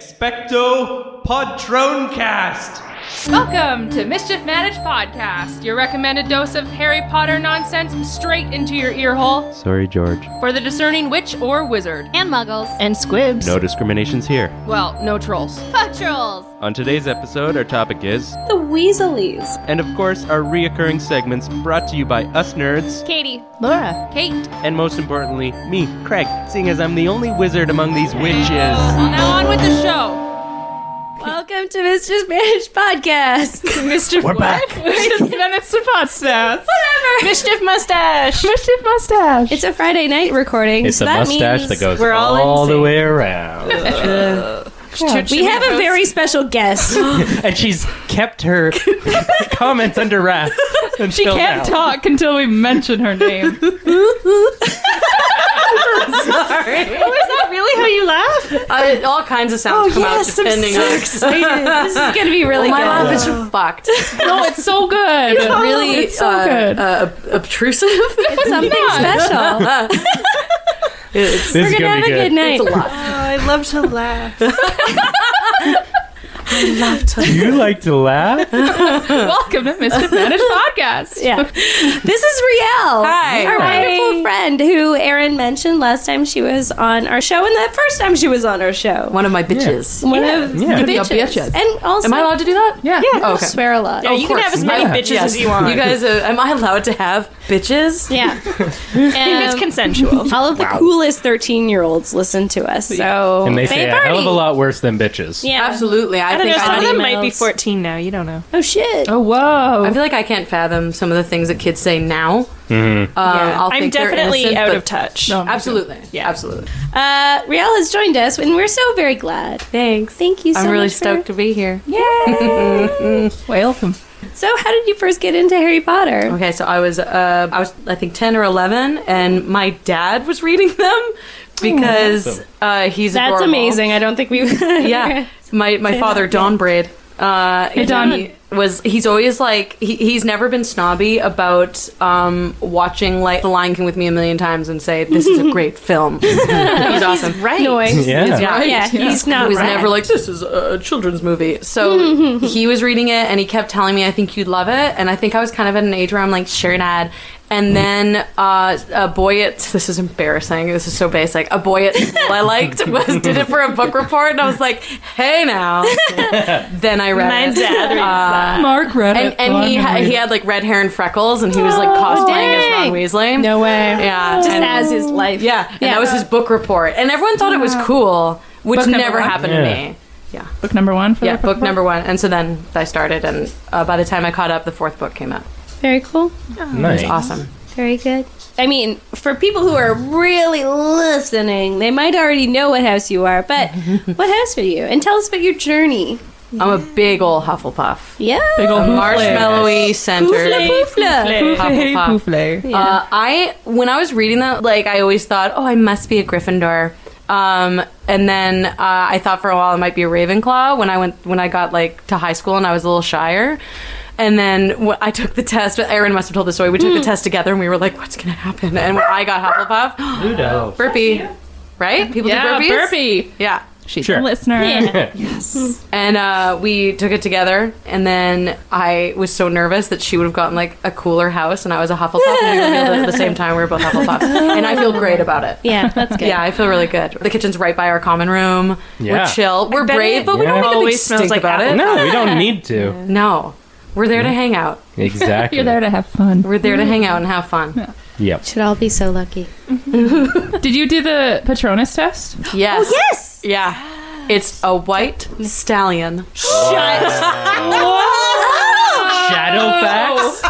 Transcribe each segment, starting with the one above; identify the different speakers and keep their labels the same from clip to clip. Speaker 1: Expecto Podroncast!
Speaker 2: Welcome to Mischief Managed Podcast, your recommended dose of Harry Potter nonsense straight into your ear hole
Speaker 1: Sorry, George.
Speaker 2: for the discerning witch or wizard.
Speaker 3: and muggles
Speaker 4: and squibs.
Speaker 1: No discriminations here.
Speaker 2: Well, no trolls.
Speaker 3: patrols.
Speaker 1: On today's episode, our topic is,
Speaker 5: The Weasleys.
Speaker 1: and of course, our reoccurring segments brought to you by us nerds,
Speaker 2: Katie,
Speaker 4: Laura,
Speaker 2: Kate,
Speaker 1: and most importantly, me, Craig, seeing as I'm the only wizard among these witches.
Speaker 2: well, now on with the show.
Speaker 5: Welcome to Mr. Spanish Podcast. Mr. We're back.
Speaker 4: minutes to podcast.
Speaker 5: Mischief Mustache.
Speaker 4: Mischief mustache.
Speaker 5: It's a Friday night recording.
Speaker 6: It's
Speaker 5: so
Speaker 6: a
Speaker 5: that
Speaker 6: mustache
Speaker 5: means
Speaker 6: that goes
Speaker 5: we're all,
Speaker 6: all
Speaker 5: in
Speaker 6: the
Speaker 5: sync.
Speaker 6: way around.
Speaker 5: We have a very special guest.
Speaker 1: And she's kept her comments under wraps.
Speaker 4: she can't talk until we mention her name.
Speaker 7: I, Uh, all kinds of sounds come out depending on.
Speaker 5: this is going to
Speaker 6: Oh
Speaker 5: be really
Speaker 7: My
Speaker 5: good.
Speaker 7: laugh is fucked. It's
Speaker 4: no, it's so good.
Speaker 7: really
Speaker 4: it's so
Speaker 7: uh,
Speaker 4: good.
Speaker 7: Uh, ob- obtrusive. It's,
Speaker 5: Something special.
Speaker 6: This is
Speaker 5: We're going to
Speaker 6: gonna
Speaker 5: have
Speaker 6: be
Speaker 5: a
Speaker 6: good.
Speaker 5: good night.
Speaker 7: a lot.
Speaker 6: You like to laugh?
Speaker 4: Welcome to Mischief Managed Podcast.
Speaker 5: Yeah. This is Riel. Hi. Our wonderful friend who Erin mentioned last time she was on our show and the first time she was on our show.
Speaker 7: One of my bitches.
Speaker 5: One of
Speaker 6: Yeah.
Speaker 5: the
Speaker 7: Yeah,
Speaker 5: bitches.
Speaker 7: bitches.
Speaker 5: And also,
Speaker 7: Am I allowed to do that?
Speaker 6: Yeah.
Speaker 5: Yeah,
Speaker 7: Oh,
Speaker 5: I
Speaker 7: okay.
Speaker 5: swear a lot.
Speaker 7: you can have as many bitches as you want. You guys, uh, am I allowed to have bitches?
Speaker 5: Yeah. it's consensual. All of the coolest 13 year olds listen to us. So
Speaker 6: And they say
Speaker 5: they've
Speaker 6: a hell of
Speaker 5: already-
Speaker 6: a lot worse than bitches.
Speaker 5: Yeah.
Speaker 7: Absolutely. I, think I, don't-
Speaker 5: might be 14 now. You don't know. Oh, shit.
Speaker 4: Oh,
Speaker 7: I
Speaker 4: whoa.
Speaker 7: feel like I can't fathom some of the things that kids say now. Um, I'll
Speaker 8: I'm
Speaker 7: think they're
Speaker 8: definitely
Speaker 7: innocent,
Speaker 8: out
Speaker 7: but-
Speaker 8: of touch.
Speaker 7: Absolutely. Yeah. Absolutely.
Speaker 5: Uh, Riel has joined us, and we're so very glad.
Speaker 7: Thanks.
Speaker 5: Thank you so
Speaker 7: I'm really
Speaker 5: much for-
Speaker 7: stoked to be here.
Speaker 4: Welcome.
Speaker 5: So, how did you first get into Harry Potter?
Speaker 7: Okay, so I was uh, I was I think ten or eleven, and my dad was reading them because uh, he's
Speaker 5: That's
Speaker 7: adorable.
Speaker 5: amazing. I don't think we.
Speaker 7: Yeah, my my father Don Braid. Uh, he
Speaker 4: Don.
Speaker 7: was he's always like he, he's never been snobby about um, watching like The Lion King with me a million times and say this is a great film. he's awesome.
Speaker 5: Right. Noise.
Speaker 6: Yeah.
Speaker 7: Yeah.
Speaker 5: Yeah, he's not.
Speaker 7: He was
Speaker 5: right.
Speaker 7: never like this is a children's movie. So he was reading it and he kept telling me I think you'd love it and I think I was kind of at an age where I'm like sure dad. And then uh, a boy at this is embarrassing. This is so basic. A boy at school I liked was did it for a book report and I was like, hey now. then I read it. Uh,
Speaker 4: Mark read
Speaker 7: and
Speaker 4: it.
Speaker 7: and he ha- he had like red hair and freckles and he was like cosplaying as Ron Weasley.
Speaker 4: No way.
Speaker 7: Yeah.
Speaker 5: Just
Speaker 7: and-
Speaker 5: as his life.
Speaker 7: yeah, and that was his book report, and everyone thought it was cool, which
Speaker 4: Book number
Speaker 7: never
Speaker 4: one.
Speaker 7: happened
Speaker 6: Yeah.
Speaker 7: to me. Yeah,
Speaker 4: Book number one for
Speaker 7: yeah,
Speaker 4: the
Speaker 7: book number one, and so then I started, and uh, by the time I caught up, the fourth book came out.
Speaker 5: Very cool.
Speaker 6: Nice.
Speaker 7: Awesome.
Speaker 5: Very good. I mean, for people who are really listening, they might already know what house you are, but what house are you? And tell us about your journey.
Speaker 7: I'm a big ol' Hufflepuff,
Speaker 5: Yeah.
Speaker 4: Big ol'
Speaker 7: marshmallowy centered.
Speaker 5: Poofla.
Speaker 7: Hufflepuff.
Speaker 4: Poofle.
Speaker 7: Uh, I when I was reading that, like I always thought, oh, I must be a Gryffindor. Um, and then uh, I thought for a while it might be a Ravenclaw when I went when I got like to high school and I was a little shyer. And then wh- I took the test. Erin must have told the story. We took the test together and we were like, what's gonna happen? And when I got Hufflepuff, burpee, right? People
Speaker 4: Yeah,
Speaker 7: do burpees.
Speaker 4: burpee.
Speaker 7: Yeah.
Speaker 6: Sure.
Speaker 4: Listener.
Speaker 7: And uh, we took it together, and then I was so nervous that she would have gotten like a cooler house, and I was a Hufflepuff. and we were both at the same time, we were both Hufflepuffs, and I feel great about it.
Speaker 5: Yeah, that's good.
Speaker 7: Yeah, I feel really good. The kitchen's right by our common room.
Speaker 6: Yeah.
Speaker 7: We're chill. We're
Speaker 8: bet
Speaker 7: brave,
Speaker 8: it
Speaker 7: but we don't
Speaker 6: Yeah.
Speaker 7: make a big
Speaker 8: always smells
Speaker 7: stink
Speaker 8: like
Speaker 7: about it.
Speaker 6: No, we don't need to.
Speaker 7: No, we're there to hang out.
Speaker 6: Exactly.
Speaker 4: You're there to have fun.
Speaker 7: We're
Speaker 8: Mm.
Speaker 7: there to hang out and have fun.
Speaker 6: Yep.
Speaker 3: Should all be so lucky.
Speaker 4: Did you do the Patronus test?
Speaker 7: Yes.
Speaker 8: Oh,
Speaker 5: Yes.
Speaker 7: Yeah. It's a white stallion.
Speaker 6: Shadow facts.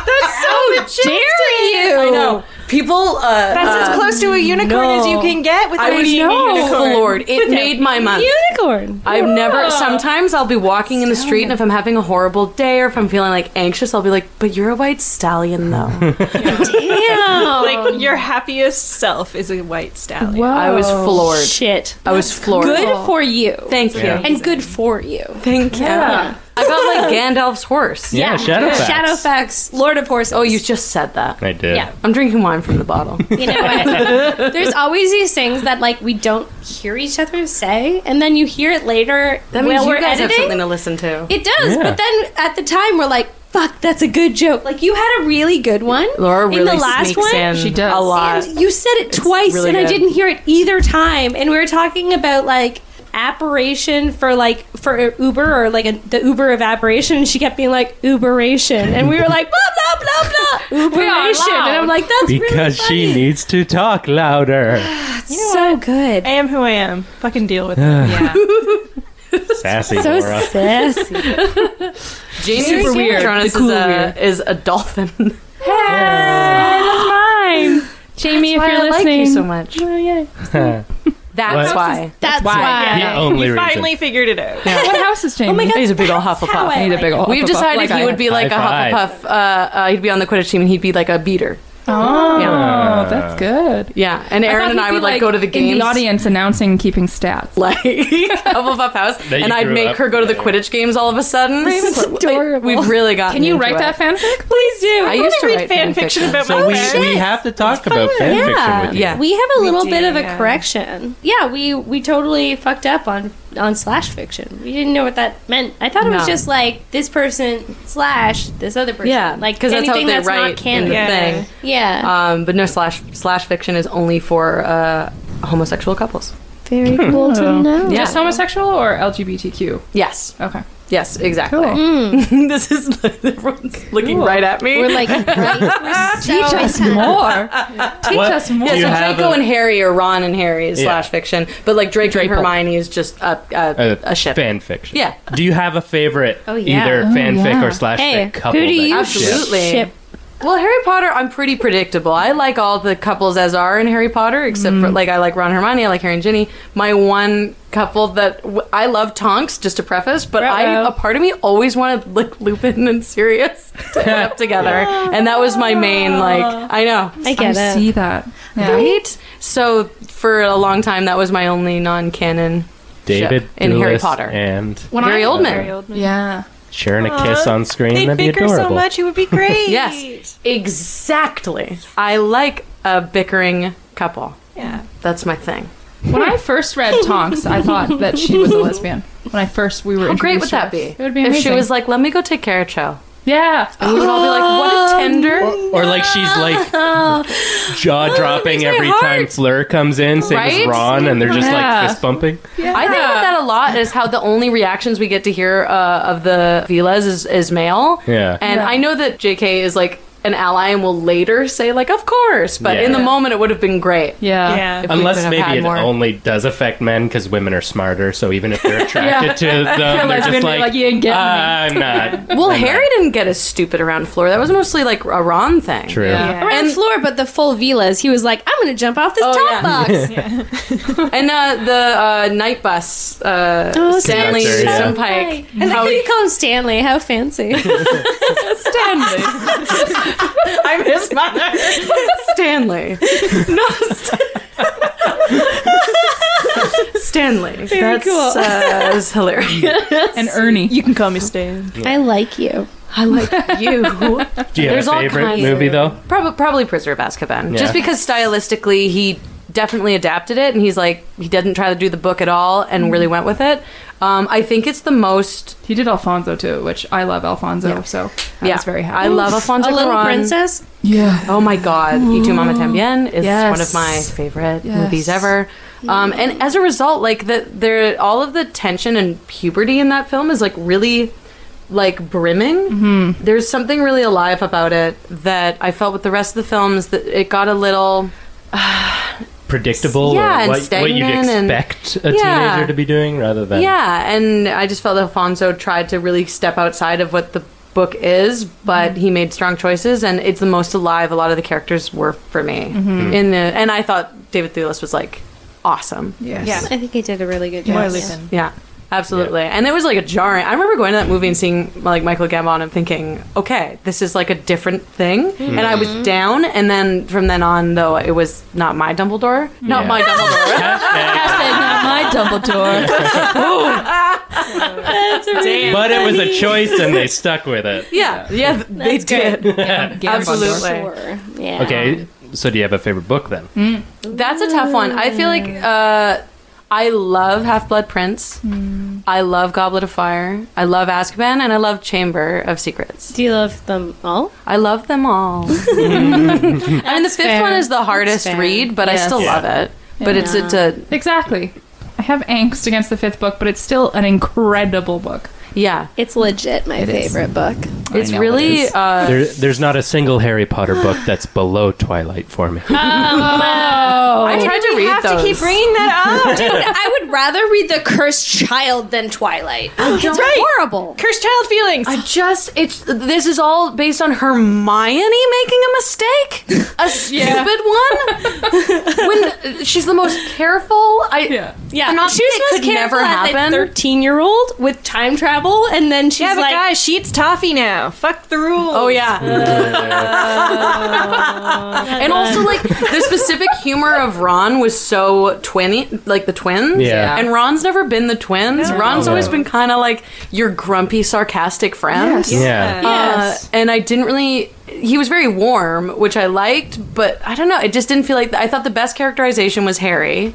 Speaker 5: Dare you?
Speaker 7: I know. People. Uh,
Speaker 8: That's as close to a unicorn as you can get without
Speaker 7: I was
Speaker 8: eating a unicorn.
Speaker 7: floored. It made my month.
Speaker 5: Unicorn.
Speaker 7: I've never. Sometimes I'll be walking in the street, and if I'm having a horrible day or if I'm feeling like anxious, I'll be like, "But you're a white stallion, though."
Speaker 8: Like your happiest self is a white stallion.
Speaker 7: I was floored.
Speaker 5: Shit.
Speaker 7: I was floored.
Speaker 5: Good for you.
Speaker 7: Thank you.
Speaker 5: And good for you.
Speaker 7: Thank you. I got like Gandalf's horse.
Speaker 6: Yeah, Shadowfax.
Speaker 5: Shadowfax, Lord of Horses.
Speaker 7: Oh, you just said that.
Speaker 6: I did.
Speaker 5: Yeah.
Speaker 7: I'm drinking wine from the bottle.
Speaker 5: You know, I- there's always these things that like we don't hear each other say, and then you hear it later
Speaker 7: That means
Speaker 5: while we're
Speaker 7: you guys have
Speaker 5: editing.
Speaker 7: something to listen to.
Speaker 5: It does,
Speaker 6: Yeah.
Speaker 5: but then at the time we're like, "Fuck, that's a good joke." Like you had a really good one.
Speaker 7: Laura really
Speaker 5: in the last
Speaker 7: sneaks
Speaker 5: one,
Speaker 7: in
Speaker 4: She does.
Speaker 7: a lot.
Speaker 5: and you said it twice,
Speaker 7: really
Speaker 5: and I
Speaker 7: good.
Speaker 5: didn't hear it either time. And we were talking about like apparition for like for Uber or like a, the Uber of apparition. And she kept being like Uberation, and we were like blah blah blah blah Uberation,
Speaker 2: loud.
Speaker 5: and I'm like that's
Speaker 6: Because she needs to talk louder.
Speaker 5: so good,
Speaker 8: I am who I am. Fucking deal with it.
Speaker 6: Sassy
Speaker 5: so
Speaker 6: Laura.
Speaker 5: sassy.
Speaker 7: Jamie's
Speaker 4: Super weird.
Speaker 7: Patronus
Speaker 4: The cool
Speaker 7: is, a,
Speaker 4: weird.
Speaker 7: is a dolphin.
Speaker 4: Jamie, if
Speaker 7: Why
Speaker 4: you're
Speaker 7: I like
Speaker 4: listening,
Speaker 7: you so much. That's
Speaker 6: What?
Speaker 7: why.
Speaker 5: That's why.
Speaker 6: The only
Speaker 8: you
Speaker 6: reason.
Speaker 8: finally figured it out.
Speaker 4: what house is Jamie?
Speaker 5: Oh my god,
Speaker 7: He's a big old Hufflepuff.
Speaker 5: I
Speaker 4: I need a big old.
Speaker 7: We've
Speaker 4: Hufflepuff
Speaker 7: decided
Speaker 4: like
Speaker 7: he
Speaker 4: I
Speaker 7: would
Speaker 4: am.
Speaker 7: be like
Speaker 6: High
Speaker 7: a Hufflepuff. Uh, uh, he'd be on the Quidditch team and he'd be like a beater.
Speaker 4: Oh,
Speaker 6: Yeah.
Speaker 4: that's good.
Speaker 7: Yeah, and
Speaker 4: I
Speaker 7: Aaron
Speaker 4: thought
Speaker 7: and
Speaker 4: he'd
Speaker 7: I
Speaker 4: be,
Speaker 7: would like, go to the games.
Speaker 4: in the audience, announcing, and keeping stats.
Speaker 7: like Hufflepuff house,
Speaker 6: you
Speaker 7: and I'd
Speaker 6: grew
Speaker 7: make
Speaker 6: up
Speaker 7: her go to the
Speaker 6: together.
Speaker 7: Quidditch games all of a sudden.
Speaker 5: This is
Speaker 7: Like,
Speaker 5: adorable.
Speaker 7: We've really got.
Speaker 4: Can you write that fanfic?
Speaker 5: please do.
Speaker 7: I used to
Speaker 8: read
Speaker 7: write
Speaker 8: fan fiction about
Speaker 6: So
Speaker 8: my
Speaker 4: Oh,
Speaker 6: we,
Speaker 8: friend.
Speaker 6: we have to talk about fan
Speaker 7: Yeah,
Speaker 6: fiction with you.
Speaker 7: yeah.
Speaker 5: we have a little
Speaker 8: do,
Speaker 5: bit of a
Speaker 8: yeah.
Speaker 5: correction. Yeah, we we totally fucked up on on slash fiction. We didn't know what that meant. I thought it was
Speaker 7: No.
Speaker 5: just like this person slash this other person.
Speaker 7: Yeah,
Speaker 5: like
Speaker 7: because that's how they
Speaker 5: anything that's
Speaker 7: write
Speaker 5: not canon.
Speaker 7: in the
Speaker 8: Yeah.
Speaker 7: thing.
Speaker 5: Yeah,
Speaker 7: Um, but no slash slash fiction is only for uh, homosexual couples.
Speaker 5: very cool to know.
Speaker 7: Yeah.
Speaker 4: Just homosexual or LGBTQ?
Speaker 7: Yes.
Speaker 4: Okay.
Speaker 7: Yes. Exactly. this is everyone's looking right at me.
Speaker 5: We're like, right, teach us
Speaker 4: More. Teach
Speaker 6: What?
Speaker 4: us more.
Speaker 7: yeah,
Speaker 6: Do you
Speaker 7: so
Speaker 6: have
Speaker 7: Draco
Speaker 6: a-
Speaker 7: and Harry are Ron and Harry is
Speaker 6: Yeah.
Speaker 7: slash fiction, but like Drake and
Speaker 4: Draple.
Speaker 7: Hermione is just a a,
Speaker 6: Uh,
Speaker 7: a ship.
Speaker 6: Fan fiction.
Speaker 7: Yeah.
Speaker 6: Do you have a favorite
Speaker 5: Oh, yeah.
Speaker 6: either fanfic
Speaker 4: yeah.
Speaker 6: or slash
Speaker 5: Hey,
Speaker 6: fic couple?
Speaker 5: who do
Speaker 6: that
Speaker 5: you
Speaker 6: ship?
Speaker 7: Absolutely.
Speaker 5: Ship.
Speaker 7: Well, Harry Potter, I'm pretty predictable. I like all the couples as are in Harry Potter, except for like I like Ron and Hermione, I like Harry and Ginny. My one couple that w- I love Tonks, just to preface, but I
Speaker 5: Uh-oh.
Speaker 7: a part of me always wanted like Lupin and Sirius to end up together, and that was my main like I know.
Speaker 5: I
Speaker 4: I
Speaker 5: get it.
Speaker 4: see that. Yeah.
Speaker 7: Right? So for a long time, that was my only non-canon.
Speaker 6: David
Speaker 7: ship in Harry
Speaker 6: Doulis
Speaker 7: Potter.
Speaker 6: and
Speaker 4: When
Speaker 7: Gary
Speaker 4: I-
Speaker 7: Oldman.
Speaker 8: Very old man.
Speaker 4: Yeah.
Speaker 6: sharing a kiss on screen.
Speaker 8: They'd
Speaker 6: That'd be
Speaker 8: bicker
Speaker 6: adorable.
Speaker 8: so much, it would be great.
Speaker 7: Yes, exactly. I like a bickering couple.
Speaker 8: Yeah.
Speaker 7: That's my thing.
Speaker 4: When I first read Tonks, I thought that she was a lesbian. When I first we were
Speaker 7: How great
Speaker 4: introduced
Speaker 7: would
Speaker 4: to
Speaker 7: that
Speaker 4: us.
Speaker 7: be?
Speaker 4: It would be
Speaker 7: if
Speaker 4: amazing.
Speaker 7: she was like, "Let me go take care of Cho,"
Speaker 4: yeah.
Speaker 7: and we would all be like, "What a tender!"
Speaker 6: Or like she's like jaw dropping every time Fleur comes in, same
Speaker 7: Right?
Speaker 6: as Ron, and they're just
Speaker 4: Yeah.
Speaker 6: like fist bumping.
Speaker 7: I think about that a lot. Is how the only reactions we get to hear uh, of the Vilas is, is male.
Speaker 6: Yeah.
Speaker 7: and I know that J.K. is like an ally and will later say like, "Of course," but
Speaker 6: Yeah.
Speaker 7: in the moment it would have been great.
Speaker 4: Yeah.
Speaker 8: Yeah.
Speaker 7: If we could
Speaker 6: Unless
Speaker 7: have
Speaker 6: maybe
Speaker 7: had
Speaker 6: it
Speaker 7: more.
Speaker 6: only does affect men because women are smarter. So even if they're attracted to them, they're
Speaker 4: Otherwise, we'd
Speaker 6: just
Speaker 4: be
Speaker 6: like, "Ah,
Speaker 4: like, you didn't get me.
Speaker 6: I'm not.
Speaker 7: Well, Harry didn't get as stupid around Fleur. That was mostly like a Ron thing.
Speaker 6: True.
Speaker 5: Around
Speaker 7: And-
Speaker 5: the floor, but the full villas. He was like, "I'm gonna jump off this
Speaker 7: Oh,
Speaker 5: top
Speaker 7: yeah.
Speaker 5: box."
Speaker 7: And uh, the uh, night bus, uh,
Speaker 5: Oh,
Speaker 7: Stanley
Speaker 6: Stanley. Yeah.
Speaker 7: Simpike.
Speaker 5: And like, you call him Stanley. How fancy!
Speaker 4: Stanley.
Speaker 8: I'm his mother.
Speaker 7: Stanley. no, St- Stanley. That's
Speaker 5: cool.
Speaker 7: uh, that's hilarious.
Speaker 4: and Ernie.
Speaker 8: You can call me Stan.
Speaker 5: I like you.
Speaker 7: I like you.
Speaker 6: Do you have
Speaker 7: There's
Speaker 6: a
Speaker 7: all
Speaker 6: favorite
Speaker 7: kinds
Speaker 6: movie
Speaker 7: of-
Speaker 6: though?
Speaker 7: Probably, probably Prisoner of Azkaban.
Speaker 6: Yeah.
Speaker 7: Just because stylistically he definitely adapted it, and he's like he didn't try to do the book at all, and really went with it. Um, I think it's the most.
Speaker 4: He did Alfonso too, which I love Alfonso, so I
Speaker 7: Yeah,
Speaker 4: was very happy.
Speaker 7: I love Alfonso
Speaker 5: A little
Speaker 7: Cuarón.
Speaker 5: princess.
Speaker 4: Yeah.
Speaker 7: Oh my God, Y tu mama también is
Speaker 4: Mm. Yes.
Speaker 7: one of my favorite
Speaker 4: Yes.
Speaker 7: movies ever. Um, and as a result, like the there, all of the tension and puberty in that film is like really like brimming.
Speaker 4: Mm-hmm.
Speaker 7: There's something really alive about it that I felt with the rest of the films that it got a little.
Speaker 6: Predictable
Speaker 7: Yeah,
Speaker 6: or
Speaker 7: and
Speaker 6: what, what you'd
Speaker 7: stagnant and-
Speaker 6: expect a
Speaker 7: Yeah.
Speaker 6: teenager to be doing rather than
Speaker 7: Yeah, and I just felt that Alfonso tried to really step outside of what the book is, but
Speaker 4: Mm-hmm.
Speaker 7: he made strong choices, and it's the most alive a lot of the characters were for me.
Speaker 4: Mm-hmm.
Speaker 7: In the and I thought David Thewlis was like awesome.
Speaker 4: Yes.
Speaker 8: Yeah.
Speaker 5: I think he did a really good job.
Speaker 8: Marley
Speaker 5: Yeah.
Speaker 8: Finn.
Speaker 7: Yeah. Absolutely. And it was like a jarring. I remember going to that movie and seeing like Michael Gambon and thinking, okay, this is like a different thing. And I
Speaker 3: Mm-hmm.
Speaker 7: was down. And then from then on, though, it was not my Dumbledore. Not
Speaker 6: Yeah.
Speaker 7: my Dumbledore.
Speaker 4: Hashtag not my Dumbledore.
Speaker 5: That's really
Speaker 6: But it was a
Speaker 5: funny.
Speaker 6: choice and they stuck with it.
Speaker 7: Yeah, yeah, they did. Absolutely.
Speaker 5: Sure. Yeah.
Speaker 6: Okay, so do you have a favorite book then?
Speaker 7: That's a tough one. I feel
Speaker 3: Mm.
Speaker 7: like uh, I love Half Blood Prince.
Speaker 3: Mm.
Speaker 7: I love Goblet of Fire. I love Azkaban, and I love Chamber of Secrets.
Speaker 5: Do you love them all?
Speaker 7: I love them all. I mean, the fifth
Speaker 3: fair.
Speaker 7: one is the hardest
Speaker 3: fair.
Speaker 7: read, but I
Speaker 3: Yes.
Speaker 7: still
Speaker 6: Yeah.
Speaker 7: love it. But it's it's a
Speaker 4: Exactly. I have angst against the fifth book, but it's still an incredible book.
Speaker 7: yeah.
Speaker 3: It's legit my favorite book.
Speaker 7: It's
Speaker 4: know it
Speaker 7: really
Speaker 4: is.
Speaker 7: uh,
Speaker 6: There, there's not a single Harry Potter book that's below Twilight for me.
Speaker 7: I tried to read
Speaker 8: have
Speaker 7: those.
Speaker 8: to keep bringing that up.
Speaker 3: Dude, I would rather read The Cursed Child than Twilight.
Speaker 5: Oh,
Speaker 3: it's
Speaker 8: right.
Speaker 3: horrible.
Speaker 8: Cursed child feelings.
Speaker 7: I just it's this is all based on Hermione making a mistake, a stupid one. when she's the most careful, I
Speaker 4: Yeah.
Speaker 5: Yeah,
Speaker 7: I'm not
Speaker 5: she was
Speaker 7: saying it
Speaker 5: supposed
Speaker 7: could
Speaker 5: to
Speaker 7: never happen.
Speaker 5: Thirteen-year-old with time travel, and then she's
Speaker 8: yeah, but
Speaker 5: like,
Speaker 8: guys, she eats toffee now. Fuck the rules.
Speaker 7: Oh yeah. and also like the specific humor of Ron was so twinny, like the twins.
Speaker 6: Yeah.
Speaker 7: And Ron's never been the twins.
Speaker 4: Oh,
Speaker 7: Ron's always been kind of like your grumpy, sarcastic friend.
Speaker 6: Yeah.
Speaker 7: Uh, and I didn't really. He was very warm, which I liked, but I don't know. It just didn't feel like. I thought the best characterization was Harry,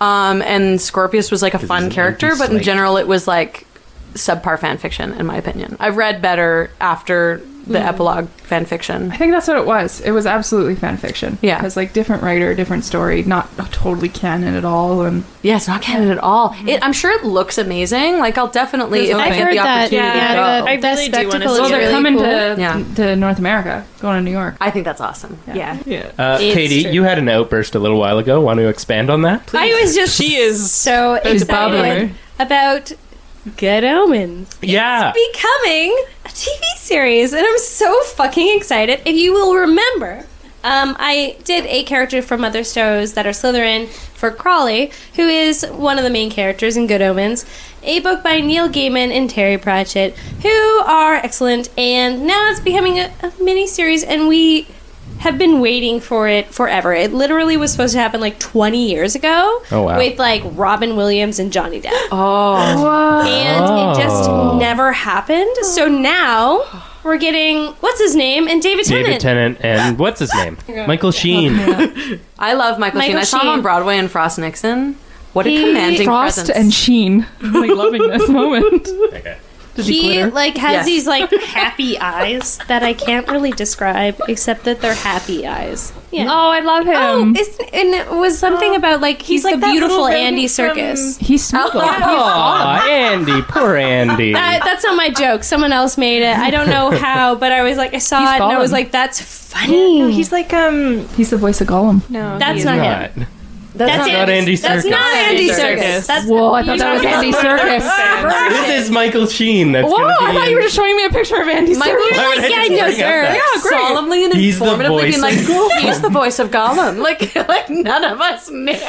Speaker 7: um, and Scorpius was like a
Speaker 6: he's
Speaker 7: fun
Speaker 6: an
Speaker 7: character, but in
Speaker 6: anti-Slyke.
Speaker 7: general, it was like subpar fan fiction, in my opinion. I've read better after the epilogue fan fiction.
Speaker 4: I think that's what it was. It was absolutely fan fiction.
Speaker 7: Yeah.
Speaker 4: Because, like, different writer, different story, not totally canon at all. And
Speaker 7: Yeah, it's not canon at all. It, I'm sure it looks amazing. Like I'll definitely, if
Speaker 4: There's
Speaker 7: I
Speaker 4: nothing.
Speaker 7: get the
Speaker 4: I've
Speaker 7: opportunity
Speaker 5: yeah,
Speaker 7: to go.
Speaker 5: the-
Speaker 8: I
Speaker 3: That
Speaker 8: really do wanna
Speaker 3: spectacle
Speaker 8: see
Speaker 3: is
Speaker 8: it.
Speaker 4: they're
Speaker 3: really
Speaker 4: coming
Speaker 3: cool.
Speaker 4: to,
Speaker 7: Yeah.
Speaker 4: to North America, going to New York.
Speaker 7: I think that's awesome.
Speaker 8: Yeah.
Speaker 6: Uh,
Speaker 3: It's
Speaker 6: Katie,
Speaker 3: true.
Speaker 6: you had an outburst a little while ago. Want to expand on that?
Speaker 5: I was just
Speaker 8: She is.
Speaker 5: so
Speaker 4: She's
Speaker 5: excited
Speaker 4: bubbling.
Speaker 5: about Good Omens
Speaker 6: Yeah.
Speaker 5: becoming a TV series, and I'm so fucking excited. If you will remember, um, I did a character from Mother Stowe's that are Slytherin for Crawley, who is one of the main characters in Good Omens, a book by Neil Gaiman and Terry Pratchett, who are excellent. And now it's becoming a, a mini series, and we have been waiting for it forever. It literally was supposed to happen like 20 years ago
Speaker 6: Oh, wow.
Speaker 5: with like Robin Williams and Johnny Depp
Speaker 7: Oh,
Speaker 5: and it just
Speaker 6: Oh.
Speaker 5: never happened. So now we're getting what's his name and David Tennant.
Speaker 6: David Tennant and what's his name? Michael Sheen.
Speaker 7: I love Michael, Sheen.
Speaker 5: Michael
Speaker 7: I saw him
Speaker 5: Sheen.
Speaker 7: on Broadway in Frost Nixon. What a
Speaker 5: He-
Speaker 7: commanding
Speaker 4: Frost
Speaker 7: presence.
Speaker 4: and Sheen. I'm, like, loving this moment.
Speaker 6: Okay.
Speaker 4: Did you
Speaker 5: He
Speaker 4: glitter?
Speaker 5: like has
Speaker 7: Yes.
Speaker 5: these like happy eyes that I can't really describe except that they're happy eyes. Yeah.
Speaker 4: Oh, I love
Speaker 5: Oh,
Speaker 4: him.
Speaker 5: it's, and it was something about like he's,
Speaker 8: like
Speaker 5: the
Speaker 8: that
Speaker 5: beautiful
Speaker 8: little baby
Speaker 5: Andy
Speaker 8: from-
Speaker 5: Circus.
Speaker 4: He's
Speaker 7: Oh.
Speaker 4: Smeagol.
Speaker 6: Aw, Andy, poor Andy.
Speaker 5: That, that's not my joke. Someone else made it. I don't know how, but I was like, I saw
Speaker 4: He's
Speaker 5: it and I was
Speaker 4: Gollum.
Speaker 5: like, that's funny.
Speaker 8: No, he's like um.
Speaker 4: He's the voice of Gollum.
Speaker 8: No,
Speaker 5: that's
Speaker 8: he
Speaker 5: not him.
Speaker 6: Not.
Speaker 5: That's,
Speaker 6: not Andy
Speaker 5: That's
Speaker 6: Serkis.
Speaker 5: not Andy
Speaker 8: Andy
Speaker 5: Circus.
Speaker 8: Serkis.
Speaker 5: That's
Speaker 4: Whoa, I thought that was Andy Circus.
Speaker 6: This is Michael Sheen. That's
Speaker 4: Whoa,
Speaker 6: gonna be
Speaker 4: I thought
Speaker 6: in-
Speaker 4: you were just showing me a picture of Andy
Speaker 7: Michael
Speaker 4: Serkis.
Speaker 6: Why would I
Speaker 5: Yeah,
Speaker 6: just
Speaker 5: no,
Speaker 6: bring up
Speaker 5: sir.
Speaker 6: that?
Speaker 7: solemnly and
Speaker 6: He's the
Speaker 7: informatively being
Speaker 6: voice
Speaker 7: like,
Speaker 6: of
Speaker 7: he's the voice of Gollum. Like, like none of us knew.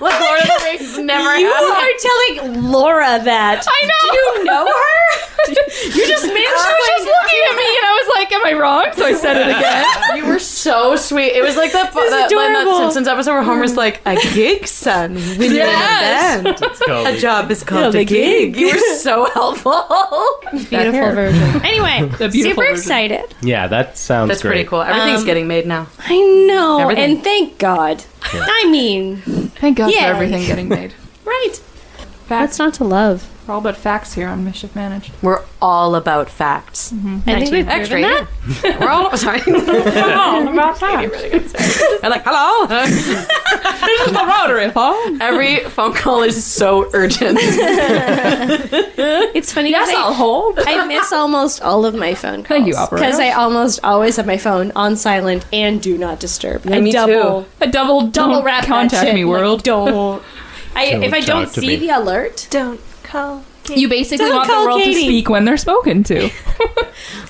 Speaker 7: Like Lord of the Rings never
Speaker 5: You
Speaker 7: happened.
Speaker 5: are telling Laura that. I know. Do you know her? you just made
Speaker 4: She was just looking at me, and I was like, "Am I wrong?" So I said it again.
Speaker 7: You were so sweet. It was like that, that, that
Speaker 5: adorable.
Speaker 7: Simpsons episode where Homer's like, a gig, son. When you're in a band.
Speaker 6: Let's go.
Speaker 7: A job is called a gig. You were so helpful.
Speaker 4: Beautiful
Speaker 5: version. Anyway,
Speaker 4: beautiful
Speaker 5: super
Speaker 4: version.
Speaker 5: excited.
Speaker 6: Yeah, that sounds
Speaker 7: That's
Speaker 6: great.
Speaker 7: pretty cool. Everything's
Speaker 5: Um,
Speaker 7: getting made now.
Speaker 5: I know,
Speaker 7: Everything.
Speaker 5: and thank God. I mean,
Speaker 4: Thank God
Speaker 5: Yay.
Speaker 4: for everything getting made.
Speaker 5: right?
Speaker 4: Facts.
Speaker 5: not to love.
Speaker 4: We're all about facts here on Mischief Managed.
Speaker 7: We're all about facts.
Speaker 5: I think we've proven
Speaker 7: Extra.
Speaker 5: that.
Speaker 7: yeah. We're all sorry.
Speaker 4: about facts.
Speaker 7: I'm like, hello.
Speaker 4: the rotary phone.
Speaker 7: Every phone call is so urgent.
Speaker 5: It's funny. Yes, I,
Speaker 4: hold.
Speaker 5: I miss almost all of my phone calls.
Speaker 4: Thank you, operator.
Speaker 5: Because I almost always have my phone on silent and do not disturb. I
Speaker 7: me
Speaker 5: double
Speaker 4: A double double
Speaker 5: double
Speaker 4: wrap
Speaker 5: wrap
Speaker 4: contact
Speaker 5: that shit.
Speaker 4: me world.
Speaker 5: Like, don't. I, if I
Speaker 6: talk
Speaker 5: don't
Speaker 6: to
Speaker 5: see
Speaker 6: me.
Speaker 5: the alert,
Speaker 8: Don't call.
Speaker 4: You basically
Speaker 5: Don't
Speaker 4: want the
Speaker 5: call
Speaker 4: world to
Speaker 5: Katie.
Speaker 4: speak when they're spoken to.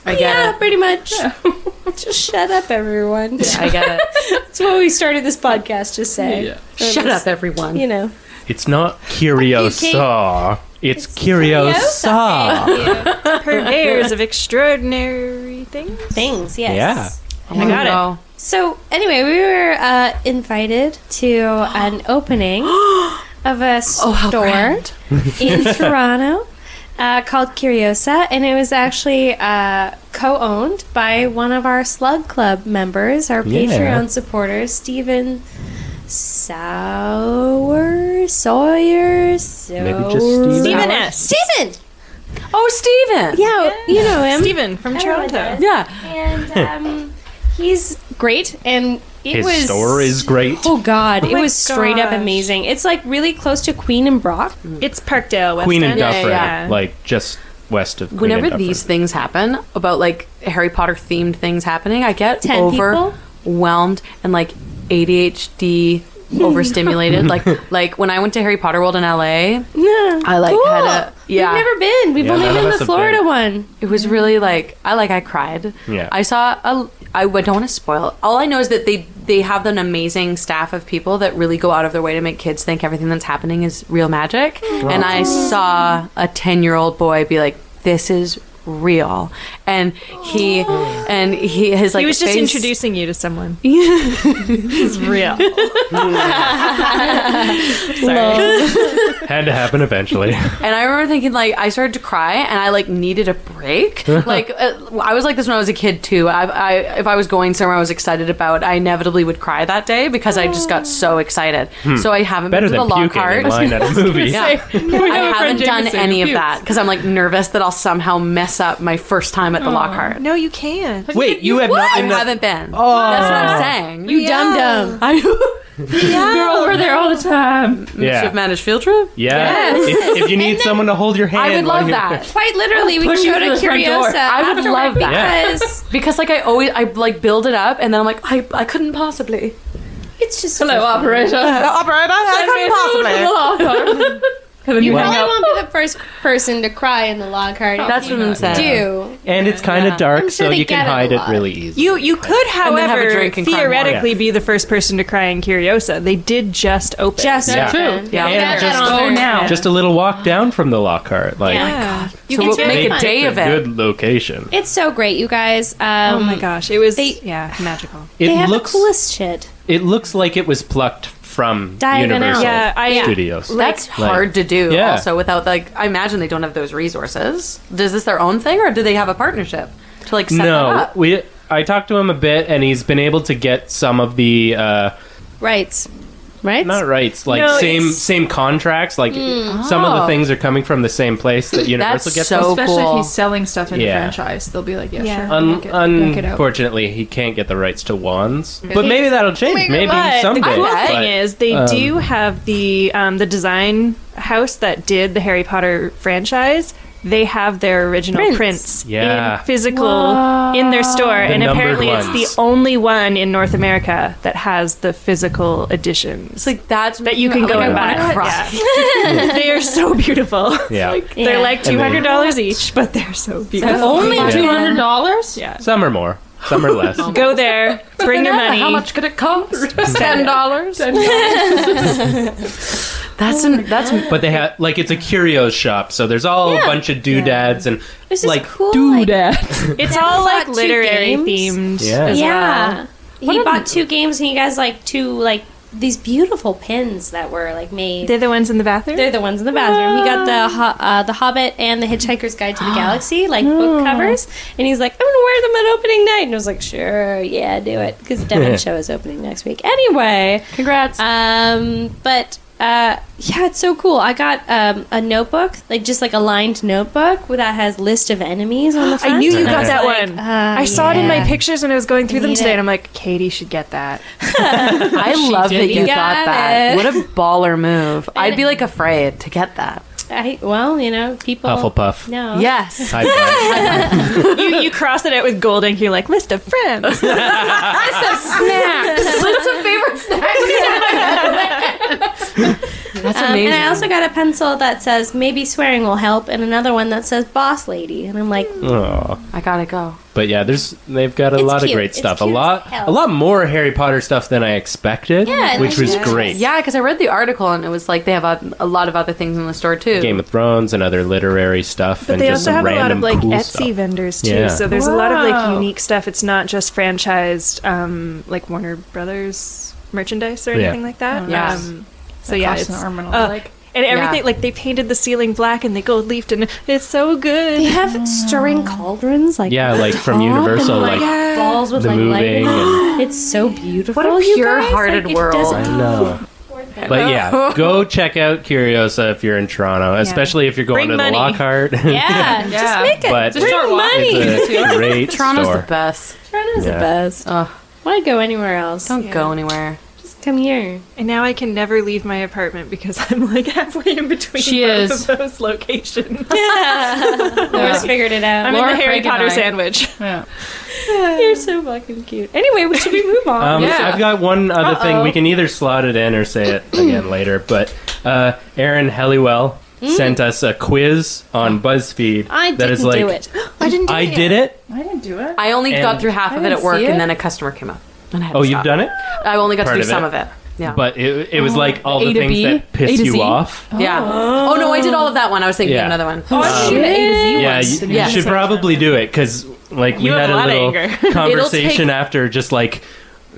Speaker 7: I
Speaker 5: yeah,
Speaker 7: get
Speaker 5: pretty much. just shut up, everyone.
Speaker 7: it. I get it.
Speaker 5: That's what we started this podcast to say. Or
Speaker 7: Shut
Speaker 5: this-
Speaker 7: up, everyone.
Speaker 5: You know,
Speaker 6: It's not curiosa. It's, curiosa.
Speaker 5: curiosa.
Speaker 8: Purveyors of extraordinary things.
Speaker 5: things. Yes.
Speaker 6: Yeah.
Speaker 7: I
Speaker 8: got it.
Speaker 5: So anyway, we were uh, invited to Oh,
Speaker 7: Oh,
Speaker 5: an opening of a store in Toronto. uh, called Curiosa, and it was actually uh, co-owned by one of our Slug Club members, our
Speaker 6: Yeah.
Speaker 5: Patreon supporter, Stephen Sauer Sawyer. Sauer.
Speaker 6: Maybe just Steven.
Speaker 8: Stephen S.
Speaker 5: Stephen.
Speaker 7: Oh, Steven.
Speaker 5: Yeah, you know him.
Speaker 8: Stephen from
Speaker 5: Everyone
Speaker 8: Toronto.
Speaker 5: does.
Speaker 7: Yeah.
Speaker 5: and um, he's great. And it
Speaker 6: His
Speaker 5: was
Speaker 6: store is great.
Speaker 5: Oh God, it
Speaker 8: my
Speaker 5: was straight up
Speaker 8: gosh.
Speaker 5: amazing. It's like really close to Queen and Brock.
Speaker 8: It's Parkdale. West
Speaker 6: Queen and
Speaker 8: End.
Speaker 6: Duffer,
Speaker 7: yeah.
Speaker 6: like just west of Queen and
Speaker 7: Whenever
Speaker 6: Duffer.
Speaker 7: these things happen about like Harry Potter themed things happening, I get
Speaker 5: Ten people?
Speaker 7: overwhelmed and like ADHD overstimulated. like like when I went to Harry Potter World in LA,
Speaker 5: Yeah,
Speaker 7: I, like, had a- yeah.
Speaker 5: We've never been. We've
Speaker 6: Yeah,
Speaker 5: only
Speaker 6: none of
Speaker 5: been
Speaker 6: us
Speaker 5: the
Speaker 6: have
Speaker 5: Florida
Speaker 6: been.
Speaker 5: one.
Speaker 7: It was really like I like I cried.
Speaker 6: Yeah.
Speaker 7: I saw a I would- don't want to spoil. All I know is that they they have an amazing staff of people that really go out of their way to make kids think everything that's happening is real magic. And I saw a 10-year-old boy be like this is real. And he and he his like
Speaker 8: He was just
Speaker 7: face-
Speaker 8: introducing you to someone.
Speaker 6: had to happen eventually.
Speaker 7: And I remember thinking, like, I started to cry, and I like needed a break. like, uh, I was like this when I was a kid too. I, I, if I was going somewhere I was excited about, I inevitably would cry that day because I just got so excited. So I haven't
Speaker 6: Hmm. Better
Speaker 7: been to
Speaker 6: than
Speaker 7: the long
Speaker 6: puking
Speaker 7: card.
Speaker 6: in line at a movie.
Speaker 7: Yeah. I haven't done any of that because I'm like nervous that I'll somehow mess up my first time at the Lockhart.
Speaker 8: No, you can't.
Speaker 1: Wait, you have
Speaker 7: I
Speaker 1: not been.
Speaker 7: haven't been. Oh. That's what I'm saying. You
Speaker 8: Dum dum.
Speaker 4: You're over there all the time.
Speaker 7: should
Speaker 6: Yeah.
Speaker 7: have managed field trip.
Speaker 6: Yeah. If, if you need someone to hold your hand,
Speaker 7: I would
Speaker 6: while
Speaker 7: love
Speaker 6: you're-
Speaker 7: that
Speaker 5: Quite literally, we
Speaker 4: Push
Speaker 5: can
Speaker 4: you
Speaker 5: go
Speaker 4: through
Speaker 5: to
Speaker 4: the front door.
Speaker 5: Curiosa.
Speaker 7: I would
Speaker 5: afterward
Speaker 7: love that.
Speaker 5: because
Speaker 7: because like I always I like build it up and then I'm like I, I couldn't possibly.
Speaker 5: it's just
Speaker 4: Hello, operator. Couldn't
Speaker 5: You
Speaker 4: hang
Speaker 5: probably
Speaker 4: up.
Speaker 5: won't be the first person to cry in the log card.
Speaker 7: That's what I'm saying.
Speaker 5: do.
Speaker 6: And it's kind of dark,
Speaker 5: I'm sure
Speaker 6: so
Speaker 5: they
Speaker 6: you can
Speaker 5: get it a
Speaker 6: hide it
Speaker 5: lot.
Speaker 6: really easy.
Speaker 8: You you could,
Speaker 7: then have a
Speaker 8: however,
Speaker 7: drink and cry more.
Speaker 8: theoretically be the first person to cry in Curiosa. They did just open.
Speaker 5: Just
Speaker 6: Yeah.
Speaker 5: open.
Speaker 7: Yeah.
Speaker 6: And
Speaker 5: Add that
Speaker 6: just-
Speaker 5: on
Speaker 4: Go
Speaker 5: there.
Speaker 4: now.
Speaker 6: Just a little walk down from the Lockhart, like
Speaker 8: Yeah.
Speaker 5: You
Speaker 7: So
Speaker 5: can
Speaker 7: we'll
Speaker 5: do
Speaker 7: make
Speaker 5: it.
Speaker 7: a day
Speaker 6: it's a
Speaker 7: of it.
Speaker 6: good location.
Speaker 5: It's so great, you guys. Um,
Speaker 8: Oh my gosh, it was
Speaker 5: They-
Speaker 8: yeah magical.
Speaker 5: They
Speaker 6: It
Speaker 5: have
Speaker 6: looks
Speaker 5: the coolest shit.
Speaker 6: it looks like it was plucked from
Speaker 5: Diagonal.
Speaker 6: Universal
Speaker 8: Yeah, I- Yeah.
Speaker 6: Studios.
Speaker 7: That's
Speaker 6: Like-
Speaker 7: hard to do.
Speaker 6: Yeah.
Speaker 7: Also, without like, I imagine they don't have those resources. Is this their own thing, or do they have a partnership to like set that
Speaker 6: no,
Speaker 7: up?
Speaker 6: we. I talked to him a bit, and he's been able to get some of the uh,
Speaker 5: Right. Right?
Speaker 6: not rights, like
Speaker 8: No,
Speaker 6: same
Speaker 8: it's-
Speaker 6: same contracts. Like some of the
Speaker 7: Oh.
Speaker 6: things are coming from the same place that Universal
Speaker 7: That's
Speaker 6: gets.
Speaker 7: so
Speaker 6: them.
Speaker 4: Especially
Speaker 7: cool.
Speaker 4: if he's selling stuff in the
Speaker 6: Oh, Yeah.
Speaker 4: franchise, they'll be like, yeah,
Speaker 8: Yeah.
Speaker 4: sure.
Speaker 6: Un-
Speaker 4: knock it- knock it out.
Speaker 6: unfortunately, he can't get the rights to wands, but maybe that'll change. Maybe
Speaker 8: But
Speaker 6: someday.
Speaker 8: the cool
Speaker 7: I bet.
Speaker 6: But-
Speaker 8: thing is, they
Speaker 7: um,
Speaker 8: do have the um, the design house that did the Harry Potter franchise. They have their original
Speaker 5: Prints.
Speaker 8: prints
Speaker 6: Yeah.
Speaker 8: in physical in their store, and
Speaker 6: numbered
Speaker 8: apparently
Speaker 6: ones.
Speaker 8: it's the only one in North America that has the physical editions.
Speaker 7: It's like that's
Speaker 8: that you can go
Speaker 7: like,
Speaker 8: and
Speaker 7: I wanna
Speaker 8: buy.
Speaker 7: cry.
Speaker 8: they are so beautiful.
Speaker 6: yeah,
Speaker 8: They're like
Speaker 6: And
Speaker 8: two
Speaker 6: they-
Speaker 8: hundred dollars each, but they're so beautiful.
Speaker 4: Only
Speaker 6: Yeah.
Speaker 4: two hundred dollars.
Speaker 8: Yeah.
Speaker 6: some are more, some are less.
Speaker 8: Go there, bring your money.
Speaker 7: How much could it cost? Ten dollars. Oh That's an, that's
Speaker 6: But they have like it's a curios shop, so there's all a bunch of doodads and
Speaker 5: This is
Speaker 6: like
Speaker 5: cool. like-
Speaker 4: Doodads.
Speaker 8: It's all like
Speaker 5: bought two
Speaker 8: literary
Speaker 5: games.
Speaker 8: themed.
Speaker 6: Yeah.
Speaker 8: as well.
Speaker 5: Yeah. He bought two games and you guys like two like these beautiful pins that were like made.
Speaker 8: They're the ones in the bathroom.
Speaker 5: They're the ones in the bathroom. He got
Speaker 8: Ah.
Speaker 5: the Ho- uh, the Hobbit and the Hitchhiker's Guide to the Galaxy like book covers, and he's like, "I'm gonna wear them at opening night." And I was like, "Sure, yeah, do it," because the Devon show is opening next week. Anyway,
Speaker 7: congrats.
Speaker 5: um, but uh, yeah, it's so cool. I got um, a notebook, like just like a lined notebook that has list of enemies on the front.
Speaker 8: I knew you got
Speaker 6: Yeah.
Speaker 8: that one. I saw it in my pictures when uh, I was going through them
Speaker 5: Need
Speaker 8: today,
Speaker 5: it.
Speaker 8: and I'm like, Katie should get that.
Speaker 7: I love that you
Speaker 5: You
Speaker 7: got
Speaker 5: got
Speaker 7: that.
Speaker 5: it.
Speaker 7: What a baller move! I'd be like afraid to get that.
Speaker 5: I, well, you know, people.
Speaker 6: Hufflepuff.
Speaker 5: No.
Speaker 7: Yes.
Speaker 6: High five.
Speaker 8: you, you cross it out with gold, and you're like, list of friends.
Speaker 7: That's
Speaker 5: Um,
Speaker 7: amazing.
Speaker 5: and I also got a pencil that says maybe swearing will help, and another one that says boss lady. And I'm like,
Speaker 6: Aw.
Speaker 7: I gotta go.
Speaker 6: But yeah, there's they've got a
Speaker 5: It's
Speaker 6: lot
Speaker 5: cute.
Speaker 6: of great
Speaker 5: It's
Speaker 6: stuff. A
Speaker 5: cute as
Speaker 6: lot, a
Speaker 5: hell.
Speaker 6: lot more Harry Potter stuff than I expected,
Speaker 5: Yeah, I
Speaker 6: which
Speaker 5: like
Speaker 6: was
Speaker 5: that.
Speaker 6: great.
Speaker 7: Yeah, because I read the article and it was like they have a, a lot of other things in the store too.
Speaker 6: Game of Thrones and other literary stuff, and
Speaker 8: they
Speaker 6: just
Speaker 8: also
Speaker 6: some
Speaker 8: have a
Speaker 6: random
Speaker 8: lot of like
Speaker 6: cool
Speaker 8: Etsy
Speaker 6: stuff.
Speaker 8: vendors too.
Speaker 6: Yeah.
Speaker 8: So there's a lot of like
Speaker 4: Wow.
Speaker 8: unique stuff. It's not just franchised, um, like Warner Brothers merchandise or
Speaker 6: Yeah.
Speaker 8: anything like that.
Speaker 7: nice.
Speaker 8: Um, so yeah,
Speaker 4: costs
Speaker 8: it's
Speaker 4: an arm and a
Speaker 8: uh,
Speaker 4: leg.
Speaker 8: and everything like they painted the ceiling black and they gold leafed and it's so good.
Speaker 6: Mm.
Speaker 5: They have stirring cauldrons, like
Speaker 6: Yeah, like from
Speaker 5: top and,
Speaker 6: Universal, like
Speaker 5: balls with
Speaker 6: the
Speaker 5: like
Speaker 6: moving.
Speaker 5: lightning.
Speaker 6: and-
Speaker 5: It's so beautiful.
Speaker 7: What a
Speaker 5: you guys.
Speaker 7: pure-hearted
Speaker 5: Like, it
Speaker 7: world.
Speaker 5: doesn't-
Speaker 6: I know. But yeah, go check out Curiosa if you're in Toronto, especially if you're going to
Speaker 8: Bring money.
Speaker 6: the Lockhart.
Speaker 5: Yeah,
Speaker 4: Yeah.
Speaker 5: just make it.
Speaker 6: but
Speaker 4: It's a short walk.
Speaker 6: it's a great
Speaker 7: Toronto's the
Speaker 6: store.
Speaker 7: best.
Speaker 5: Toronto's
Speaker 6: Yeah.
Speaker 5: the best.
Speaker 7: Ugh.
Speaker 5: Want to go anywhere else?
Speaker 7: Don't go anywhere.
Speaker 5: Just come here.
Speaker 8: And now I can never leave my apartment because I'm like halfway in between
Speaker 4: She
Speaker 8: both
Speaker 4: is.
Speaker 8: of those locations.
Speaker 5: Laura's figured it out.
Speaker 8: I'm
Speaker 4: Laura
Speaker 8: in the Harry
Speaker 4: Craig and
Speaker 8: Potter
Speaker 4: I.
Speaker 8: sandwich.
Speaker 4: Yeah.
Speaker 5: You're so fucking cute. Anyway, we should we move on?
Speaker 6: Um,
Speaker 4: Yeah.
Speaker 6: I've got one other thing. We can either slot it in or say it again later. But uh, Aaron Helliwell sent us a quiz on BuzzFeed.
Speaker 5: I
Speaker 6: that is
Speaker 5: didn't
Speaker 6: like,
Speaker 5: do it.
Speaker 6: I didn't. Do I did it.
Speaker 4: I didn't do it.
Speaker 7: I only
Speaker 6: And-
Speaker 7: got through half of it
Speaker 4: didn't
Speaker 7: at work,
Speaker 4: see it.
Speaker 7: and then a customer came up. And I had
Speaker 6: Oh,
Speaker 7: to
Speaker 6: you've
Speaker 7: stop.
Speaker 6: done it,
Speaker 7: I only got to
Speaker 6: Part
Speaker 7: do
Speaker 6: of
Speaker 7: some
Speaker 6: it.
Speaker 7: of it. Uh, Yeah.
Speaker 6: but it, it was like all
Speaker 4: A
Speaker 6: the
Speaker 4: to
Speaker 6: things
Speaker 4: B?
Speaker 6: that
Speaker 4: A
Speaker 6: pissed
Speaker 4: to
Speaker 6: you
Speaker 4: Z?
Speaker 6: off.
Speaker 7: yeah. Oh. no, I did all of that one. I was thinking
Speaker 6: Yeah.
Speaker 7: of another one.
Speaker 4: Oh, shoot, A
Speaker 6: Uh, Yeah,
Speaker 4: to
Speaker 6: you,
Speaker 4: Z
Speaker 6: you
Speaker 4: once.
Speaker 7: Yeah.
Speaker 6: should probably do it because like we
Speaker 8: You
Speaker 6: had
Speaker 8: have a
Speaker 6: a
Speaker 8: lot of
Speaker 6: little
Speaker 8: anger.
Speaker 6: conversation
Speaker 7: take-
Speaker 6: after just like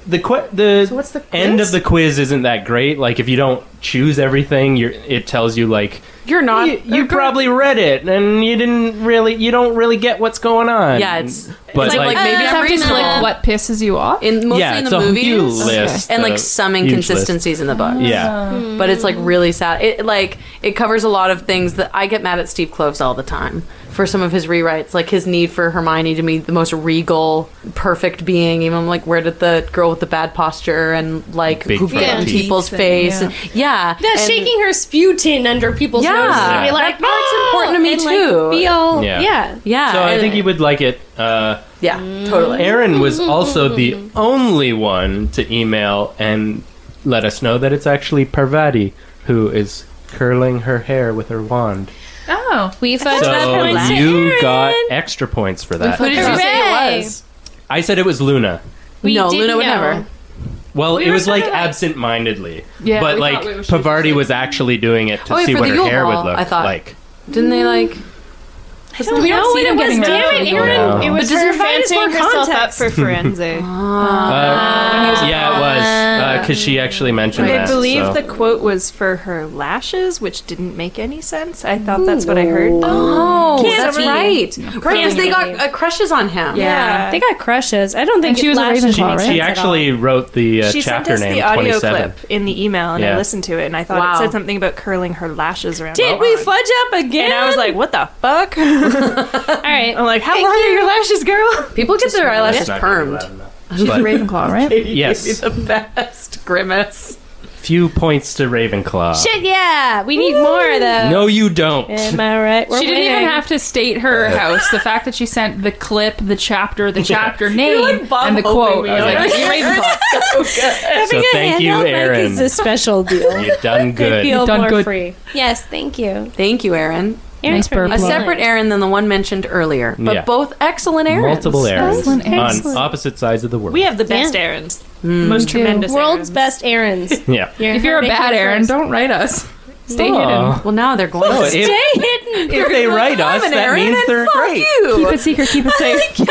Speaker 6: the que- the,
Speaker 4: what's the
Speaker 6: end
Speaker 4: quiz?
Speaker 6: of the quiz isn't that great. Like if you don't choose everything, you're, it tells you like
Speaker 7: You're not.
Speaker 6: you, you probably read it and you didn't really you don't really get what's going on.
Speaker 7: Yeah, it's-
Speaker 6: but
Speaker 7: it's
Speaker 6: like,
Speaker 7: like, maybe
Speaker 4: You
Speaker 7: I'm
Speaker 4: have to
Speaker 7: reasonable.
Speaker 4: select what pisses you off.
Speaker 7: in mostly
Speaker 6: yeah,
Speaker 7: in
Speaker 6: it's
Speaker 7: the
Speaker 6: a
Speaker 7: movies
Speaker 6: huge list
Speaker 7: and
Speaker 6: uh,
Speaker 7: like some
Speaker 6: huge list.
Speaker 7: inconsistencies in the book.
Speaker 6: Yeah,
Speaker 7: but it's like really sad. It like it covers a lot of things that I get mad at Steve Kloves all the time for some of his rewrites, like his need for Hermione to be the most regal, perfect being. Even like where did the girl with the bad posture and like
Speaker 6: Big
Speaker 7: who put
Speaker 6: front
Speaker 7: in
Speaker 6: teeth.
Speaker 7: people's
Speaker 4: Teeth
Speaker 7: face?
Speaker 4: and-
Speaker 7: and- Yeah,
Speaker 5: Yeah,
Speaker 7: and-
Speaker 5: shaking her sputin under people's
Speaker 7: Yeah.
Speaker 5: noses and be
Speaker 6: Yeah.
Speaker 5: like, "Oh,"
Speaker 7: That part's important to me
Speaker 5: and,
Speaker 7: too.
Speaker 5: Like, feel,
Speaker 6: Yeah.
Speaker 5: yeah.
Speaker 7: Yeah,
Speaker 6: so I
Speaker 7: and-
Speaker 6: think you would like it. Uh,
Speaker 7: yeah totally.
Speaker 6: Aaron was also the only one to email and let us know that it's actually Parvati who is curling her hair with her wand.
Speaker 4: Oh,
Speaker 5: We fudged
Speaker 6: So
Speaker 5: that point.
Speaker 6: you got extra points for that.
Speaker 7: Who did you say it
Speaker 5: Hooray.
Speaker 7: was?
Speaker 6: I said it was Luna.
Speaker 5: We
Speaker 7: no,
Speaker 5: did
Speaker 7: Luna would
Speaker 5: know.
Speaker 7: never.
Speaker 6: Well, it
Speaker 4: were
Speaker 6: was like
Speaker 4: kinda like-
Speaker 6: absent-mindedly,
Speaker 4: Yeah,
Speaker 6: but
Speaker 4: we
Speaker 6: like
Speaker 4: thought we were- she was
Speaker 6: Pavarti
Speaker 4: just-
Speaker 6: was actually doing it to
Speaker 7: Oh, yeah,
Speaker 6: see
Speaker 7: for
Speaker 6: what
Speaker 7: the
Speaker 6: her
Speaker 7: Yule
Speaker 6: hair
Speaker 7: Ball,
Speaker 6: would look
Speaker 7: I thought.
Speaker 6: like.
Speaker 7: Didn't they like?
Speaker 5: I don't know
Speaker 4: see
Speaker 5: what
Speaker 4: them
Speaker 5: it was.
Speaker 4: getting ready for
Speaker 5: Damn it,
Speaker 4: the
Speaker 6: Yule
Speaker 5: Aaron.
Speaker 6: Ball.
Speaker 5: It
Speaker 6: But
Speaker 5: was her fancying herself up.
Speaker 8: for Firenze.
Speaker 6: Uh, yeah, it was because she actually mentioned
Speaker 8: I
Speaker 6: that.
Speaker 8: believe
Speaker 6: so.
Speaker 8: the quote was for her lashes, which didn't make any sense. I thought that's what I heard.
Speaker 7: Oh,
Speaker 5: Can't
Speaker 7: that's
Speaker 5: be.
Speaker 7: right. Right, because they got uh, crushes on him.
Speaker 5: Yeah, they got crushes. I don't think
Speaker 4: And she was a
Speaker 5: lashes
Speaker 4: Ravenclaw,
Speaker 5: make
Speaker 4: right?
Speaker 5: sense
Speaker 6: she
Speaker 5: at all.
Speaker 6: actually wrote the uh,
Speaker 8: she sent
Speaker 6: chapter
Speaker 8: us
Speaker 6: name
Speaker 8: the audio
Speaker 6: 27.
Speaker 8: clip in the email, and
Speaker 6: Yeah.
Speaker 8: I listened to it, and I thought
Speaker 7: Wow.
Speaker 8: it said something about curling her lashes around.
Speaker 5: Did
Speaker 8: her
Speaker 5: we
Speaker 8: arm.
Speaker 5: fudge up again? Oh.
Speaker 8: And I was like, "What the fuck?" I'm
Speaker 5: all right.
Speaker 8: like, "How long are your lashes, girl?"
Speaker 7: People get their eyelashes
Speaker 6: It's not gonna be
Speaker 7: permed.
Speaker 6: loud enough.
Speaker 4: she's Ravenclaw, right?
Speaker 6: Yes,
Speaker 7: the best grimace.
Speaker 6: few points to Ravenclaw.
Speaker 5: Shit, yeah. We need more, though.
Speaker 6: No, you don't.
Speaker 5: Am I right? We're
Speaker 4: She didn't
Speaker 5: winning.
Speaker 4: even have to state her house. The fact that she sent the clip, the chapter, the chapter name, and the quote. I was
Speaker 6: up.
Speaker 4: like, "You're Ravenclaw."
Speaker 6: So thank you, Aaron.
Speaker 5: It's a special deal.
Speaker 6: You've done
Speaker 5: I
Speaker 6: good.
Speaker 5: feel
Speaker 4: done
Speaker 5: more
Speaker 4: good.
Speaker 5: free. Yes, thank you.
Speaker 7: Thank you, Aaron.
Speaker 5: Aaron's
Speaker 4: Nice burp.
Speaker 5: pretty
Speaker 7: A
Speaker 4: Well-
Speaker 5: blunt.
Speaker 7: separate Aaron than the one mentioned earlier, but
Speaker 6: Yeah.
Speaker 7: both excellent Aarons.
Speaker 6: Multiple errands
Speaker 5: Excellent,
Speaker 6: on
Speaker 5: excellent.
Speaker 6: opposite sides of the world.
Speaker 8: We have the best
Speaker 5: Yeah.
Speaker 8: errands, most tremendous
Speaker 5: World's
Speaker 8: errands.
Speaker 5: best errands.
Speaker 6: yeah.
Speaker 4: If you're a bad Aaron,
Speaker 5: errand,
Speaker 4: don't write us. Stay hidden.
Speaker 6: Aw.
Speaker 7: Well, now they're going.
Speaker 6: No,
Speaker 7: to
Speaker 6: if,
Speaker 5: Stay hidden.
Speaker 6: if they write us,
Speaker 7: an
Speaker 6: that
Speaker 7: Aaron
Speaker 6: means
Speaker 7: and
Speaker 6: they're
Speaker 7: fuck
Speaker 6: great.
Speaker 7: you.
Speaker 4: Keep it secret. Keep it safe.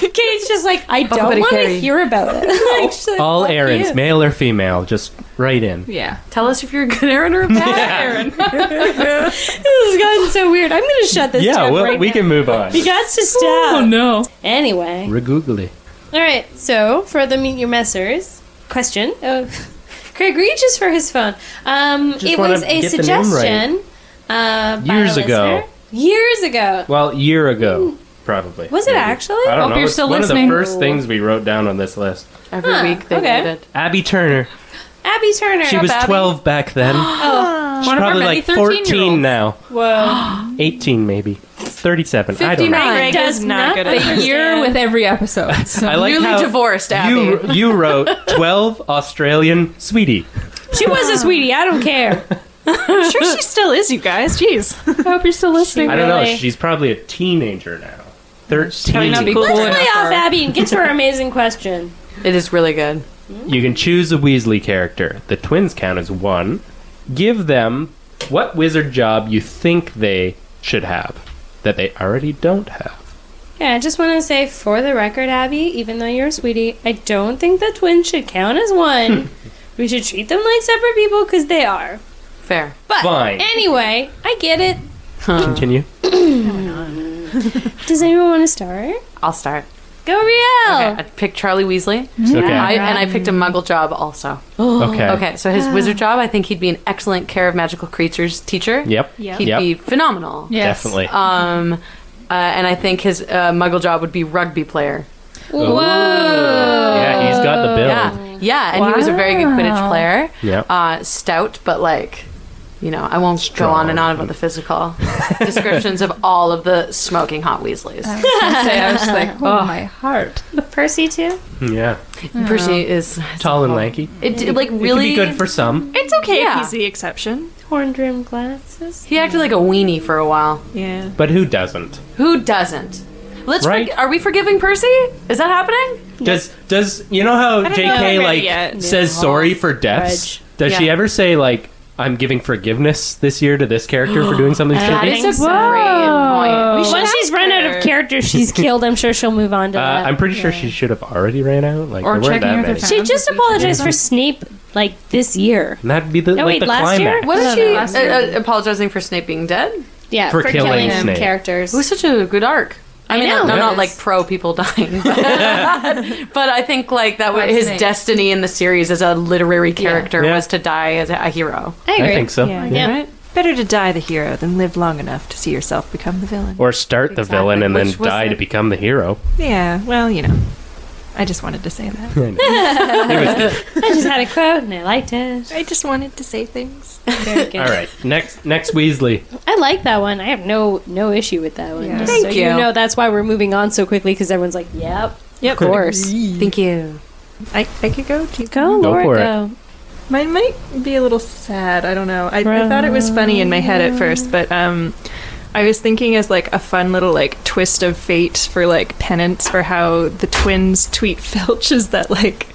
Speaker 5: Kate's just like, I
Speaker 7: up,
Speaker 5: don't
Speaker 7: Betty
Speaker 5: want to
Speaker 7: Carey.
Speaker 5: hear about it. Like, she's like,
Speaker 6: All
Speaker 5: fuck
Speaker 6: errands,
Speaker 5: you.
Speaker 6: male or female, just write in.
Speaker 4: Yeah.
Speaker 7: Tell us if you're a good Aaron or a bad Aaron.
Speaker 5: This has gotten so weird. I'm going to shut this
Speaker 6: yeah,
Speaker 5: down
Speaker 6: well,
Speaker 5: right
Speaker 6: we
Speaker 5: now.
Speaker 6: can Oh, move on.
Speaker 5: We got to stop.
Speaker 4: Oh, no.
Speaker 5: Anyway.
Speaker 6: Regoogly.
Speaker 5: All right, so for the meet your messers question, oh, Craig reaches for his phone. Um, it
Speaker 6: wanna
Speaker 5: was a
Speaker 6: get the name
Speaker 5: suggestion uh, by a
Speaker 6: Years ago.
Speaker 5: listener. Years ago,
Speaker 6: Well, year ago, probably.
Speaker 5: was it actually?
Speaker 6: I don't
Speaker 4: Hope
Speaker 6: know.
Speaker 4: you're
Speaker 6: It's
Speaker 4: still
Speaker 6: one
Speaker 4: listening.
Speaker 6: of the first things we wrote down on this list.
Speaker 7: Every
Speaker 5: Huh,
Speaker 7: week they
Speaker 5: okay.
Speaker 7: did it.
Speaker 6: Abby Turner.
Speaker 5: Abby Oh. Turner.
Speaker 6: She was 12 back then. She's
Speaker 4: One of our
Speaker 6: probably
Speaker 4: many
Speaker 6: like 14
Speaker 4: 13-year-olds.
Speaker 6: now.
Speaker 5: Whoa,
Speaker 6: 18 maybe. 37. I don't know.
Speaker 7: 59.
Speaker 8: Greg
Speaker 5: Does
Speaker 8: is not good at
Speaker 5: nothing.
Speaker 8: this.
Speaker 4: Year with every episode. So.
Speaker 6: I like
Speaker 7: Newly
Speaker 6: how
Speaker 7: divorced Abby.
Speaker 6: you you wrote 12 Australian sweetie.
Speaker 5: she was a sweetie. I don't care.
Speaker 8: I'm sure she still is, you guys. Jeez.
Speaker 4: I hope you're still listening.
Speaker 6: I don't know.
Speaker 5: Really?
Speaker 6: She's probably a teenager now. 13.
Speaker 8: not be cool.
Speaker 5: Let's play off Abby and get to our amazing question.
Speaker 7: It is really good.
Speaker 6: You can choose a Weasley character. The twins count as one. Give them what wizard job you think they should have that they already don't have.
Speaker 5: Yeah, I just want to say for the record, Abby, even though you're a sweetie, I don't think the twins should count as one. we should treat them like separate people because they are.
Speaker 7: Fair.
Speaker 5: But
Speaker 6: Fine.
Speaker 5: anyway, I get it.
Speaker 6: Continue.
Speaker 5: Does anyone want to start?
Speaker 7: I'll start.
Speaker 5: Go Riel.
Speaker 7: Okay, I picked Charlie Weasley. I,
Speaker 6: Okay.
Speaker 7: and I picked a muggle job also.
Speaker 6: Okay.
Speaker 7: Mm-hmm. Okay, so his wizard job, I think he'd be an excellent care of magical creatures teacher.
Speaker 6: Yep.
Speaker 8: Yep.
Speaker 7: He'd
Speaker 6: Yep.
Speaker 7: be phenomenal.
Speaker 4: Yes.
Speaker 6: Definitely.
Speaker 7: Um, uh, and I think his uh, muggle job would be rugby player.
Speaker 6: Whoa. Yeah, he's got the build.
Speaker 7: Oh, Yeah, yeah, and he was a very good Quidditch player.
Speaker 6: Yep.
Speaker 7: uh, stout, but like, you know, I won't go on and on about the physical descriptions of all of the smoking hot Weasleys.
Speaker 4: I was
Speaker 6: Oh,
Speaker 4: gonna say, I was like, oh, my heart.
Speaker 5: Percy too.
Speaker 7: Uh,
Speaker 6: yeah.
Speaker 7: Percy is
Speaker 6: Tall and lanky.
Speaker 7: It, did like
Speaker 6: It
Speaker 7: uh, really.
Speaker 6: could be good for some.
Speaker 8: It's okay
Speaker 7: Yeah.
Speaker 8: if he's the exception.
Speaker 5: Horn rimmed glasses.
Speaker 7: he acted like a weenie for a while.
Speaker 8: Yeah.
Speaker 6: But who doesn't?
Speaker 7: Who doesn't? Let's.
Speaker 6: Right.
Speaker 7: forg- are we forgiving Percy? Is that happening?
Speaker 6: Does does you know how
Speaker 8: don't know if I'm
Speaker 6: JK
Speaker 8: ready
Speaker 6: like
Speaker 8: yet.
Speaker 6: says sorry for deaths? Does she
Speaker 7: Yeah.
Speaker 6: ever say like I'm giving forgiveness this year to this character for doing something
Speaker 7: That
Speaker 6: stupid?
Speaker 7: is a great point.
Speaker 5: Once she's run out of characters she's killed, I'm sure she'll move on to
Speaker 6: Uh,
Speaker 5: that.
Speaker 6: I'm pretty sure she should have already ran out. Like
Speaker 4: Or
Speaker 6: there weren't
Speaker 4: checking
Speaker 6: that
Speaker 4: with her
Speaker 6: many.
Speaker 4: family.
Speaker 5: she just apologized for Snape like this year.
Speaker 6: And that'd be the,
Speaker 5: No,
Speaker 6: like
Speaker 5: wait,
Speaker 6: the
Speaker 5: last year?
Speaker 6: climax.
Speaker 7: What is
Speaker 5: I don't
Speaker 7: she
Speaker 5: know.
Speaker 7: uh, uh, apologizing for Snape being dead?
Speaker 5: Yeah,
Speaker 6: For killing Snape.
Speaker 5: characters.
Speaker 7: It was such a good arc. I mean,
Speaker 5: know.
Speaker 7: I'm
Speaker 5: It
Speaker 7: not
Speaker 5: is.
Speaker 7: like pro people dying, but, but I think like that was his
Speaker 4: Fascinating.
Speaker 7: destiny in the series as a literary character
Speaker 6: Yeah.
Speaker 7: was to die as a hero.
Speaker 5: I agree.
Speaker 6: I think so.
Speaker 8: Yeah.
Speaker 5: Yeah.
Speaker 7: Right?
Speaker 8: Better to die the hero than live long enough to see yourself become the villain.
Speaker 6: Or start the
Speaker 7: Exactly,
Speaker 6: villain and then
Speaker 7: which was
Speaker 6: die
Speaker 7: the-
Speaker 6: to become the hero.
Speaker 8: yeah, well, you know. I just wanted to say that.
Speaker 5: I just had a quote and I liked it.
Speaker 8: I just wanted to say things.
Speaker 5: Very good.
Speaker 6: All right, next next Weasley.
Speaker 5: I like that one. I have no no issue with that one.
Speaker 8: Yeah.
Speaker 5: Just
Speaker 7: Thank
Speaker 5: so
Speaker 7: you.
Speaker 5: know that's why we're moving on so quickly because everyone's like, "Yep,
Speaker 8: Yep.
Speaker 5: of course."
Speaker 7: Thank you.
Speaker 8: I, I could go to
Speaker 5: Go,
Speaker 6: Go
Speaker 5: Laura,
Speaker 6: for it.
Speaker 5: go.
Speaker 8: Mine might be a little sad. I don't know. I, I thought it was funny in my head at first, but um, I was thinking as like a fun little like twist of fate for like penance for how the twins tweet Filch is that like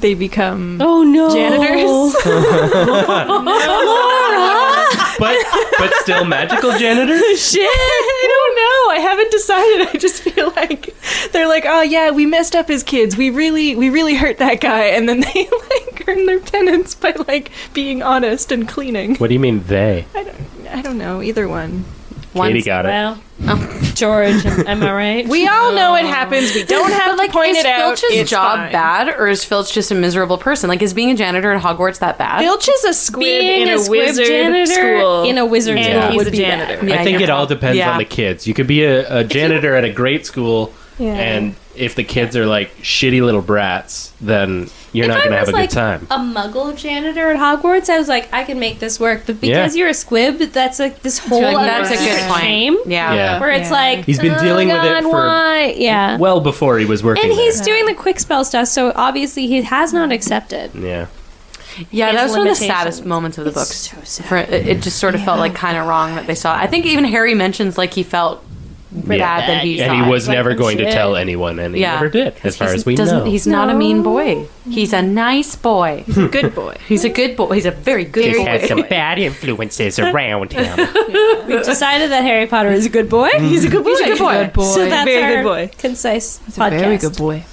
Speaker 8: they become
Speaker 5: Oh no,
Speaker 8: janitors.
Speaker 6: But but still magical janitor?
Speaker 8: Shit, I don't know. I haven't decided. I just feel like they're like, oh yeah, we messed up as kids. We really, we really hurt that guy, and then they like earn their penance by like being honest and cleaning.
Speaker 6: What do you mean they?
Speaker 8: I don't, I don't know either one.
Speaker 6: Katie got it.
Speaker 5: Well, George, am, am I right?
Speaker 8: Oh. We all know it happens. We don't have to point
Speaker 7: is
Speaker 8: it out.
Speaker 7: Filch's
Speaker 8: It's
Speaker 7: job
Speaker 8: fine.
Speaker 7: bad, or is Filch just a miserable person? Like, is being a janitor at Hogwarts that bad?
Speaker 8: Filch is a squib
Speaker 5: being
Speaker 8: in a,
Speaker 5: a squib
Speaker 8: wizard
Speaker 5: janitor
Speaker 8: school.
Speaker 5: in a wizard
Speaker 6: Yeah.
Speaker 5: school
Speaker 8: he's
Speaker 5: would
Speaker 8: a
Speaker 5: be bad.
Speaker 8: janitor.
Speaker 7: Yeah,
Speaker 6: I think
Speaker 7: you're
Speaker 6: it all
Speaker 7: prob-
Speaker 6: depends
Speaker 7: yeah.
Speaker 6: on the kids. You could be a, a janitor at a great school, and if the kids are like shitty little brats, then you're
Speaker 5: If
Speaker 6: not
Speaker 5: I
Speaker 6: going to have
Speaker 5: was
Speaker 6: a
Speaker 5: like
Speaker 6: good time.
Speaker 5: a muggle janitor at Hogwarts, I was like, I can make this work. But because
Speaker 6: Yeah.
Speaker 5: you're a squib, that's like this whole
Speaker 7: like,
Speaker 5: other
Speaker 7: that's a good
Speaker 5: secret
Speaker 7: point.
Speaker 5: shame
Speaker 7: Yeah.
Speaker 6: Yeah.
Speaker 5: where it's
Speaker 4: Yeah.
Speaker 5: like
Speaker 6: He's been
Speaker 5: "Oh,
Speaker 6: dealing with it
Speaker 5: God,
Speaker 6: for-
Speaker 5: why?" yeah.
Speaker 6: Well, before he was working
Speaker 5: and he's
Speaker 6: there.
Speaker 5: doing the quick spell stuff, so obviously he has not accepted.
Speaker 6: Yeah.
Speaker 7: Yeah, that
Speaker 5: his
Speaker 7: was one of the
Speaker 5: limitations.
Speaker 7: saddest moments of the books.
Speaker 5: so sad.
Speaker 7: For, it, it just sort of felt like kind of wrong that they saw. it. I think even Harry mentions like he felt bad that he
Speaker 6: And
Speaker 7: saw
Speaker 6: he
Speaker 7: it.
Speaker 6: was never going to
Speaker 5: shit.
Speaker 6: tell anyone, and he
Speaker 7: Yeah.
Speaker 6: never did, as far
Speaker 7: He's-
Speaker 6: as we
Speaker 7: doesn't-
Speaker 6: know.
Speaker 7: He's not a mean boy. He's a nice boy. He's a good boy. he's a good boy. He's a very good
Speaker 1: He
Speaker 7: boy.
Speaker 1: has some bad influences around him.
Speaker 5: We've decided that Harry Potter is a good boy.
Speaker 6: Mm.
Speaker 5: He's a good boy.
Speaker 7: He's a good boy.
Speaker 4: Good boy.
Speaker 5: So that's
Speaker 8: Very
Speaker 5: our
Speaker 8: good boy.
Speaker 5: concise
Speaker 4: He's a
Speaker 5: podcast.
Speaker 4: very good boy.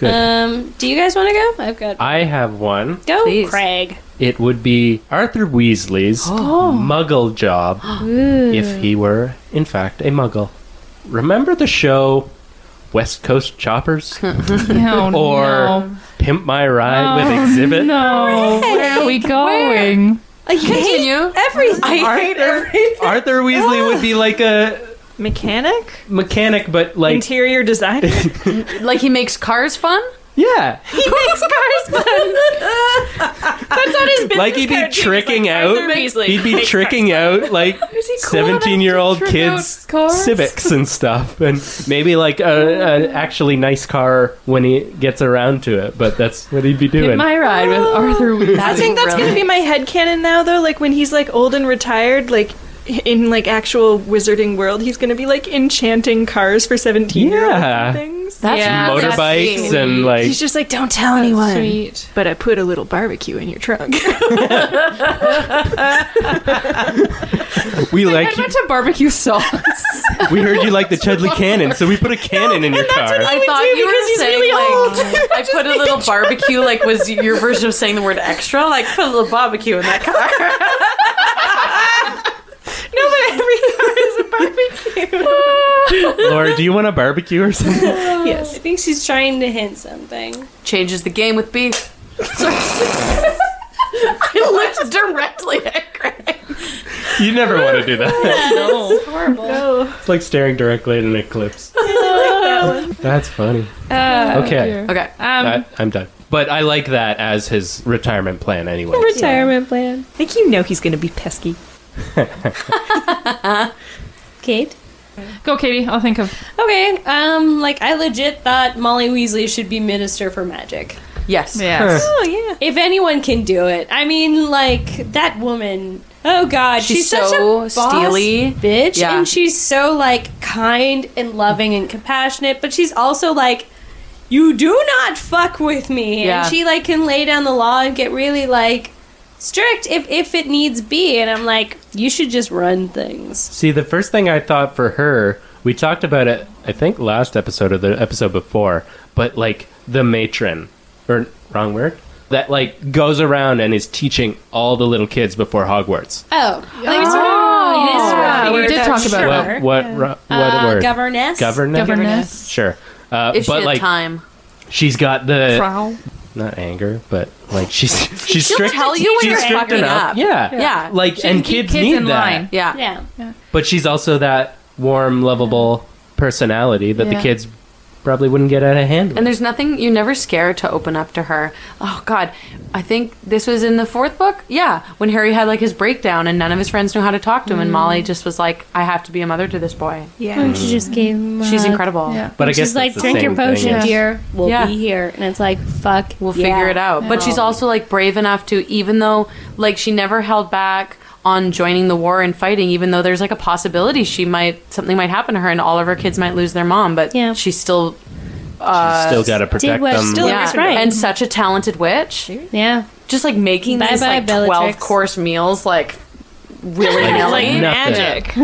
Speaker 6: Good.
Speaker 5: Um, do you guys want to go? I've got
Speaker 6: I have one.
Speaker 5: go,
Speaker 7: please.
Speaker 5: Craig.
Speaker 6: It would be Arthur Weasley's muggle job if he were, in fact, a muggle. Remember the show West Coast Choppers?
Speaker 4: No,
Speaker 6: or
Speaker 4: no.
Speaker 6: Pimp My Ride with Exhibit?
Speaker 4: No, where are we going?
Speaker 7: Continue.
Speaker 5: Everything.
Speaker 7: I hate
Speaker 6: Arthur, Arthur Weasley would be like a
Speaker 8: Mechanic,
Speaker 6: mechanic, but like,
Speaker 8: interior designer.
Speaker 7: Like he makes cars fun.
Speaker 6: yeah,
Speaker 8: That's not his business.
Speaker 6: like he'd be
Speaker 8: card. He's
Speaker 6: tricking
Speaker 8: like,
Speaker 6: out,
Speaker 8: Arthur Weasley.
Speaker 6: he'd be
Speaker 8: Like,
Speaker 6: tricking out like seventeen-year-old
Speaker 4: trick
Speaker 6: kids
Speaker 4: out cars?
Speaker 6: civics and stuff, and maybe like a, a actually nice car when he gets around to it. But that's what he'd be
Speaker 4: Get
Speaker 6: doing.
Speaker 4: my ride with Arthur Weasley.
Speaker 8: Oh. I think that's going to be my headcanon now, though. Like when he's like old and retired, like in like actual wizarding world, he's going to be like enchanting cars for seventeen year olds
Speaker 6: Yeah.
Speaker 8: and things.
Speaker 7: That's
Speaker 4: Yeah, that's
Speaker 6: Motorbikes
Speaker 4: sweet.
Speaker 6: and like
Speaker 8: he's just like, don't tell anyone.
Speaker 4: sweet.
Speaker 8: But I put a little barbecue in your trunk.
Speaker 6: we like
Speaker 4: I went to barbecue sauce.
Speaker 6: we heard you like the Chudley cannon, so we put a cannon in your car.
Speaker 7: I thought
Speaker 8: do
Speaker 7: you
Speaker 8: because
Speaker 7: were
Speaker 8: he's
Speaker 7: saying
Speaker 8: really
Speaker 7: like I put a little barbecue. Like was your version of saying the word extra? Like put a little barbecue in that car.
Speaker 6: Laura, do you want a barbecue or something?
Speaker 5: yes. Oh, I think she's trying to hint something.
Speaker 7: Changes the game with beef. I looked directly at Greg.
Speaker 6: You never want to do that.
Speaker 2: No.
Speaker 6: It's like staring directly at an eclipse. That's funny. okay,
Speaker 7: Okay.
Speaker 6: I, I'm done. But I like that as his retirement plan anyway.
Speaker 5: Retirement plan.
Speaker 8: I think you know he's going to be pesky.
Speaker 5: Kate?
Speaker 4: Go, Katie. I'll think of.
Speaker 5: Okay, um, like I legit thought Molly Weasley should be Minister for Magic.
Speaker 7: Yes.
Speaker 4: Yes.
Speaker 5: Oh yeah. If anyone can do it, I mean, like that woman. Oh God,
Speaker 7: She's
Speaker 5: she's, such
Speaker 7: so
Speaker 5: a boss
Speaker 7: steely.
Speaker 5: bitch,
Speaker 7: Yeah.
Speaker 5: and she's so like kind and loving and compassionate, but she's also like, you do not fuck with me,
Speaker 7: Yeah.
Speaker 5: and she like can lay down the law and get really like strict if if it needs be. And I'm like, you should just run things.
Speaker 6: See, the first thing I thought for her, we talked about it, I think, last episode or the episode before, but like the matron, or wrong word, that like goes around and is teaching all the little kids before Hogwarts.
Speaker 5: Oh, like,
Speaker 7: Oh.
Speaker 4: Yeah, we did talk about
Speaker 6: What what
Speaker 4: that.
Speaker 6: ro- what
Speaker 5: uh,
Speaker 6: word?
Speaker 5: governess.
Speaker 6: Governess.
Speaker 4: Governess.
Speaker 6: Sure. Uh,
Speaker 7: If she
Speaker 6: but
Speaker 7: had
Speaker 6: like
Speaker 7: time,
Speaker 6: she's got the
Speaker 4: Frau.
Speaker 6: not anger, but like she's she's
Speaker 7: She'll
Speaker 6: strict.
Speaker 7: tell you when
Speaker 6: she's
Speaker 7: you're
Speaker 6: strict
Speaker 7: fucking
Speaker 6: enough.
Speaker 7: up.
Speaker 6: Yeah.
Speaker 7: Yeah.
Speaker 6: Like
Speaker 4: She can
Speaker 6: and
Speaker 4: keep
Speaker 6: kids,
Speaker 4: kids
Speaker 6: need
Speaker 4: in
Speaker 6: that.
Speaker 4: line.
Speaker 7: Yeah.
Speaker 5: Yeah.
Speaker 6: But she's also that warm, lovable personality that the
Speaker 4: Yeah.
Speaker 6: kids probably wouldn't get out of hand. with.
Speaker 7: And there's nothing you're never scared to open up to her. Oh God, I think this was in the fourth book. Yeah, when Harry had like his breakdown and none of his friends knew how to talk to
Speaker 5: Mm.
Speaker 7: him, and Molly just was like, "I have to be a mother to this boy."
Speaker 8: Yeah.
Speaker 5: She just gave him.
Speaker 7: She's
Speaker 5: a-
Speaker 7: incredible.
Speaker 4: Yeah.
Speaker 6: but I guess
Speaker 5: She's like,
Speaker 6: that's the
Speaker 5: drink your
Speaker 6: same thing
Speaker 5: potion,
Speaker 6: as-
Speaker 5: dear. We'll
Speaker 7: Yeah.
Speaker 5: be here. And it's like, fuck.
Speaker 7: We'll
Speaker 5: yeah.
Speaker 7: figure it out. But she's also like brave enough to, even though like she never held back on joining the war and fighting, even though there's like a possibility she might something might happen to her and all of her kids might lose their mom. But
Speaker 5: Yeah.
Speaker 7: she's still
Speaker 6: She's still got to protect
Speaker 5: what-
Speaker 6: them.
Speaker 5: still-
Speaker 7: yeah,
Speaker 5: That's right.
Speaker 7: and such a talented witch.
Speaker 5: Yeah.
Speaker 7: just like making
Speaker 5: Bye
Speaker 7: these
Speaker 5: bye,
Speaker 7: like twelve
Speaker 5: Bellatrix.
Speaker 7: course meals, like really
Speaker 6: like
Speaker 7: nilly.
Speaker 6: nothing.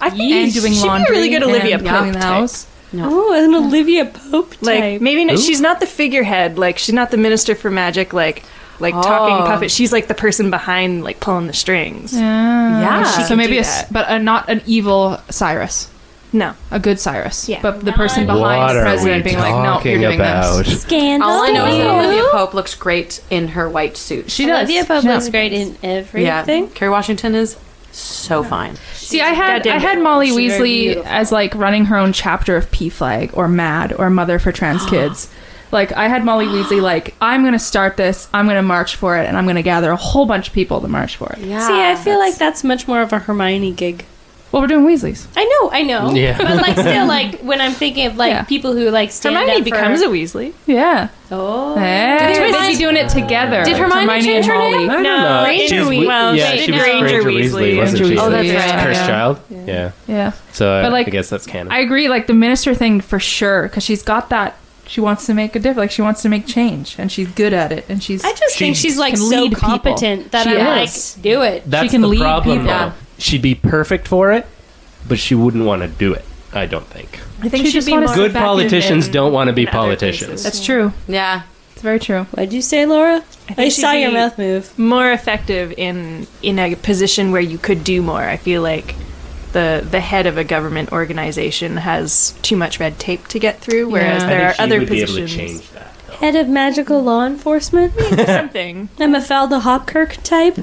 Speaker 8: I think
Speaker 4: And doing
Speaker 8: she'd
Speaker 4: laundry.
Speaker 8: be a really good Olivia
Speaker 4: and
Speaker 8: Pope
Speaker 4: cleaning the
Speaker 8: type.
Speaker 4: house.
Speaker 5: Oh, an Olivia Pope type.
Speaker 8: Like maybe not,
Speaker 6: Who?
Speaker 8: she's not the figurehead. Like she's not the minister for magic. Like like talking
Speaker 7: Oh.
Speaker 8: puppet. She's like the person behind like pulling the strings.
Speaker 4: Yeah.
Speaker 7: Yeah. She
Speaker 4: so
Speaker 8: can
Speaker 4: maybe
Speaker 8: do
Speaker 4: a s
Speaker 8: that.
Speaker 4: but a, not an evil Cyrus,
Speaker 8: No,
Speaker 4: a good Cyrus.
Speaker 8: Yeah.
Speaker 4: But the person
Speaker 6: What
Speaker 4: behind the
Speaker 6: are
Speaker 4: president
Speaker 6: we
Speaker 4: being like, no, you're
Speaker 6: talking
Speaker 4: doing
Speaker 6: about?
Speaker 4: this.
Speaker 5: Scandal.
Speaker 7: All I know is that
Speaker 5: Ooh.
Speaker 7: Olivia Pope looks great in her white suit.
Speaker 4: She does.
Speaker 5: Olivia Pope
Speaker 4: Yeah.
Speaker 5: looks great in
Speaker 7: yeah,
Speaker 5: everything.
Speaker 7: Kerry Washington is so fine.
Speaker 4: See, I had I had Molly Weasley as like running her own chapter of P Flag or Mad or Mother for Trans Kids. Like I had Molly Weasley like I'm gonna start this, I'm gonna march for it, and I'm gonna gather a whole bunch of people to march for it.
Speaker 7: Yeah,
Speaker 5: See, I feel like that's much more of a Hermione gig.
Speaker 4: Well, we're doing Weasleys.
Speaker 5: I know, I know.
Speaker 6: Yeah.
Speaker 5: But like still like when I'm thinking of like
Speaker 4: Yeah.
Speaker 5: people who like stand
Speaker 8: Hermione
Speaker 5: up
Speaker 8: becomes
Speaker 5: for,
Speaker 8: a Weasley.
Speaker 4: Yeah.
Speaker 5: Oh.
Speaker 4: Hey,
Speaker 7: Did
Speaker 4: we're
Speaker 7: Hermione-
Speaker 4: busy doing it together.
Speaker 7: Did Hermione change
Speaker 4: and
Speaker 7: her
Speaker 4: Molly.
Speaker 7: name?
Speaker 6: I don't
Speaker 5: No,
Speaker 6: know.
Speaker 5: Granger
Speaker 6: She's
Speaker 5: Weasley.
Speaker 6: Wee-
Speaker 5: Well,
Speaker 6: yeah,
Speaker 5: she
Speaker 6: she was
Speaker 5: didn't.
Speaker 6: Granger
Speaker 8: Granger
Speaker 6: Weasley,
Speaker 8: Weasley.
Speaker 6: wasn't she?
Speaker 7: Oh, that's
Speaker 6: She's a
Speaker 7: right.
Speaker 6: Cursed
Speaker 4: Yeah.
Speaker 6: child. Yeah.
Speaker 4: Yeah.
Speaker 6: So
Speaker 4: But, like,
Speaker 6: I guess that's canon.
Speaker 4: I agree. Like the minister thing for sure, because she's got that. She wants to make a difference. Like she wants to make change, and she's good at it. And she's
Speaker 5: I just think she's like
Speaker 4: can
Speaker 5: so
Speaker 4: lead people.
Speaker 5: competent that
Speaker 4: She
Speaker 5: I'm
Speaker 4: is.
Speaker 5: like, do it.
Speaker 6: that's
Speaker 4: can
Speaker 6: the
Speaker 4: lead
Speaker 6: problem.
Speaker 4: people.
Speaker 6: though.
Speaker 4: Yeah.
Speaker 6: She'd be perfect for it, but she wouldn't want to do it. I don't think.
Speaker 8: I think
Speaker 4: She
Speaker 8: she'd
Speaker 4: just
Speaker 8: be
Speaker 4: wanna
Speaker 8: more
Speaker 4: sit
Speaker 6: Good
Speaker 4: back in
Speaker 6: politicians
Speaker 4: and-
Speaker 6: don't want to be
Speaker 8: in other
Speaker 6: politicians.
Speaker 8: places.
Speaker 4: that's true.
Speaker 7: yeah.
Speaker 4: It's very true.
Speaker 5: What'd you say, Laura?
Speaker 8: think
Speaker 5: I, saw
Speaker 8: she'd
Speaker 5: your
Speaker 8: be-
Speaker 5: mouth move.
Speaker 8: more effective in in a position where you could do more. I feel like the the head of a government organization has too much red tape to get through, whereas
Speaker 4: Yeah. I
Speaker 8: there
Speaker 6: I
Speaker 8: are
Speaker 6: think she
Speaker 8: other
Speaker 6: would
Speaker 8: positions.
Speaker 6: be able to change that. though.
Speaker 5: Head of magical law enforcement?
Speaker 8: Something.
Speaker 5: I'm a Falda Hopkirk type.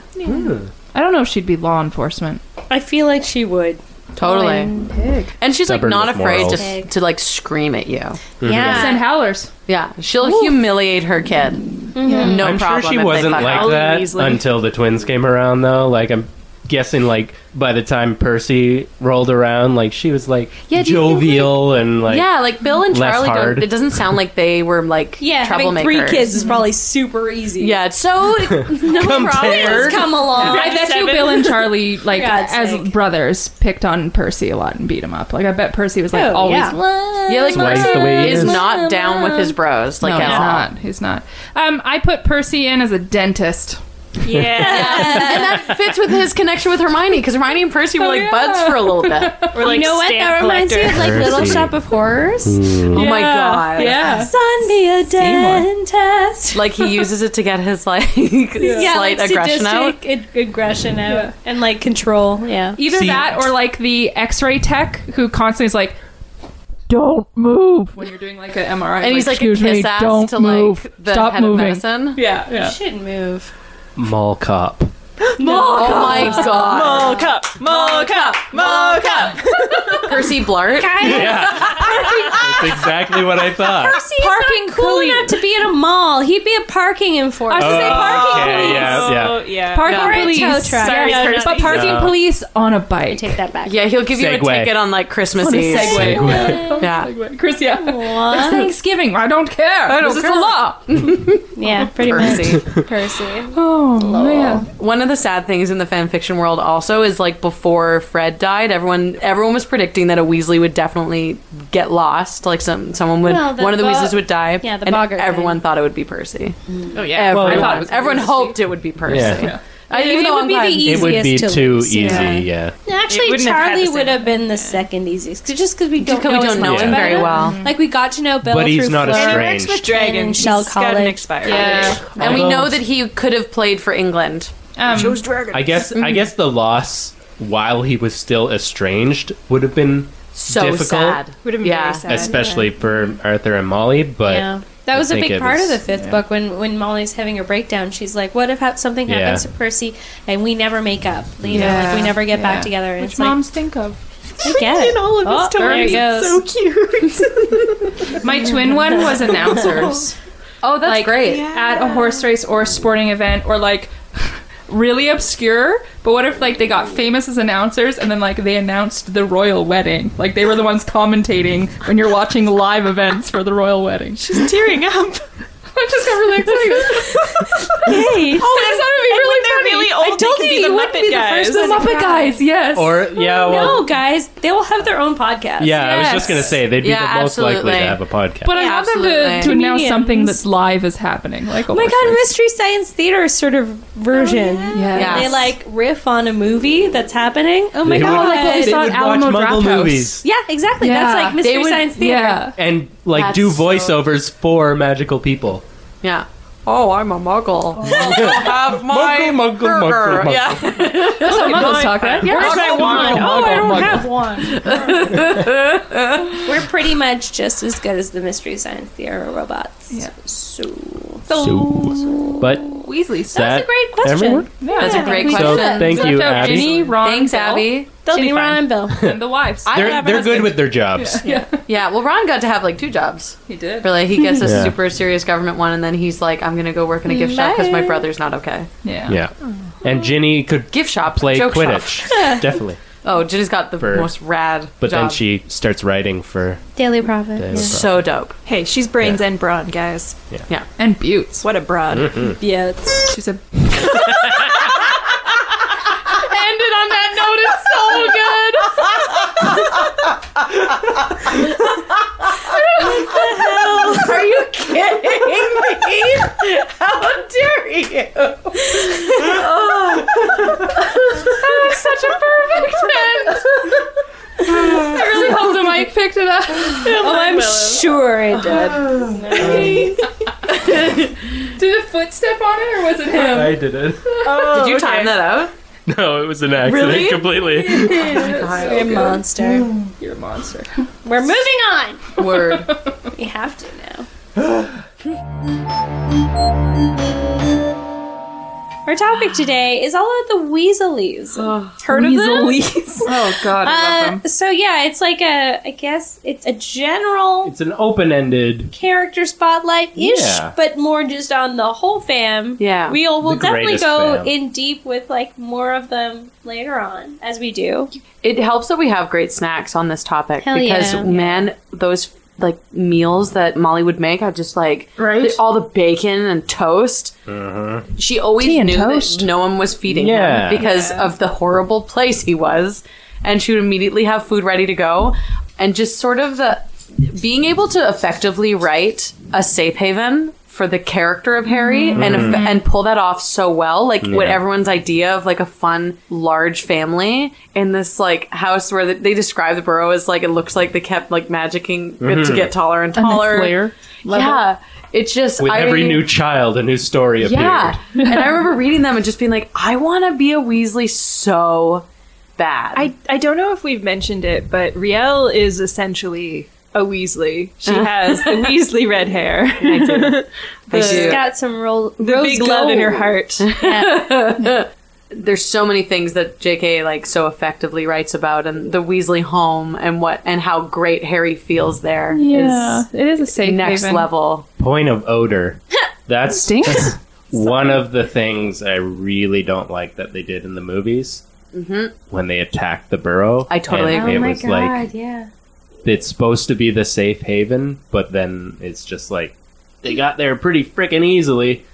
Speaker 4: I don't know if she'd be law enforcement.
Speaker 5: I feel like she would.
Speaker 7: Totally. And she's
Speaker 6: Stubborn
Speaker 7: like not
Speaker 6: with
Speaker 7: afraid to,
Speaker 5: morals.
Speaker 7: to like scream at you.
Speaker 4: Send howlers.
Speaker 7: Yeah. She'll humiliate her kid.
Speaker 5: Mm-hmm.
Speaker 7: No
Speaker 6: I'm
Speaker 7: problem.
Speaker 6: sure she
Speaker 7: if they
Speaker 6: wasn't
Speaker 7: fuck
Speaker 6: like
Speaker 7: up.
Speaker 6: that
Speaker 8: Weasley.
Speaker 6: until the twins came around, though. Like I'm guessing, like by the time Percy rolled around, like she was like
Speaker 7: Yeah, do you think,
Speaker 6: jovial and like
Speaker 7: yeah, like Bill and
Speaker 6: less
Speaker 7: Charlie
Speaker 6: hard.
Speaker 7: don't it doesn't sound like they were like
Speaker 5: Yeah, having
Speaker 7: troublemakers.
Speaker 5: three kids is probably super easy.
Speaker 7: Yeah, it's so no problem.
Speaker 6: Compared.
Speaker 5: Come along.
Speaker 4: I bet you Bill and Charlie, like
Speaker 5: God's
Speaker 4: as
Speaker 5: sake.
Speaker 4: brothers, picked on Percy a lot and beat him up. Like I bet Percy was like always.
Speaker 7: Yeah, like
Speaker 6: That's
Speaker 7: Percy
Speaker 6: the way he
Speaker 7: is,
Speaker 6: is.
Speaker 7: not down with his bros. Like
Speaker 4: No,
Speaker 7: at
Speaker 4: he's
Speaker 7: all.
Speaker 4: not. He's not. Um, I put Percy in as a dentist.
Speaker 8: Yeah.
Speaker 7: and that fits with his connection with Hermione because Hermione and Percy were like
Speaker 4: yeah.
Speaker 7: buds for a little bit.
Speaker 8: Or like
Speaker 5: you know what? That
Speaker 8: stamp
Speaker 5: reminds me
Speaker 8: collector.
Speaker 5: of like Little
Speaker 6: Percy.
Speaker 5: Shop of Horrors.
Speaker 7: Oh my god!
Speaker 4: Yeah.
Speaker 5: Son be a dentist.
Speaker 7: Like he uses it to get his like slight
Speaker 5: like
Speaker 7: aggression out.
Speaker 5: sadistic ag- aggression out and like control. Yeah.
Speaker 4: Either
Speaker 6: See-
Speaker 4: that or like the X-ray tech who constantly is like,
Speaker 9: don't move.
Speaker 4: when you're doing like an MRI.
Speaker 7: And he's like
Speaker 9: Excuse
Speaker 7: a
Speaker 9: me,
Speaker 7: kiss ass
Speaker 9: don't
Speaker 7: to
Speaker 9: move.
Speaker 7: like the
Speaker 9: Stop
Speaker 7: head
Speaker 9: moving.
Speaker 7: of medicine.
Speaker 4: yeah, yeah.
Speaker 5: Shouldn't move.
Speaker 6: Mall cop.
Speaker 7: Oh my god.
Speaker 8: Mole cup, mole cup, mole cup.
Speaker 7: Percy Blart.
Speaker 6: Yeah. That's exactly what I thought.
Speaker 5: See, he's
Speaker 4: Parking
Speaker 5: not cool
Speaker 4: police.
Speaker 5: enough to be in a mall. He'd be a parking enforcer.
Speaker 6: Oh,
Speaker 4: parking
Speaker 6: okay, Yeah, yeah.
Speaker 8: yeah.
Speaker 4: Parking
Speaker 5: Or a
Speaker 4: police.
Speaker 5: tow truck.
Speaker 4: Sorry,
Speaker 8: Yeah,
Speaker 4: Curtis,
Speaker 8: no,
Speaker 4: but parking
Speaker 6: no.
Speaker 4: police on a bike.
Speaker 3: Take that back.
Speaker 7: Yeah, he'll give you
Speaker 6: Segway.
Speaker 7: a ticket on like Christmas
Speaker 4: On a
Speaker 7: Eve.
Speaker 4: Segway.
Speaker 7: Yeah.
Speaker 4: Chris, yeah. It's Thanksgiving. I don't care. I
Speaker 7: don't
Speaker 4: this is
Speaker 7: care.
Speaker 4: the law.
Speaker 5: Yeah, pretty
Speaker 7: Percy.
Speaker 5: much. Percy.
Speaker 4: Oh, man.
Speaker 7: One of the sad things in the fan fiction world also is like before Fred died, everyone everyone was predicting that a Weasley would definitely get lost. Like some someone would
Speaker 5: Well, the
Speaker 7: one of the
Speaker 5: Bo-
Speaker 7: Weasleys would die.
Speaker 5: yeah, the
Speaker 7: and
Speaker 5: Boggart
Speaker 7: everyone thought it would be Percy.
Speaker 2: Oh yeah.
Speaker 7: Everyone,
Speaker 6: I
Speaker 2: thought it was gonna be
Speaker 7: everyone
Speaker 2: Percy.
Speaker 7: hoped it would be Percy.
Speaker 6: Yeah. Yeah.
Speaker 7: I- even
Speaker 5: It
Speaker 7: though
Speaker 5: would
Speaker 7: I'm
Speaker 5: be
Speaker 7: glad-
Speaker 5: the
Speaker 6: It would
Speaker 5: easiest
Speaker 6: be
Speaker 5: to
Speaker 6: too
Speaker 5: lose.
Speaker 6: easy,
Speaker 5: Yeah.
Speaker 6: yeah.
Speaker 8: It
Speaker 5: Actually,
Speaker 8: wouldn't have had
Speaker 5: Charlie
Speaker 8: the same
Speaker 5: would have been the second easiest, 'cause- just because we don't
Speaker 7: Because
Speaker 5: know,
Speaker 7: we
Speaker 5: as
Speaker 7: don't know
Speaker 5: much
Speaker 7: him
Speaker 5: about
Speaker 7: very well.
Speaker 5: Mm-hmm. Like we got to know Bill
Speaker 6: But he's
Speaker 5: through
Speaker 6: not
Speaker 5: Flo.
Speaker 6: estranged.
Speaker 8: Works with
Speaker 5: And
Speaker 8: dragons.
Speaker 5: Shell
Speaker 8: She's got an
Speaker 5: College.
Speaker 8: expired.
Speaker 2: Yeah.
Speaker 7: And we
Speaker 6: Although-
Speaker 7: know that he could have played for England.
Speaker 2: Um,
Speaker 6: I guess I guess the loss while he was still estranged would have been
Speaker 7: So
Speaker 6: difficult,
Speaker 7: sad.
Speaker 8: Would have been
Speaker 7: Yeah.
Speaker 8: very sad.
Speaker 6: especially for Arthur and Molly. But
Speaker 5: Yeah, that was a
Speaker 6: think
Speaker 5: big
Speaker 6: it
Speaker 5: part
Speaker 6: was-
Speaker 5: of the fifth book when when Molly's having her breakdown. She's like, "What if ha- something
Speaker 6: Yeah.
Speaker 5: happens to Percy and we never make up? You know, like we never get back together." And
Speaker 4: Which
Speaker 5: it's like,
Speaker 4: moms think of. Oh,
Speaker 5: I get it.
Speaker 8: all of his
Speaker 5: there it goes.
Speaker 2: my twin one was announcers
Speaker 4: Oh, that's
Speaker 2: Like,
Speaker 4: great. At a horse race or a sporting event or like really obscure. But what if like they got famous as announcers and then like they announced the royal wedding? Like they were the ones commentating when you're watching live events for the royal wedding.
Speaker 8: She's tearing up.
Speaker 4: I just got really excited.
Speaker 5: Hey.
Speaker 4: Oh, that's gonna be really funny.
Speaker 8: they're really old,
Speaker 4: I told
Speaker 8: they
Speaker 4: you
Speaker 8: can be
Speaker 4: you
Speaker 8: the
Speaker 4: wouldn't
Speaker 8: Muppet
Speaker 4: be
Speaker 8: guys.
Speaker 4: the first one. Muppet guys, yes.
Speaker 6: or
Speaker 7: Oh,
Speaker 6: yeah, well,
Speaker 5: No, guys, they will have their own podcast.
Speaker 6: Oh. yeah. I was
Speaker 4: yes.
Speaker 6: just gonna say they'd be
Speaker 7: Yeah,
Speaker 6: the most likely
Speaker 7: absolutely.
Speaker 6: to have a podcast.
Speaker 4: but I
Speaker 7: Yeah,
Speaker 4: want them to,
Speaker 7: absolutely.
Speaker 4: to announce
Speaker 5: Comedians.
Speaker 4: something that's live is happening. Like,
Speaker 5: Oh my god, Mystery Science Theater sort of version.
Speaker 4: Oh, Yeah.
Speaker 7: Yeah.
Speaker 5: They like riff on a movie that's happening. Oh my
Speaker 6: They
Speaker 5: god!
Speaker 6: would-
Speaker 4: like what we
Speaker 6: they
Speaker 4: saw at
Speaker 6: would
Speaker 4: Alamo
Speaker 6: watch Muggle
Speaker 4: Drafthouse.
Speaker 6: movies
Speaker 5: yeah, exactly. That's
Speaker 4: Yeah.
Speaker 5: like Mystery
Speaker 7: They would-
Speaker 5: Science Theater.
Speaker 4: Yeah.
Speaker 6: and like
Speaker 7: That's
Speaker 6: do
Speaker 7: so-
Speaker 6: voiceovers for magical people.
Speaker 7: Yeah. Oh, I'm a muggle. have my
Speaker 6: Muggle, muggle, muggle, muggle.
Speaker 7: Yeah.
Speaker 4: That's how muggles talk, right? Yeah.
Speaker 5: Where's my wand?
Speaker 6: muggle,
Speaker 5: Oh, I don't
Speaker 6: muggle.
Speaker 5: have one. We're pretty much just as good as the Mystery Science Theater robots.
Speaker 4: Yeah.
Speaker 5: So
Speaker 6: But
Speaker 4: Weasley stuff.
Speaker 5: that's
Speaker 6: that
Speaker 5: a great question.
Speaker 6: everyone?
Speaker 7: That's a great
Speaker 6: So
Speaker 7: question.
Speaker 6: thank you, Abby.
Speaker 4: Ginny, Ron,
Speaker 7: Thanks,
Speaker 4: Bill,
Speaker 7: Abby.
Speaker 5: They'll
Speaker 4: Ginny
Speaker 5: be
Speaker 4: Ryan
Speaker 5: Ryan Bill.
Speaker 4: and the wives.
Speaker 7: I
Speaker 6: They're
Speaker 7: have a
Speaker 6: they're good
Speaker 7: husband.
Speaker 6: with their jobs.
Speaker 7: Yeah, well, Ron got to have like two jobs.
Speaker 4: he did.
Speaker 7: Really, he gets a
Speaker 6: Yeah.
Speaker 7: super serious government one, and then he's like, "I'm gonna go work in a gift shop because my brother's not okay."
Speaker 4: Yeah.
Speaker 6: Yeah, and Ginny could
Speaker 7: Gift shop,
Speaker 6: play
Speaker 7: joke shop.
Speaker 6: Quidditch, definitely.
Speaker 7: Oh, Ginny's got the
Speaker 6: For-
Speaker 7: most rad.
Speaker 6: But then
Speaker 7: job.
Speaker 6: she starts writing for
Speaker 5: Daily Prophet.
Speaker 6: Daily Prophet.
Speaker 7: so dope.
Speaker 8: Hey, she's brains and brawn, guys.
Speaker 4: And Buttes.
Speaker 8: What a broad.
Speaker 6: Mm.
Speaker 5: Yeah, it's
Speaker 4: She's a
Speaker 2: ended on that note. It's so good.
Speaker 10: Are you kidding me? How dare you?
Speaker 2: I really hope the mic picked it up.
Speaker 5: oh, I'm sure it did.
Speaker 2: Did a footstep on it or was it him?
Speaker 6: I did it.
Speaker 7: Did you time that out?
Speaker 6: No, it was an accident
Speaker 7: Really?
Speaker 6: completely.
Speaker 5: You're a monster. You're a monster. We're moving on.
Speaker 7: Word.
Speaker 5: We have to now. Our topic today is all of the Weasleys. Heard of them?
Speaker 4: oh god, I love
Speaker 5: Uh,
Speaker 4: them.
Speaker 5: so yeah, it's like a I guess it's a general
Speaker 6: It's an open-ended.
Speaker 5: character spotlight ish,
Speaker 6: Yeah.
Speaker 5: but more just on the whole fam.
Speaker 7: Yeah.
Speaker 5: We'll we'll
Speaker 6: The
Speaker 5: definitely
Speaker 6: greatest
Speaker 5: go
Speaker 6: fam.
Speaker 5: in deep with like more of them later on as we do.
Speaker 7: It helps that we have great snacks on this topic
Speaker 5: Hell
Speaker 7: because
Speaker 5: yeah.
Speaker 7: man, those like meals that Molly would make, I just like
Speaker 4: Right?
Speaker 7: the- all the bacon and toast. She always
Speaker 9: Tea and
Speaker 7: knew
Speaker 9: toast.
Speaker 7: that no one was feeding
Speaker 6: Uh-huh. Yeah.
Speaker 7: him because of the horrible place he was, and she would immediately have food ready to go, and just sort of the being able to effectively write a safe haven for the character of Harry
Speaker 6: Mm-hmm.
Speaker 7: and eff- and pull that off so well, like what everyone's idea of like a fun large family in this like house where the, they describe the borough as like it looks like they kept like magicking it
Speaker 6: Mm-hmm.
Speaker 7: to get taller and taller. Yeah, it's just
Speaker 6: With
Speaker 7: I,
Speaker 6: every new child, a new story appeared.
Speaker 7: yeah, and I remember reading them and just being like, I want to be a Weasley so bad.
Speaker 8: I, I don't know if we've mentioned it, but Riel is essentially a Weasley. She has the Weasley red hair. I do. The,
Speaker 7: do.
Speaker 5: She's got some ro- rose
Speaker 8: the big love in her heart.
Speaker 7: There's so many things that J.K. like so effectively writes about, and the Weasley home, and what and how great Harry feels there.
Speaker 4: Yeah,
Speaker 7: is
Speaker 4: it is a safe
Speaker 7: next
Speaker 4: haven.
Speaker 7: level.
Speaker 6: Point of odor. That's
Speaker 4: Stinks.
Speaker 6: one of the things I really don't like that they did in the movies when they attacked the burrow.
Speaker 7: Mm-hmm. I totally
Speaker 6: and
Speaker 7: agree. Oh
Speaker 6: It was like
Speaker 3: yeah.
Speaker 6: it's supposed to be the safe haven, but then it's just like they got there pretty freaking easily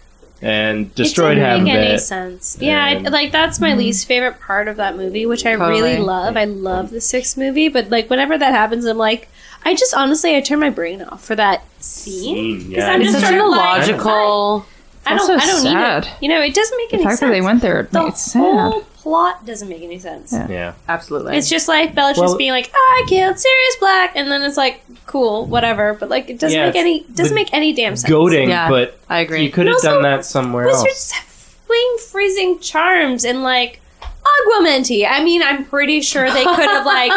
Speaker 6: and destroyed
Speaker 5: it
Speaker 6: half
Speaker 5: didn't
Speaker 6: of
Speaker 5: make any
Speaker 6: it.
Speaker 5: sense. Yeah, I,
Speaker 6: And-
Speaker 5: like that's my least favorite part of that movie, which I
Speaker 7: Totally.
Speaker 5: really love. I love the sixth movie, but like whenever that happens, I'm like, I just honestly I turn my brain off for that scene.
Speaker 6: Mm,
Speaker 5: Because
Speaker 6: yeah.
Speaker 5: I'm
Speaker 7: It's
Speaker 5: just
Speaker 7: such
Speaker 5: sort
Speaker 7: a
Speaker 5: of like,
Speaker 7: logical.
Speaker 5: I
Speaker 4: That's
Speaker 5: don't,
Speaker 4: so
Speaker 5: I don't
Speaker 4: sad.
Speaker 5: need it. You know, it doesn't make
Speaker 4: The
Speaker 5: any
Speaker 4: fact
Speaker 5: sense.
Speaker 4: that they went there it
Speaker 5: the
Speaker 4: made it sad.
Speaker 5: whole plot doesn't make any sense.
Speaker 4: Yeah.
Speaker 6: yeah.
Speaker 7: Absolutely.
Speaker 5: It's just like Bellatrix
Speaker 6: Well-
Speaker 5: being like, "I killed Sirius Black," and then it's like, "Cool, whatever," but like it doesn't
Speaker 6: Yeah,
Speaker 5: make
Speaker 6: it's
Speaker 5: any doesn't
Speaker 6: the
Speaker 5: make any damn sense.
Speaker 6: Goading,
Speaker 7: Yeah,
Speaker 6: but
Speaker 7: I
Speaker 6: you
Speaker 7: agree.
Speaker 6: could have
Speaker 5: And
Speaker 6: done
Speaker 5: also,
Speaker 6: that somewhere
Speaker 7: Oh.
Speaker 6: else.
Speaker 5: Wizards have fling freezing charms and like aguamenti. I mean, I'm pretty sure they could have like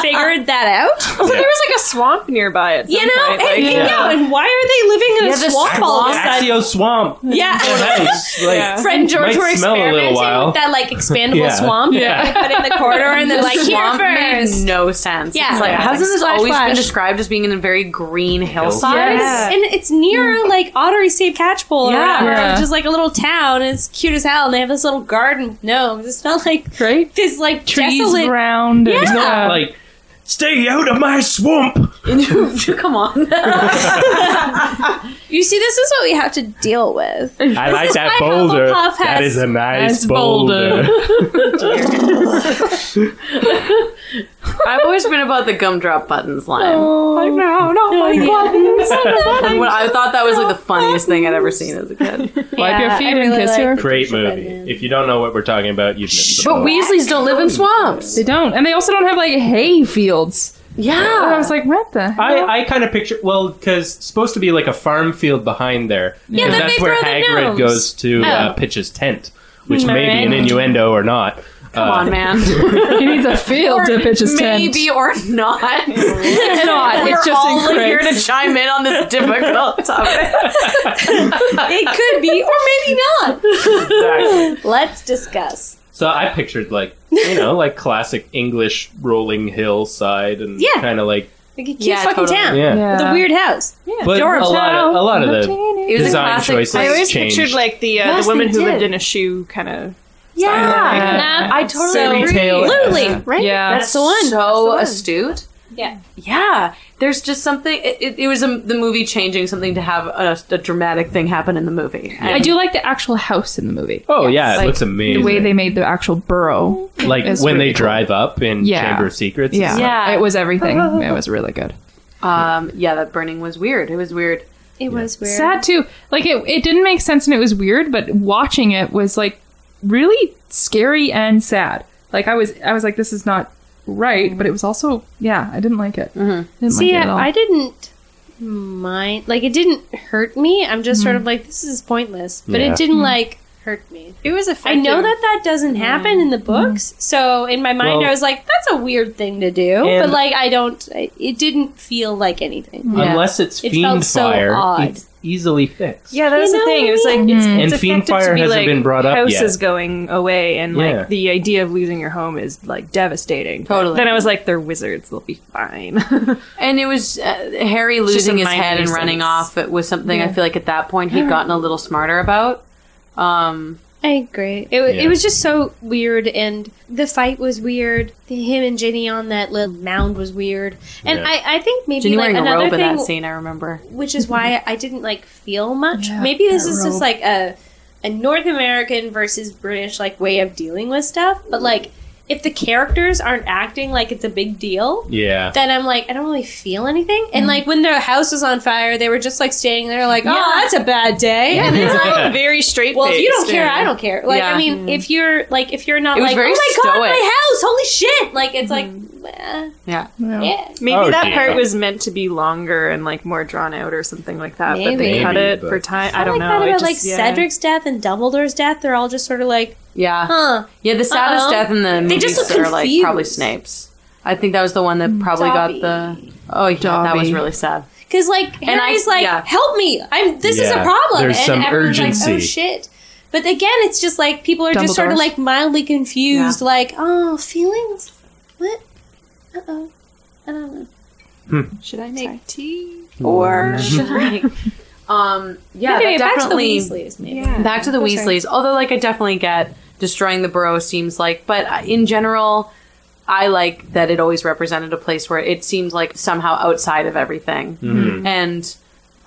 Speaker 5: figured that out.
Speaker 8: Well, there was like a swamp nearby at some
Speaker 5: You know?
Speaker 8: point,
Speaker 5: and,
Speaker 8: like-
Speaker 5: and no, and why are they living in
Speaker 7: Yeah,
Speaker 5: a
Speaker 7: the
Speaker 5: swamp all of a sudden?
Speaker 6: Axio Swamp.
Speaker 5: Yeah.
Speaker 6: Nice. Like,
Speaker 8: Yeah.
Speaker 5: Fred and George
Speaker 6: Might
Speaker 5: were
Speaker 6: smell a little
Speaker 5: experimenting
Speaker 6: while.
Speaker 5: with that like expandable
Speaker 6: Yeah.
Speaker 5: swamp
Speaker 6: Yeah.
Speaker 5: that they put in the corridor and then like here
Speaker 7: swamp made
Speaker 5: first.
Speaker 7: no sense.
Speaker 5: Yeah.
Speaker 7: It's like,
Speaker 5: Yeah.
Speaker 7: how's
Speaker 5: Like,
Speaker 7: this
Speaker 5: splash,
Speaker 7: always been
Speaker 5: splash.
Speaker 7: described as being in a very green hillside?
Speaker 4: Yeah.
Speaker 5: And it's near like Ottery Save Catchpole or
Speaker 7: Mm. Yeah.
Speaker 5: whatever,
Speaker 4: Yeah.
Speaker 5: which is like a little town. And it's cute as hell, and they have this little garden with gnomes. It's not like
Speaker 4: Right?
Speaker 5: this like
Speaker 4: Trees
Speaker 5: desolate
Speaker 4: round. and-
Speaker 5: Yeah.
Speaker 6: not like, stay out of my swamp.
Speaker 7: Come on.
Speaker 5: You see, this is what we have to deal with.
Speaker 6: I like that
Speaker 5: why
Speaker 6: boulder.
Speaker 5: Hufflepuff
Speaker 6: That
Speaker 5: has-
Speaker 6: is a nice
Speaker 4: has boulder.
Speaker 6: boulder.
Speaker 7: I've always been about the gumdrop buttons line. And when- I thought that was like the funniest thing I'd ever seen as a kid.
Speaker 4: Wipe your
Speaker 5: Yeah,
Speaker 4: feet
Speaker 5: I
Speaker 4: and
Speaker 5: really
Speaker 4: kiss
Speaker 5: like-
Speaker 4: your.
Speaker 6: Great movie. If you don't know what we're talking about, you've missed the
Speaker 7: But
Speaker 6: boat.
Speaker 7: Weasleys don't live in swamps.
Speaker 4: They don't, and they also don't have like hay fields. And I
Speaker 7: Yeah.
Speaker 4: was like, what the? Hell?
Speaker 6: I, I kind of picture well because supposed to be like a farm field behind there because
Speaker 5: then
Speaker 6: that's
Speaker 5: they
Speaker 6: where
Speaker 5: throw the
Speaker 6: Hagrid
Speaker 5: gnomes.
Speaker 6: goes to uh, pitch his tent, which may be an innuendo or not.
Speaker 7: Come on, man.
Speaker 4: he needs a field to pitch his tent.
Speaker 7: Maybe or not.
Speaker 4: It's not.
Speaker 7: We're
Speaker 4: It's just
Speaker 7: all
Speaker 4: in
Speaker 7: here to
Speaker 4: Craig's.
Speaker 7: chime in on this difficult topic.
Speaker 5: It could be, or maybe not.
Speaker 6: Exactly.
Speaker 5: Let's discuss.
Speaker 6: So I pictured like you know like classic English rolling hillside and
Speaker 5: Yeah.
Speaker 6: kind of like
Speaker 5: Like a cute
Speaker 7: Yeah,
Speaker 5: fucking
Speaker 7: totally.
Speaker 5: town
Speaker 6: yeah.
Speaker 5: with a weird house.
Speaker 6: But a lot of a lot of the
Speaker 7: It was a
Speaker 6: design
Speaker 7: classic.
Speaker 6: choices
Speaker 8: I always
Speaker 6: changed.
Speaker 8: pictured like the uh,
Speaker 7: Yes,
Speaker 8: the woman
Speaker 7: they
Speaker 8: who
Speaker 7: did.
Speaker 8: lived in a shoe kind of.
Speaker 7: Yeah. I totally agree.
Speaker 5: Absolutely.
Speaker 4: Right? Yeah.
Speaker 7: That's the one. So astute.
Speaker 5: Yeah.
Speaker 7: Yeah. There's just something. It, it, it was a, the movie changing something to have a, a dramatic thing happen in the movie.
Speaker 4: I do like the actual house in the movie.
Speaker 6: oh yeah, it
Speaker 4: Like,
Speaker 6: looks amazing.
Speaker 4: The way they made the actual burrow.
Speaker 6: like
Speaker 4: is
Speaker 6: when
Speaker 4: really
Speaker 6: they drive up in
Speaker 4: Yeah.
Speaker 6: Chamber of Secrets.
Speaker 4: Yeah.
Speaker 7: Yeah.
Speaker 4: It was everything. It was really good.
Speaker 7: Um, yeah, that burning was weird. It was weird.
Speaker 5: It was weird.
Speaker 4: Sad too. Like it, it didn't make sense and it was weird, but watching it was like really scary and sad. Like I was, I was like, this is not right. But it was also, yeah, I didn't like it. Didn't
Speaker 5: See,
Speaker 4: like it at all.
Speaker 5: I, I didn't mind. Like, it didn't hurt me. I'm just sort of like, this is pointless. But
Speaker 6: Yeah.
Speaker 5: it didn't, like, hurt me.
Speaker 8: It was a.
Speaker 5: I know that that doesn't happen in the books. So, in my mind,
Speaker 6: Well-
Speaker 5: I was like, that's a weird thing to do. But,
Speaker 6: And-
Speaker 5: like, I don't. I, it didn't feel like anything.
Speaker 6: Unless it's
Speaker 5: It
Speaker 6: fiend
Speaker 5: felt so
Speaker 6: fire,
Speaker 5: odd.
Speaker 6: it's easily fixed.
Speaker 8: Yeah, that was
Speaker 5: You
Speaker 8: the
Speaker 5: know
Speaker 8: thing.
Speaker 5: what
Speaker 8: It
Speaker 5: I
Speaker 8: was like it's, it's
Speaker 6: And Fiend
Speaker 8: effective
Speaker 6: Fire
Speaker 8: to be
Speaker 6: hasn't
Speaker 8: like
Speaker 6: been brought up
Speaker 8: houses
Speaker 6: yet.
Speaker 8: going away, and
Speaker 6: Yeah.
Speaker 8: like the idea of losing your home is like devastating.
Speaker 7: Totally.
Speaker 8: Then I was like, they're wizards; they'll be fine.
Speaker 7: And it was uh, Harry
Speaker 8: just a
Speaker 7: losing his
Speaker 8: minor
Speaker 7: head and
Speaker 8: nuisance.
Speaker 7: running off. It was something I feel like at that point he'd gotten a little smarter about. Um,
Speaker 5: I agree. It, wa
Speaker 6: Yeah.
Speaker 5: it was just so weird, and the fight was weird. Him and Ginny on that little mound was weird, and
Speaker 6: Yeah.
Speaker 5: I, I think maybe
Speaker 7: Ginny
Speaker 5: like
Speaker 7: wearing a
Speaker 5: another
Speaker 7: robe in
Speaker 5: thing,
Speaker 7: that scene, I remember.
Speaker 5: which is why I didn't like feel much. maybe this is just like a a North American versus British like way of dealing with stuff. But like, if the characters aren't acting like it's a big deal,
Speaker 6: Yeah.
Speaker 5: then I'm like, I don't really feel anything. And like when their house was on fire, they were just like standing there, like, oh, that's a bad day. And it's like,
Speaker 8: Very straight.
Speaker 5: well, if you don't care, I don't care. Like,
Speaker 7: Yeah.
Speaker 5: I mean, if you're like, if you're not
Speaker 7: It was
Speaker 5: like,
Speaker 7: very
Speaker 5: oh my god,
Speaker 7: stoic. Mm-hmm.
Speaker 5: my house, holy shit! Like, it's like, eh,
Speaker 7: Yeah.
Speaker 5: yeah.
Speaker 8: Maybe
Speaker 6: Oh,
Speaker 8: that
Speaker 6: dear.
Speaker 8: part was meant to be longer and like more drawn out or something like that, but they
Speaker 5: Maybe.
Speaker 8: cut it
Speaker 6: Maybe,
Speaker 8: for
Speaker 6: but-
Speaker 8: time. I don't
Speaker 5: like
Speaker 8: know.
Speaker 5: that
Speaker 8: it
Speaker 5: about like
Speaker 8: just- yeah.
Speaker 5: Cedric's death and Dumbledore's death. They're all just sort of like,
Speaker 7: Yeah.
Speaker 5: huh?
Speaker 7: Yeah, the saddest
Speaker 5: Uh-oh.
Speaker 7: death in the
Speaker 5: They
Speaker 7: movies
Speaker 5: just look
Speaker 7: are like probably
Speaker 5: confused.
Speaker 7: Snape's. I think that was the one that probably
Speaker 5: Dobby.
Speaker 7: got the. Oh yeah, that was
Speaker 4: Dobby.
Speaker 7: really sad.
Speaker 5: Because like
Speaker 7: And I-
Speaker 5: Harry's like,
Speaker 7: yeah.
Speaker 5: "Help me! I'm this is a
Speaker 6: Yeah,
Speaker 5: problem."
Speaker 6: there's
Speaker 5: and
Speaker 6: some
Speaker 5: everyone's Like, oh
Speaker 6: urgency.
Speaker 5: shit! But again, it's just like people are just sort of
Speaker 4: Dumbledore's.
Speaker 5: like mildly confused, like, "Oh, feelings? What? Uh oh, I don't know."
Speaker 8: Should I make tea?
Speaker 10: Or
Speaker 7: Um, yeah,
Speaker 5: Anyway,
Speaker 7: that
Speaker 5: back to the
Speaker 7: definitely.
Speaker 5: Weasleys, Oh, maybe.
Speaker 7: back to the Weasleys. Although, like, I definitely get destroying the borough seems like, but uh, in general, I like that it always represented a place where it seemed like somehow outside of everything,
Speaker 5: Mm-hmm.
Speaker 7: and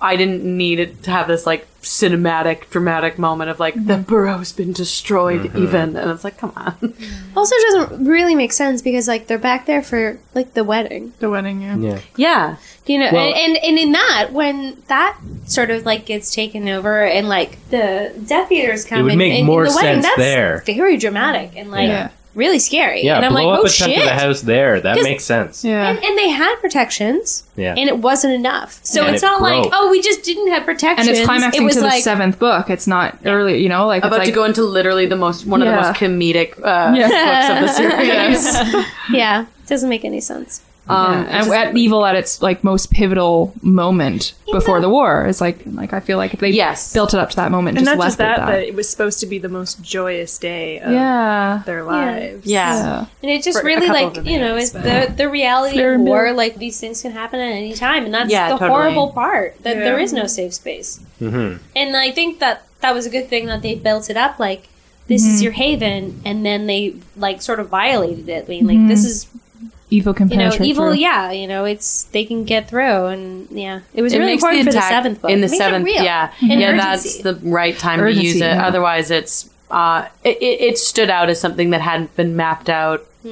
Speaker 7: I didn't need it to have this like cinematic, dramatic moment of like
Speaker 5: Mm-hmm.
Speaker 7: the borough's been destroyed, even, and it's like, come on,
Speaker 5: Also, doesn't really make sense because like they're back there for like the wedding,
Speaker 4: The wedding, yeah.
Speaker 6: Yeah.
Speaker 7: yeah,
Speaker 5: you know.
Speaker 6: Well-
Speaker 5: and, and and in that, when that sort of like gets taken over and like the Death Eaters come,
Speaker 6: It would
Speaker 5: and,
Speaker 6: make
Speaker 5: and
Speaker 6: more
Speaker 5: the wedding,
Speaker 6: sense
Speaker 5: that's
Speaker 6: there.
Speaker 5: Very dramatic and like
Speaker 6: Yeah.
Speaker 5: really scary.
Speaker 6: Yeah,
Speaker 5: and I'm
Speaker 6: blow
Speaker 5: like,
Speaker 6: up
Speaker 5: oh
Speaker 6: a chunk
Speaker 5: shit.
Speaker 6: of the house there. That
Speaker 5: 'Cause-
Speaker 6: makes sense.
Speaker 4: Yeah.
Speaker 5: And, and they had protections,
Speaker 6: Yeah.
Speaker 5: and it wasn't enough. So
Speaker 6: And
Speaker 5: it's
Speaker 6: it
Speaker 5: not like,
Speaker 6: broke.
Speaker 5: oh, we just didn't have protections.
Speaker 4: and it's
Speaker 5: it
Speaker 4: climaxing
Speaker 5: was
Speaker 4: to the
Speaker 5: like,
Speaker 4: seventh book. It's not early, you know, like it's
Speaker 7: about
Speaker 4: like,
Speaker 7: to go into literally the most one
Speaker 4: Yeah.
Speaker 7: of the most comedic uh, books of the series.
Speaker 5: yeah, it doesn't make any sense.
Speaker 7: Um,
Speaker 4: Yeah, and at evil at its like most pivotal moment before the war. It's like like I feel like if they
Speaker 7: Yes.
Speaker 4: built it up to that moment,
Speaker 8: And
Speaker 4: just
Speaker 8: not just
Speaker 4: left it
Speaker 8: that, uh,
Speaker 4: at
Speaker 8: but it was supposed to be the most joyous day of
Speaker 4: yeah.
Speaker 8: their lives.
Speaker 7: Yeah.
Speaker 4: yeah.
Speaker 5: And it just
Speaker 8: For a
Speaker 5: really,
Speaker 8: couple
Speaker 5: like,
Speaker 8: of
Speaker 5: you know,
Speaker 8: minutes,
Speaker 5: is the, the reality
Speaker 4: Flare
Speaker 5: of
Speaker 4: and
Speaker 5: war, like, these things can happen at any time. And that's
Speaker 7: Yeah,
Speaker 5: the
Speaker 7: totally.
Speaker 5: horrible part, that there is no safe space.
Speaker 6: Mhm.
Speaker 5: And I think that that was a good thing that they built it up, like, this
Speaker 6: Mm-hmm.
Speaker 5: is your haven, and then they, like, sort of violated it. Being like, this is,
Speaker 6: Mm-hmm.
Speaker 4: Evil can
Speaker 5: you know,
Speaker 4: penetrate
Speaker 5: evil,
Speaker 4: through.
Speaker 5: yeah, you know, it's, they can get through. And, yeah, it was
Speaker 7: It
Speaker 5: really
Speaker 7: makes the
Speaker 5: important for the
Speaker 7: attack-
Speaker 5: seventh book.
Speaker 7: In the
Speaker 5: It makes it
Speaker 7: seventh,
Speaker 5: real.
Speaker 7: yeah,
Speaker 5: And
Speaker 7: yeah,
Speaker 5: urgency.
Speaker 7: that's the right time to
Speaker 4: Urgency,
Speaker 7: use it.
Speaker 4: yeah.
Speaker 7: Otherwise, it's uh, it, it, it stood out as something that hadn't been mapped out
Speaker 5: I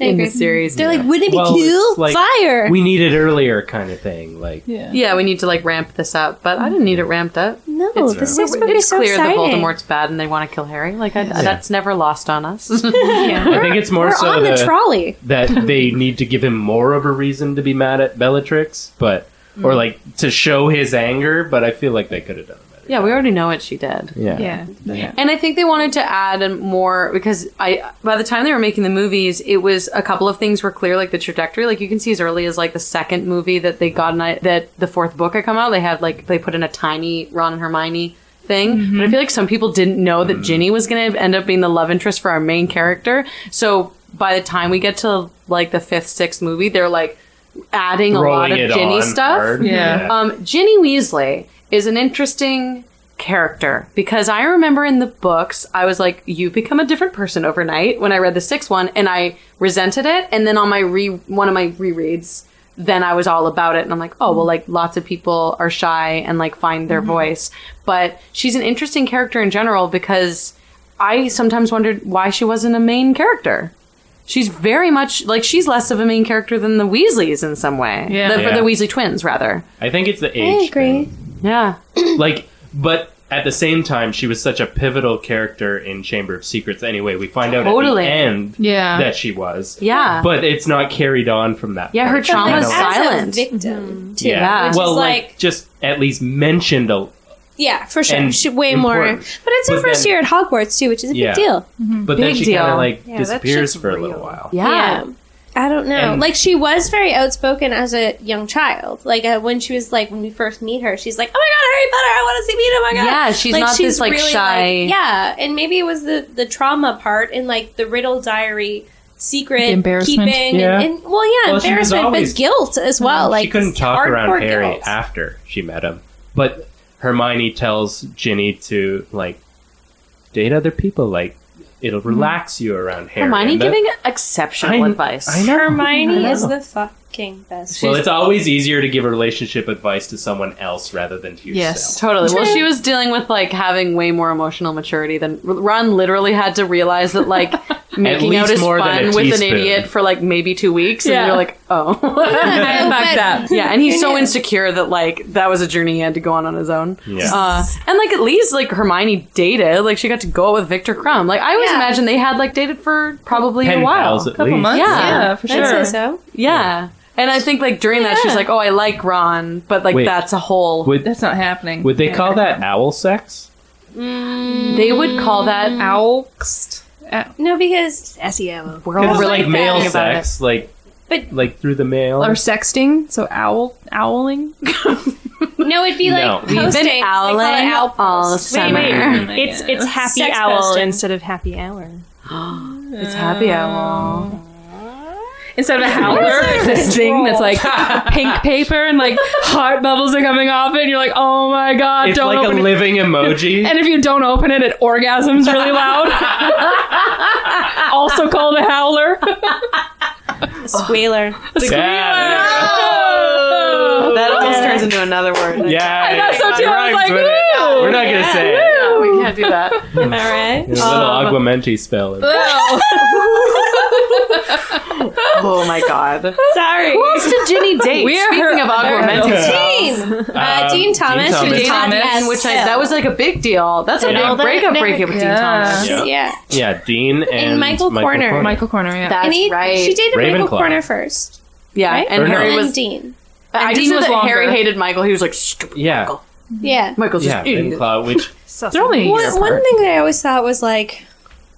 Speaker 7: in the
Speaker 5: agree.
Speaker 7: series.
Speaker 5: They're like, wouldn't it be
Speaker 6: Well,
Speaker 5: cool?
Speaker 6: it's like-
Speaker 5: Fire!
Speaker 6: We need it earlier, kind of thing. Like,
Speaker 4: yeah.
Speaker 7: yeah, we need to like ramp this up, but I didn't need it ramped up.
Speaker 5: no,
Speaker 7: It's,
Speaker 5: the sixth book
Speaker 7: it's
Speaker 5: is so
Speaker 7: clear that
Speaker 5: exciting.
Speaker 7: Voldemort's bad and they want to kill Harry. Like I, that's never lost on us.
Speaker 6: I think it's more
Speaker 5: We're
Speaker 6: so
Speaker 5: on the,
Speaker 6: the-
Speaker 5: trolley.
Speaker 6: that they need to give him more of a reason to be mad at Bellatrix, but
Speaker 5: Mm.
Speaker 6: or like to show his anger. But I feel like they could have done better.
Speaker 7: yeah, we already know what she did.
Speaker 6: Yeah.
Speaker 8: Yeah.
Speaker 7: And I think they wanted to add a more because I by the time they were making the movies, it was a couple of things were clear, like the trajectory. Like you can see as early as like the second movie that they got an, i- that the fourth book had come out, they had like they put in a tiny Ron and Hermione thing. But I feel like some people didn't know
Speaker 6: Mm.
Speaker 7: that Ginny was going to end up being the love interest for our main character. So by the time we get to like the fifth, sixth movie, they're like adding a lot
Speaker 6: Throwing
Speaker 7: of
Speaker 6: it
Speaker 7: Ginny
Speaker 6: on
Speaker 7: stuff.
Speaker 6: hard.
Speaker 4: Yeah.
Speaker 7: Um, Ginny Weasley is an interesting character because I remember in the books, I was like, you become a different person overnight when I read the sixth one, and I resented it. And then on my re one of my rereads, then I was all about it. And I'm like, oh, well, like lots of people are shy and like find their
Speaker 4: Mm-hmm.
Speaker 7: voice. But she's an interesting character in general because I sometimes wondered why she wasn't a main character. She's very much like she's less of a main character than the Weasleys in some way.
Speaker 4: Yeah.
Speaker 7: The, for
Speaker 6: Yeah.
Speaker 7: the Weasley twins, rather.
Speaker 6: I think it's the age.
Speaker 5: agree.
Speaker 6: thing.
Speaker 7: Yeah.
Speaker 6: Like, but at the same time, she was such a pivotal character in Chamber of Secrets. Anyway, we find out
Speaker 7: Totally.
Speaker 6: at the end
Speaker 4: Yeah.
Speaker 6: that she was.
Speaker 7: Yeah.
Speaker 6: But it's not carried on from that.
Speaker 7: yeah, her
Speaker 6: point.
Speaker 7: trauma
Speaker 6: I
Speaker 7: is
Speaker 6: don't-
Speaker 5: As a
Speaker 7: silent. Mm-hmm.
Speaker 5: victim, too.
Speaker 7: Yeah.
Speaker 5: Which
Speaker 6: well,
Speaker 5: is
Speaker 6: like,
Speaker 5: like,
Speaker 6: just at least mentioned a.
Speaker 5: yeah, for sure.
Speaker 6: and
Speaker 5: She, way more.
Speaker 6: important.
Speaker 5: But it's her
Speaker 6: But
Speaker 5: first
Speaker 6: then-
Speaker 5: year at Hogwarts, too, which is a
Speaker 6: Yeah.
Speaker 5: big deal.
Speaker 6: But then
Speaker 7: Mm-hmm. Big
Speaker 6: she kind
Speaker 7: deal.
Speaker 6: of like
Speaker 8: Yeah, that
Speaker 6: disappears
Speaker 8: shit's
Speaker 6: for a
Speaker 8: real.
Speaker 6: little while.
Speaker 7: yeah.
Speaker 5: I don't know.
Speaker 6: And-
Speaker 5: like, she was very outspoken as a young child. Like, uh, when she was, like, when we first meet her, she's like, oh my god, Harry Potter, I want to see meet him, oh my god.
Speaker 7: Yeah, she's not this, like, shy-
Speaker 5: yeah, and maybe it was the, the trauma part and, like, the riddle diary secret
Speaker 4: The embarrassment.
Speaker 5: keeping. and-
Speaker 6: Yeah.
Speaker 5: And, well, yeah,
Speaker 6: Well, she was
Speaker 5: embarrassment,
Speaker 6: always-
Speaker 5: but guilt as well. Like,
Speaker 6: she couldn't talk
Speaker 5: hardcore
Speaker 6: around Harry
Speaker 5: guilt.
Speaker 6: after she met him. But Hermione tells Ginny to like date other people, like it'll relax you around Harry.
Speaker 7: Mm-hmm. Hermione
Speaker 6: And that-
Speaker 7: giving exceptional
Speaker 6: I-
Speaker 7: advice.
Speaker 6: I know.
Speaker 5: Hermione
Speaker 6: I
Speaker 5: is
Speaker 6: know.
Speaker 5: the fucking best.
Speaker 6: Well, it's always easier to give relationship advice to someone else rather than to yourself.
Speaker 4: Yes.
Speaker 7: Totally. Well, she was dealing with like having way more emotional maturity than Ron. Literally had to realize that like making out
Speaker 6: least
Speaker 7: is
Speaker 6: more than
Speaker 7: fun
Speaker 6: a
Speaker 7: with an
Speaker 6: teaspoon.
Speaker 7: idiot for like maybe two weeks, and
Speaker 4: Yeah.
Speaker 7: you're like, oh, I'm back that. Yeah, and he's so
Speaker 5: Yeah.
Speaker 7: insecure that like that was a journey he had to go on on his own.
Speaker 6: Yeah.
Speaker 7: Uh, and like at least like Hermione dated, like she got to go out with Victor Crumb. Like I always
Speaker 5: Yeah.
Speaker 7: imagine they had like dated for probably
Speaker 6: Pen
Speaker 7: a while.
Speaker 6: pals at
Speaker 4: couple
Speaker 6: least.
Speaker 4: months.
Speaker 7: Yeah.
Speaker 4: Yeah, for
Speaker 5: I'd
Speaker 4: sure.
Speaker 5: say so.
Speaker 7: Yeah. And I think like during that she's like, "Oh, I like Ron," but like
Speaker 6: Wait.
Speaker 7: that's a whole.
Speaker 6: Would
Speaker 4: That's not happening.
Speaker 6: would they call that owl sex?
Speaker 7: they would call that
Speaker 4: Owlst?
Speaker 5: No, because
Speaker 8: Sassy owl.
Speaker 7: We're all
Speaker 6: It's
Speaker 8: E
Speaker 7: really
Speaker 6: like male
Speaker 7: thinking about
Speaker 6: sex, like
Speaker 5: But-
Speaker 6: like through the mail.
Speaker 4: Or sexting, so owl owling.
Speaker 5: No, it'd be
Speaker 6: No.
Speaker 5: like
Speaker 6: We've been
Speaker 5: posting. They call it
Speaker 7: owling
Speaker 5: owl
Speaker 7: all
Speaker 5: post.
Speaker 7: summer.
Speaker 8: It's it's happy
Speaker 5: Sex
Speaker 8: owl
Speaker 5: posting.
Speaker 8: instead of happy hour.
Speaker 7: It's happy owl.
Speaker 4: Instead of a howler, it's this thing that's like pink paper and like heart bubbles are coming off it, and you're like, oh my god,
Speaker 6: it's
Speaker 4: don't
Speaker 6: like a
Speaker 4: open it.
Speaker 6: living emoji.
Speaker 4: And if you don't open it, it orgasms really loud. also called a howler.
Speaker 5: Squealer.
Speaker 6: yeah,
Speaker 4: Oh.
Speaker 7: Oh,
Speaker 10: That almost turns into another word.
Speaker 6: yeah.
Speaker 4: I thought so too.
Speaker 6: it
Speaker 4: I was
Speaker 6: rhymes
Speaker 4: like,
Speaker 6: with it.
Speaker 4: woo!
Speaker 6: We're not gonna say it.
Speaker 10: We can't do that.
Speaker 5: All
Speaker 6: A
Speaker 5: right.
Speaker 6: little aguamenti spell.
Speaker 4: Uh,
Speaker 10: Oh my god.
Speaker 5: Sorry.
Speaker 10: It's a Ginny date.
Speaker 4: We're
Speaker 7: Speaking of augmented
Speaker 5: Dean. Uh, Dean Thomas.
Speaker 6: Um, Dean Thomas.
Speaker 5: who did
Speaker 7: Thomas,
Speaker 5: Yes.
Speaker 7: which I, that was like a big deal. That's a
Speaker 6: Yeah.
Speaker 7: big breakup breakup with Dean Thomas.
Speaker 6: Yeah.
Speaker 5: Yeah.
Speaker 6: Yeah, Dean and,
Speaker 5: Michael Corner.
Speaker 4: Michael Corner, yeah.
Speaker 7: That's
Speaker 5: and he,
Speaker 7: right.
Speaker 5: She dated Michael
Speaker 6: Ravenclaw.
Speaker 5: Corner first.
Speaker 7: yeah,
Speaker 5: right?
Speaker 7: and
Speaker 6: Or no.
Speaker 7: Harry
Speaker 5: And
Speaker 7: was.
Speaker 5: Dean.
Speaker 7: I
Speaker 4: Dean
Speaker 7: just know
Speaker 4: was
Speaker 7: that
Speaker 4: longer.
Speaker 7: Harry hated Michael. He was like, stupid
Speaker 6: Yeah,
Speaker 7: Michael.
Speaker 5: Yeah.
Speaker 7: Michael's
Speaker 6: yeah.
Speaker 7: just idiot.
Speaker 6: Ravenclaw, which
Speaker 4: They're only
Speaker 5: One, one thing that I always thought was like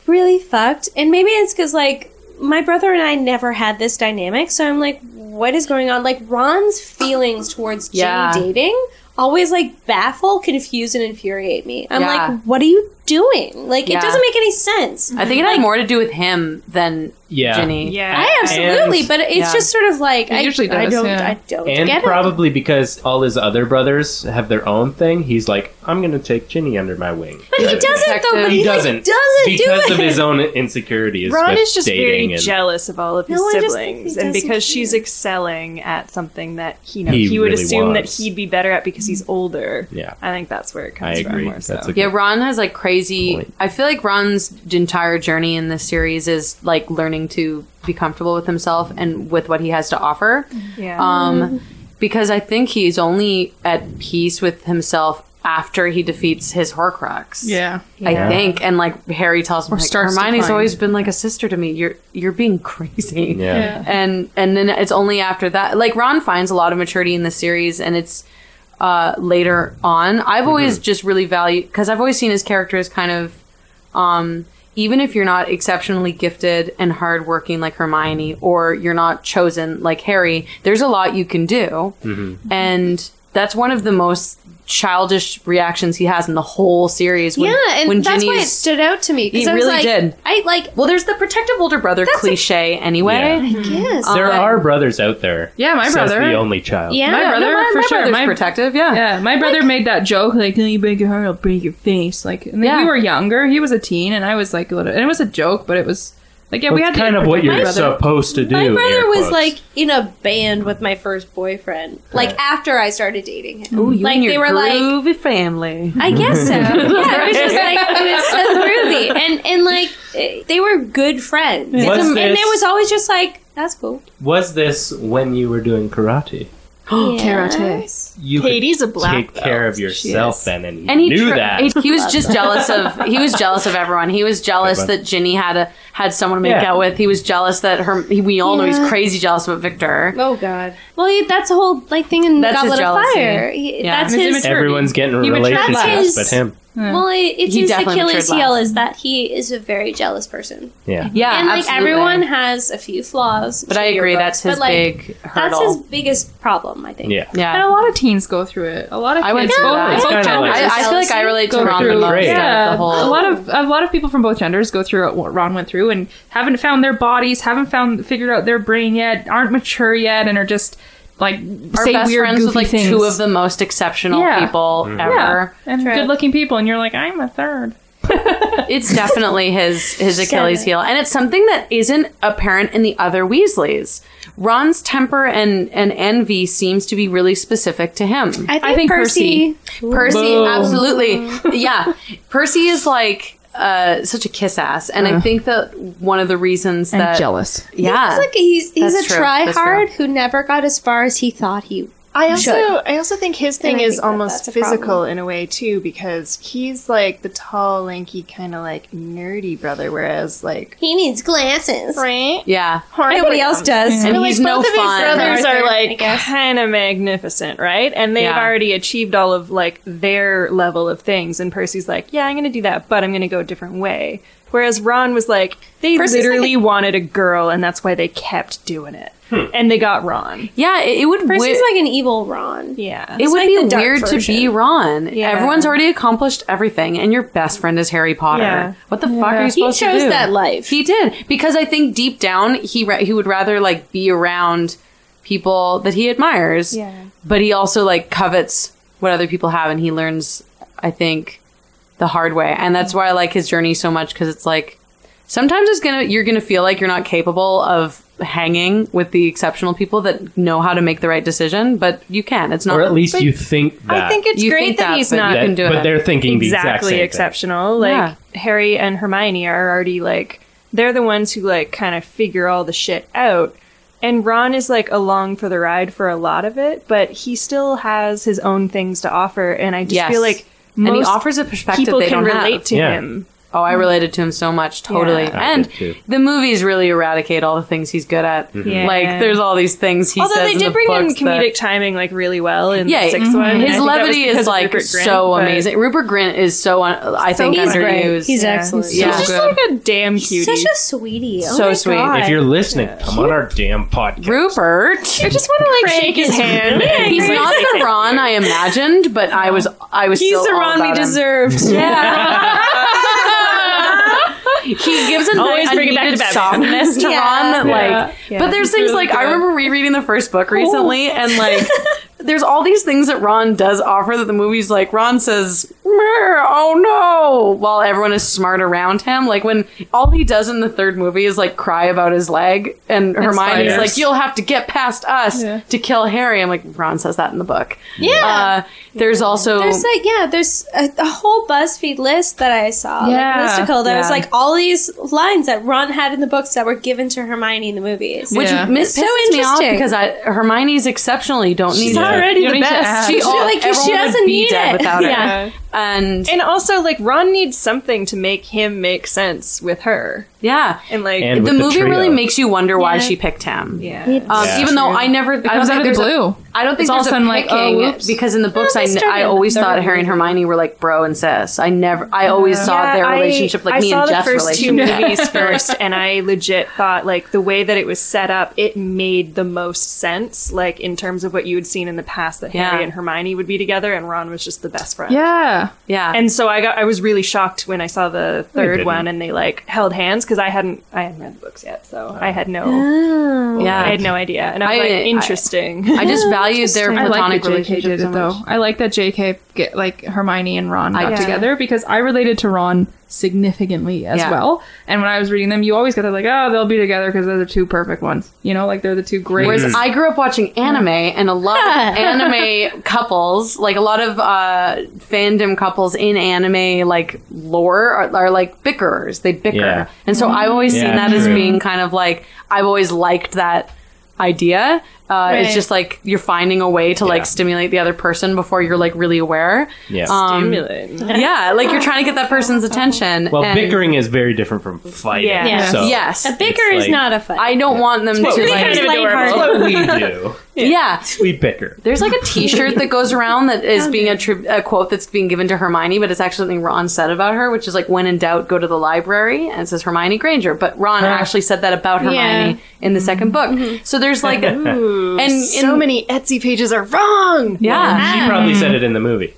Speaker 5: really fucked, and maybe it's because like my brother and I never had this dynamic, so I'm like, what is going on? Like Ron's feelings towards Ginny
Speaker 7: Yeah.
Speaker 5: dating always like baffle, confuse, and infuriate me. I'm
Speaker 7: Yeah.
Speaker 5: like, what are you doing? Like
Speaker 7: Yeah.
Speaker 5: it doesn't make any sense.
Speaker 7: I think it had more to do with him than
Speaker 6: yeah,
Speaker 7: Ginny.
Speaker 5: I absolutely,
Speaker 6: And-
Speaker 5: but it's
Speaker 7: Yeah.
Speaker 5: just sort of like I
Speaker 4: usually
Speaker 5: I
Speaker 4: does,
Speaker 5: don't,
Speaker 4: yeah.
Speaker 5: I don't
Speaker 6: and
Speaker 5: get it.
Speaker 6: probably because all his other brothers have their own thing, he's like, I'm gonna take Ginny under my wing. But
Speaker 5: He doesn't though, but
Speaker 6: He
Speaker 5: he, like,
Speaker 6: doesn't.
Speaker 5: doesn't do
Speaker 6: because
Speaker 5: it.
Speaker 6: of his own insecurities.
Speaker 8: Ron
Speaker 6: with
Speaker 8: is just
Speaker 6: dating
Speaker 8: very
Speaker 6: and,
Speaker 8: jealous of all of his
Speaker 5: No, I just think
Speaker 8: siblings,
Speaker 5: he
Speaker 8: and
Speaker 5: doesn't
Speaker 8: because she's
Speaker 5: care.
Speaker 8: excelling at something that you know
Speaker 6: He
Speaker 8: he, would
Speaker 6: really
Speaker 8: assume
Speaker 6: wants.
Speaker 8: that he'd be better at because he's older.
Speaker 6: Yeah.
Speaker 8: I think that's where it
Speaker 6: I
Speaker 8: comes from.
Speaker 6: agree.
Speaker 8: More so.
Speaker 6: That's a good
Speaker 7: Yeah, Ron has like crazy.
Speaker 6: Point.
Speaker 7: I feel like Ron's entire journey in this series is like learning to be comfortable with himself and with what he has to offer.
Speaker 9: Mm-hmm.
Speaker 8: yeah.
Speaker 7: Um, because I think he's only at peace with himself after he defeats his Horcrux.
Speaker 9: Yeah.
Speaker 7: I think. And like Harry tells him, like,
Speaker 9: starts to
Speaker 7: Hermione's
Speaker 9: climb.
Speaker 7: always been like a sister to me. You're you're being crazy.
Speaker 6: Yeah. Yeah.
Speaker 7: And and then it's only after that, like Ron finds a lot of maturity in the series, and it's uh, later on. I've always just really valued because I've always seen his character as kind of. Um, even if you're not exceptionally gifted and hardworking like Hermione, or you're not chosen like Harry, there's a lot you can do. And that's one of the most childish reactions he has in the whole series. When,
Speaker 5: yeah, and
Speaker 7: when
Speaker 5: that's why it
Speaker 7: Ginny's-
Speaker 5: stood out to me. 'cause
Speaker 7: He
Speaker 5: I was
Speaker 7: really
Speaker 5: like-
Speaker 7: did.
Speaker 5: I like
Speaker 7: well, there's the protective older brother
Speaker 5: That's a-
Speaker 7: cliche anyway.
Speaker 5: yes.
Speaker 6: There
Speaker 7: Um,
Speaker 6: are brothers out there.
Speaker 4: Yeah, my
Speaker 6: says
Speaker 4: brother.
Speaker 6: the only child.
Speaker 5: yeah,
Speaker 4: My brother,
Speaker 7: my,
Speaker 4: for
Speaker 7: my
Speaker 4: sure.
Speaker 7: brother's
Speaker 4: My,
Speaker 7: protective, yeah.
Speaker 4: yeah, my brother made that joke, like, "Oh, you break your heart, I'll break your face. Like, and then
Speaker 7: Yeah.
Speaker 4: we were younger. He was a teen, and I was like, a little, and it was a joke, but it was like, yeah, we had
Speaker 6: That's
Speaker 4: to
Speaker 6: kind of what
Speaker 4: protect
Speaker 6: you're
Speaker 4: my brother.
Speaker 6: supposed to do.
Speaker 5: My brother
Speaker 6: air
Speaker 5: was
Speaker 6: quotes.
Speaker 5: like in a band with my first boyfriend, like after I started dating him.
Speaker 7: Ooh, you
Speaker 5: like
Speaker 7: and your
Speaker 5: they were like,
Speaker 7: groovy family.
Speaker 5: I guess so. yeah, it was just like it was so groovy, and and like eh, they were good friends, It's
Speaker 6: Was
Speaker 5: am- and
Speaker 6: this-
Speaker 5: it was always just like that's cool.
Speaker 6: Was this when you were doing karate?
Speaker 7: Oh,
Speaker 5: Karate.
Speaker 6: You
Speaker 9: Katie's a
Speaker 6: could
Speaker 9: black
Speaker 6: take
Speaker 9: belt.
Speaker 6: care of
Speaker 9: She
Speaker 6: yourself
Speaker 9: is.
Speaker 6: then, and you
Speaker 7: And he
Speaker 6: knew
Speaker 7: tr-
Speaker 6: that.
Speaker 7: he- he was just jealous of he was jealous of everyone. He was jealous
Speaker 6: Everyone.
Speaker 7: that Ginny had a had someone to make
Speaker 6: Yeah.
Speaker 7: out with. He was jealous that her. He, we all know he's crazy jealous about Victor.
Speaker 5: Oh God. Well, he- that's the whole like thing in
Speaker 7: That's his
Speaker 5: Goblet of
Speaker 7: jealousy.
Speaker 5: Fire. He-
Speaker 7: Yeah.
Speaker 5: That's
Speaker 4: His
Speaker 5: his.
Speaker 4: immature-
Speaker 6: Everyone's getting
Speaker 4: matured
Speaker 6: relationships,
Speaker 5: last.
Speaker 6: but him.
Speaker 5: Well, it- it's
Speaker 7: He
Speaker 5: his
Speaker 7: definitely matured
Speaker 5: Achilles heel
Speaker 7: last.
Speaker 5: is that he is a very jealous person.
Speaker 6: Yeah.
Speaker 7: Yeah,
Speaker 5: and like
Speaker 7: absolutely.
Speaker 5: everyone has a few flaws.
Speaker 7: But I
Speaker 5: to your
Speaker 7: agree,
Speaker 5: books,
Speaker 7: that's his
Speaker 5: but, like,
Speaker 7: big hurdle.
Speaker 5: That's his biggest problem, I think.
Speaker 6: Yeah.
Speaker 4: And a
Speaker 7: yeah.
Speaker 4: lot of teens go through it. A lot of
Speaker 7: I went
Speaker 4: kids
Speaker 7: through
Speaker 4: both-
Speaker 7: that. It's
Speaker 4: both
Speaker 6: kinda
Speaker 4: genders.
Speaker 6: like-
Speaker 7: I, I feel like I relate to Ron the most.
Speaker 6: grade.
Speaker 7: out of
Speaker 4: Yeah,
Speaker 7: the whole,
Speaker 4: a lot of a lot of people from both genders go through what Ron went through and haven't found their bodies, haven't found figured out their brain yet, aren't mature yet, and are just like
Speaker 7: our
Speaker 4: say
Speaker 7: best
Speaker 4: weird,
Speaker 7: friends
Speaker 4: goofy
Speaker 7: with like
Speaker 4: things.
Speaker 7: two of the most exceptional
Speaker 4: Yeah.
Speaker 7: people
Speaker 6: Mm.
Speaker 4: yeah,
Speaker 7: ever.
Speaker 4: and good-looking people, and you're like, I'm a third.
Speaker 7: It's definitely his his Achilles heel, and it's something that isn't apparent in the other Weasleys. Ron's temper and and envy seems to be really specific to him.
Speaker 5: I think,
Speaker 4: think
Speaker 5: Percy,
Speaker 7: Percy, absolutely, yeah. Percy is like uh, such a kiss ass, and I think that one of the reasons
Speaker 4: And
Speaker 7: that
Speaker 4: jealous.
Speaker 7: yeah,
Speaker 5: He's like he's he's
Speaker 7: That's
Speaker 5: a
Speaker 7: true. That's
Speaker 5: tryhard who never got as far as he thought he.
Speaker 8: I also
Speaker 5: Should.
Speaker 8: I also think his thing
Speaker 5: I
Speaker 8: is
Speaker 5: think that
Speaker 8: almost
Speaker 5: that's a
Speaker 8: physical
Speaker 5: problem.
Speaker 8: in a way too because he's like the tall, lanky, kind of like nerdy brother, whereas like
Speaker 5: He needs glasses.
Speaker 8: right,
Speaker 7: yeah,
Speaker 5: Nobody else does.
Speaker 7: and
Speaker 8: like
Speaker 7: he's no
Speaker 8: both of
Speaker 7: fun.
Speaker 8: his brothers
Speaker 5: Arthur,
Speaker 8: are
Speaker 5: I
Speaker 8: like
Speaker 5: guess.
Speaker 8: kind of magnificent, right? And they've
Speaker 7: Yeah.
Speaker 8: already achieved all of like their level of things. And Percy's like, yeah, I'm going to do that, but I'm going to go a different way. Whereas Ron was like, they
Speaker 5: Percy's
Speaker 8: literally wanted a girl, and that's why they kept doing it. And they got Ron.
Speaker 7: Yeah, it, it would.
Speaker 5: Percy's
Speaker 7: wi-
Speaker 5: like an evil Ron.
Speaker 8: Yeah.
Speaker 7: it
Speaker 5: It's
Speaker 7: would
Speaker 5: like the
Speaker 7: be
Speaker 5: dark
Speaker 7: weird to be
Speaker 5: version.
Speaker 7: Ron.
Speaker 8: Yeah.
Speaker 7: Everyone's already accomplished everything, and your best friend is Harry Potter.
Speaker 8: Yeah.
Speaker 7: What the fuck are you
Speaker 5: He
Speaker 7: supposed to do?
Speaker 5: chose that life.
Speaker 7: He did because I think deep down he ra- he would rather like be around people that he admires.
Speaker 8: Yeah.
Speaker 7: But he also like covets what other people have, and he learns. I think the hard way, and that's why I like his journey so much because it's like sometimes it's gonna you're gonna feel like you're not capable of hanging with the exceptional people that know how to make the right decision, but you can. It's not
Speaker 6: or at least you think that.
Speaker 8: I think it's
Speaker 7: You
Speaker 8: great
Speaker 7: think
Speaker 8: that,
Speaker 7: that,
Speaker 8: he's
Speaker 7: but
Speaker 8: not
Speaker 7: you can do it.
Speaker 6: but they're thinking
Speaker 8: exactly
Speaker 6: the exact same thing.
Speaker 8: exceptional. Like Harry and Hermione are already like they're the ones who like kind of figure all the shit out. And Ron is like along for the ride for a lot of it, but he still has his own things to offer and I just
Speaker 7: Yes.
Speaker 8: feel like
Speaker 7: and
Speaker 8: most
Speaker 7: he offers a perspective
Speaker 8: people
Speaker 7: they
Speaker 8: can
Speaker 7: don't have.
Speaker 8: relate to
Speaker 6: Yeah.
Speaker 8: him.
Speaker 7: Oh, I related to him so much, totally.
Speaker 8: Yeah.
Speaker 6: I
Speaker 7: And
Speaker 6: did too. Mm-hmm.
Speaker 7: the movies really eradicate all the things he's good at.
Speaker 8: Yeah.
Speaker 7: Like, there's all these things he
Speaker 8: Although
Speaker 7: says.
Speaker 8: they
Speaker 7: in
Speaker 8: did
Speaker 7: the
Speaker 8: bring in
Speaker 7: books that-
Speaker 8: comedic timing like really well in
Speaker 7: Yeah,
Speaker 8: the 6th one. and I
Speaker 7: His
Speaker 8: think that was
Speaker 7: levity
Speaker 8: because
Speaker 7: is
Speaker 8: of
Speaker 7: like
Speaker 8: Rupert Grint,
Speaker 7: so
Speaker 8: but-
Speaker 7: amazing. Rupert Grint is so un- I think
Speaker 8: he's great.
Speaker 7: underused.
Speaker 5: He's excellent.
Speaker 8: He's
Speaker 7: Yeah.
Speaker 8: just
Speaker 7: Good.
Speaker 8: like a damn cutie.
Speaker 3: Such a sweetie. Oh
Speaker 7: So
Speaker 3: my
Speaker 7: sweet.
Speaker 3: God.
Speaker 6: If you're listening, come on our damn podcast.
Speaker 7: Rupert.
Speaker 8: I just want to like shake his hand.
Speaker 7: He's not the Ron I imagined, but I was I was
Speaker 5: He's
Speaker 7: still
Speaker 5: the
Speaker 7: all
Speaker 5: Ron we
Speaker 7: about him.
Speaker 5: deserved.
Speaker 7: he gives an
Speaker 8: Always
Speaker 7: always
Speaker 8: bring it back to
Speaker 7: unneeded
Speaker 8: Batman.
Speaker 7: softness to
Speaker 5: Yeah.
Speaker 7: Ron that
Speaker 8: Yeah.
Speaker 7: like
Speaker 8: Yeah.
Speaker 7: but there's things
Speaker 8: really
Speaker 7: like I
Speaker 8: good.
Speaker 7: remember rereading the first book recently and like there's all these things that Ron does offer that the movie's like Ron says "Mer, oh no while everyone is smart around him like when all he does in the third movie is like cry about his leg and Hermione's
Speaker 6: spiders.
Speaker 7: like you'll have to get past us to kill Harry I'm like Ron says that in the book
Speaker 5: Yeah.
Speaker 7: uh, there's also
Speaker 5: There's like yeah, there's a, a whole BuzzFeed list that I saw,
Speaker 4: Yeah.
Speaker 5: like listicle that was
Speaker 7: Yeah.
Speaker 5: like all these lines that Ron had in the books that were given to Hermione in the movies.
Speaker 7: which
Speaker 4: Yeah.
Speaker 7: mis-
Speaker 5: so
Speaker 7: pisses me off
Speaker 5: interesting.
Speaker 7: because I, Hermione's exceptional. You don't need
Speaker 6: Yeah.
Speaker 7: already
Speaker 4: You don't need to ask.
Speaker 7: She,
Speaker 4: She-
Speaker 7: all,
Speaker 5: like, she
Speaker 7: everyone
Speaker 5: doesn't
Speaker 7: would be
Speaker 5: need
Speaker 7: dead
Speaker 5: it.
Speaker 7: without her.
Speaker 5: Yeah.
Speaker 7: And
Speaker 8: And also, like, Ron needs something to make him make sense with her.
Speaker 7: yeah,
Speaker 8: And, like,
Speaker 6: And
Speaker 7: the
Speaker 6: with the
Speaker 7: movie
Speaker 6: trio.
Speaker 7: really makes you wonder why she picked him.
Speaker 8: yeah.
Speaker 7: Um,
Speaker 6: Yeah.
Speaker 7: Even though I never, I
Speaker 4: comes
Speaker 7: don't
Speaker 4: out of
Speaker 7: think
Speaker 4: the
Speaker 7: there's a-
Speaker 4: blue.
Speaker 7: I don't think
Speaker 4: It's all
Speaker 7: there's
Speaker 4: of a
Speaker 7: a
Speaker 4: sudden like, oh,
Speaker 7: picking,
Speaker 4: whoops.
Speaker 7: because in the books I, kn- I always thought Harry and Hermione were like bro and sis. I never, I always saw their
Speaker 8: I-
Speaker 7: relationship like
Speaker 8: I
Speaker 7: me
Speaker 8: saw
Speaker 7: and
Speaker 8: the
Speaker 7: Jeff's
Speaker 8: first two
Speaker 7: relationship.
Speaker 8: movies first, and I legit thought like the way that it was set up, it made the most sense, like in terms of what you had seen in the past that
Speaker 7: Yeah.
Speaker 8: Harry and Hermione would be together, and Ron was just the best friend.
Speaker 4: Yeah.
Speaker 7: Yeah,
Speaker 8: And so I got I was really shocked when I saw the third
Speaker 6: didn't.
Speaker 8: one and they like held hands because I hadn't I hadn't read the books yet, so I had no
Speaker 7: yeah.
Speaker 8: I had no idea, and I was
Speaker 7: I- I-
Speaker 8: like interesting.
Speaker 7: I just valued their
Speaker 4: I like
Speaker 7: platonic
Speaker 4: that JK
Speaker 7: relationship
Speaker 4: did
Speaker 7: so
Speaker 4: it though.
Speaker 7: much.
Speaker 4: I like that JK get like Hermione and Ron got
Speaker 7: Yeah.
Speaker 4: together because I related to Ron significantly as
Speaker 7: Yeah.
Speaker 4: well. And when I was reading them, you always got that like, oh, they'll be together because they're the two perfect ones. You know, like they're the two great.
Speaker 6: Mm.
Speaker 7: Whereas I grew up watching anime and a lot of anime couples, like a lot of uh, fandom couples in anime, like lore are, are like bickerers. They bicker,
Speaker 6: Yeah.
Speaker 7: and so I've always
Speaker 6: Yeah,
Speaker 7: seen that as
Speaker 6: true.
Speaker 7: being kind of like I've always liked that idea. Uh, It's just like you're finding a way to
Speaker 6: Yeah.
Speaker 7: like stimulate the other person before you're like really aware.
Speaker 6: Yeah.
Speaker 7: Um,
Speaker 8: Stimulating.
Speaker 7: yeah, like you're trying to get that person's attention.
Speaker 6: well,
Speaker 7: Um, and-
Speaker 6: bickering is very different from fighting.
Speaker 8: Yeah.
Speaker 5: Yeah.
Speaker 6: So
Speaker 7: Yes,
Speaker 5: a bicker
Speaker 6: it's
Speaker 5: is
Speaker 6: like-
Speaker 5: not a fight.
Speaker 7: I don't want them to
Speaker 6: Well, we
Speaker 7: like.
Speaker 6: kind
Speaker 5: Bicker's
Speaker 6: of
Speaker 5: lighthearted.
Speaker 6: That's what we do.
Speaker 7: yeah,
Speaker 6: We bicker.
Speaker 7: There's like a T-shirt that goes around that is being a, tri- a quote that's being given to Hermione, but it's actually something Ron said about her, which is like, "When in doubt, go to the library," and it says Hermione Granger. But Ron actually said that about Hermione in the second book.
Speaker 5: Mm-hmm.
Speaker 7: So there's like,
Speaker 8: hmm.
Speaker 7: and in,
Speaker 8: so many Etsy pages are wrong.
Speaker 7: yeah.
Speaker 6: She probably said it in the movie.